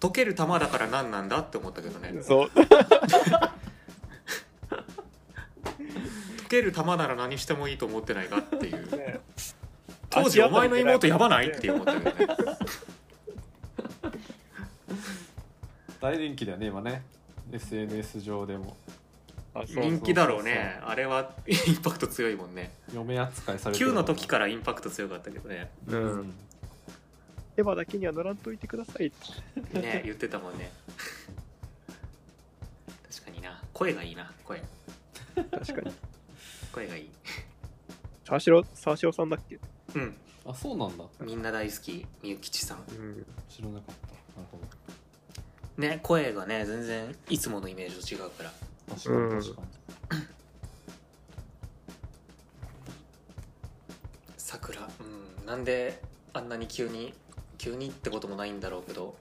Speaker 3: 溶ける玉だから何なんだって思ったけどね溶
Speaker 4: そう。
Speaker 3: ける玉なら何してもいいと思ってないかっていう
Speaker 4: ね
Speaker 3: 当時お前の妹やばないって思ったけどね
Speaker 1: 大人気だよね今ね SNS 上でも
Speaker 4: あそう
Speaker 3: 人気だろうねあれはインパクト強いもんね
Speaker 1: 嫁扱いされてる
Speaker 3: 9の時からインパクト強かったけどね
Speaker 2: う
Speaker 1: うんん
Speaker 4: エヴァだけには乗らんといてください。
Speaker 3: ね言ってたもんね確かにな声がいいな声
Speaker 4: 確かに。
Speaker 3: 声がいい
Speaker 4: 沢城、沢城さんだっけ
Speaker 3: うん
Speaker 1: あそうなんだ
Speaker 3: みんな大好きみゆきちさん
Speaker 4: うん。
Speaker 1: 知らなかったなるほど
Speaker 3: ね声がね全然いつものイメージと違うから
Speaker 1: 確か
Speaker 4: うん
Speaker 1: に確かに、
Speaker 3: 桜うんなんであんなに急に急にってこともないんだろうけど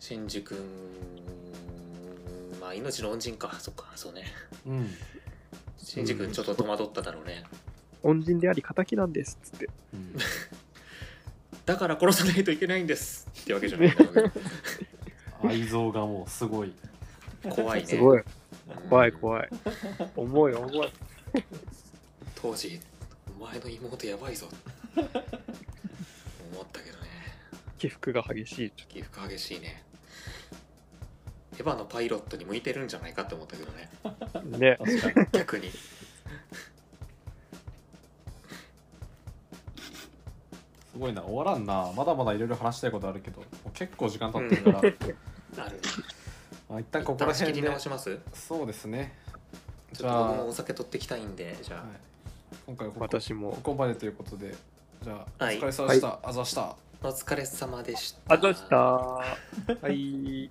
Speaker 3: シンジ君まあ命の恩人かそっかそうね
Speaker 1: うん
Speaker 3: シンジ君ちょっと戸惑っただろうね、
Speaker 4: 恩人であり、敵なんです。つって。
Speaker 1: うん、
Speaker 3: だから殺さないといけないんですってわけじゃないんだろう けど
Speaker 1: 愛憎がもうすごい
Speaker 3: 怖いね
Speaker 4: すごい。
Speaker 3: うん
Speaker 4: 怖い、怖い。重い、重い。
Speaker 3: 当時お前の妹やばいぞ思ったけどね
Speaker 4: 起伏が激しい。
Speaker 3: 起伏激しいねエヴァのパイロットに向いてるんじゃないかって思ったけどね
Speaker 4: ね。
Speaker 1: 確かに
Speaker 3: 逆に
Speaker 1: すごいな終わらんなまだまだいろいろ話したいことあるけどもう結構時間経ってるから、
Speaker 3: ある
Speaker 1: まあ、一旦ここら
Speaker 3: 仕切
Speaker 1: 辺
Speaker 3: り
Speaker 1: で
Speaker 3: 直します
Speaker 1: そうですね
Speaker 3: ち
Speaker 1: じ
Speaker 3: ょっ
Speaker 1: ゃ
Speaker 3: と
Speaker 1: あ、
Speaker 3: 僕も
Speaker 1: は
Speaker 3: お
Speaker 1: い、
Speaker 3: 酒取ってきたいんでじゃ
Speaker 1: 今回ここ
Speaker 4: 私
Speaker 1: こ
Speaker 4: も。
Speaker 1: こまでということでじゃあ、
Speaker 3: はい
Speaker 1: お疲れ様でした、あざした
Speaker 3: あ、お疲れ様でした
Speaker 4: あざした。はい。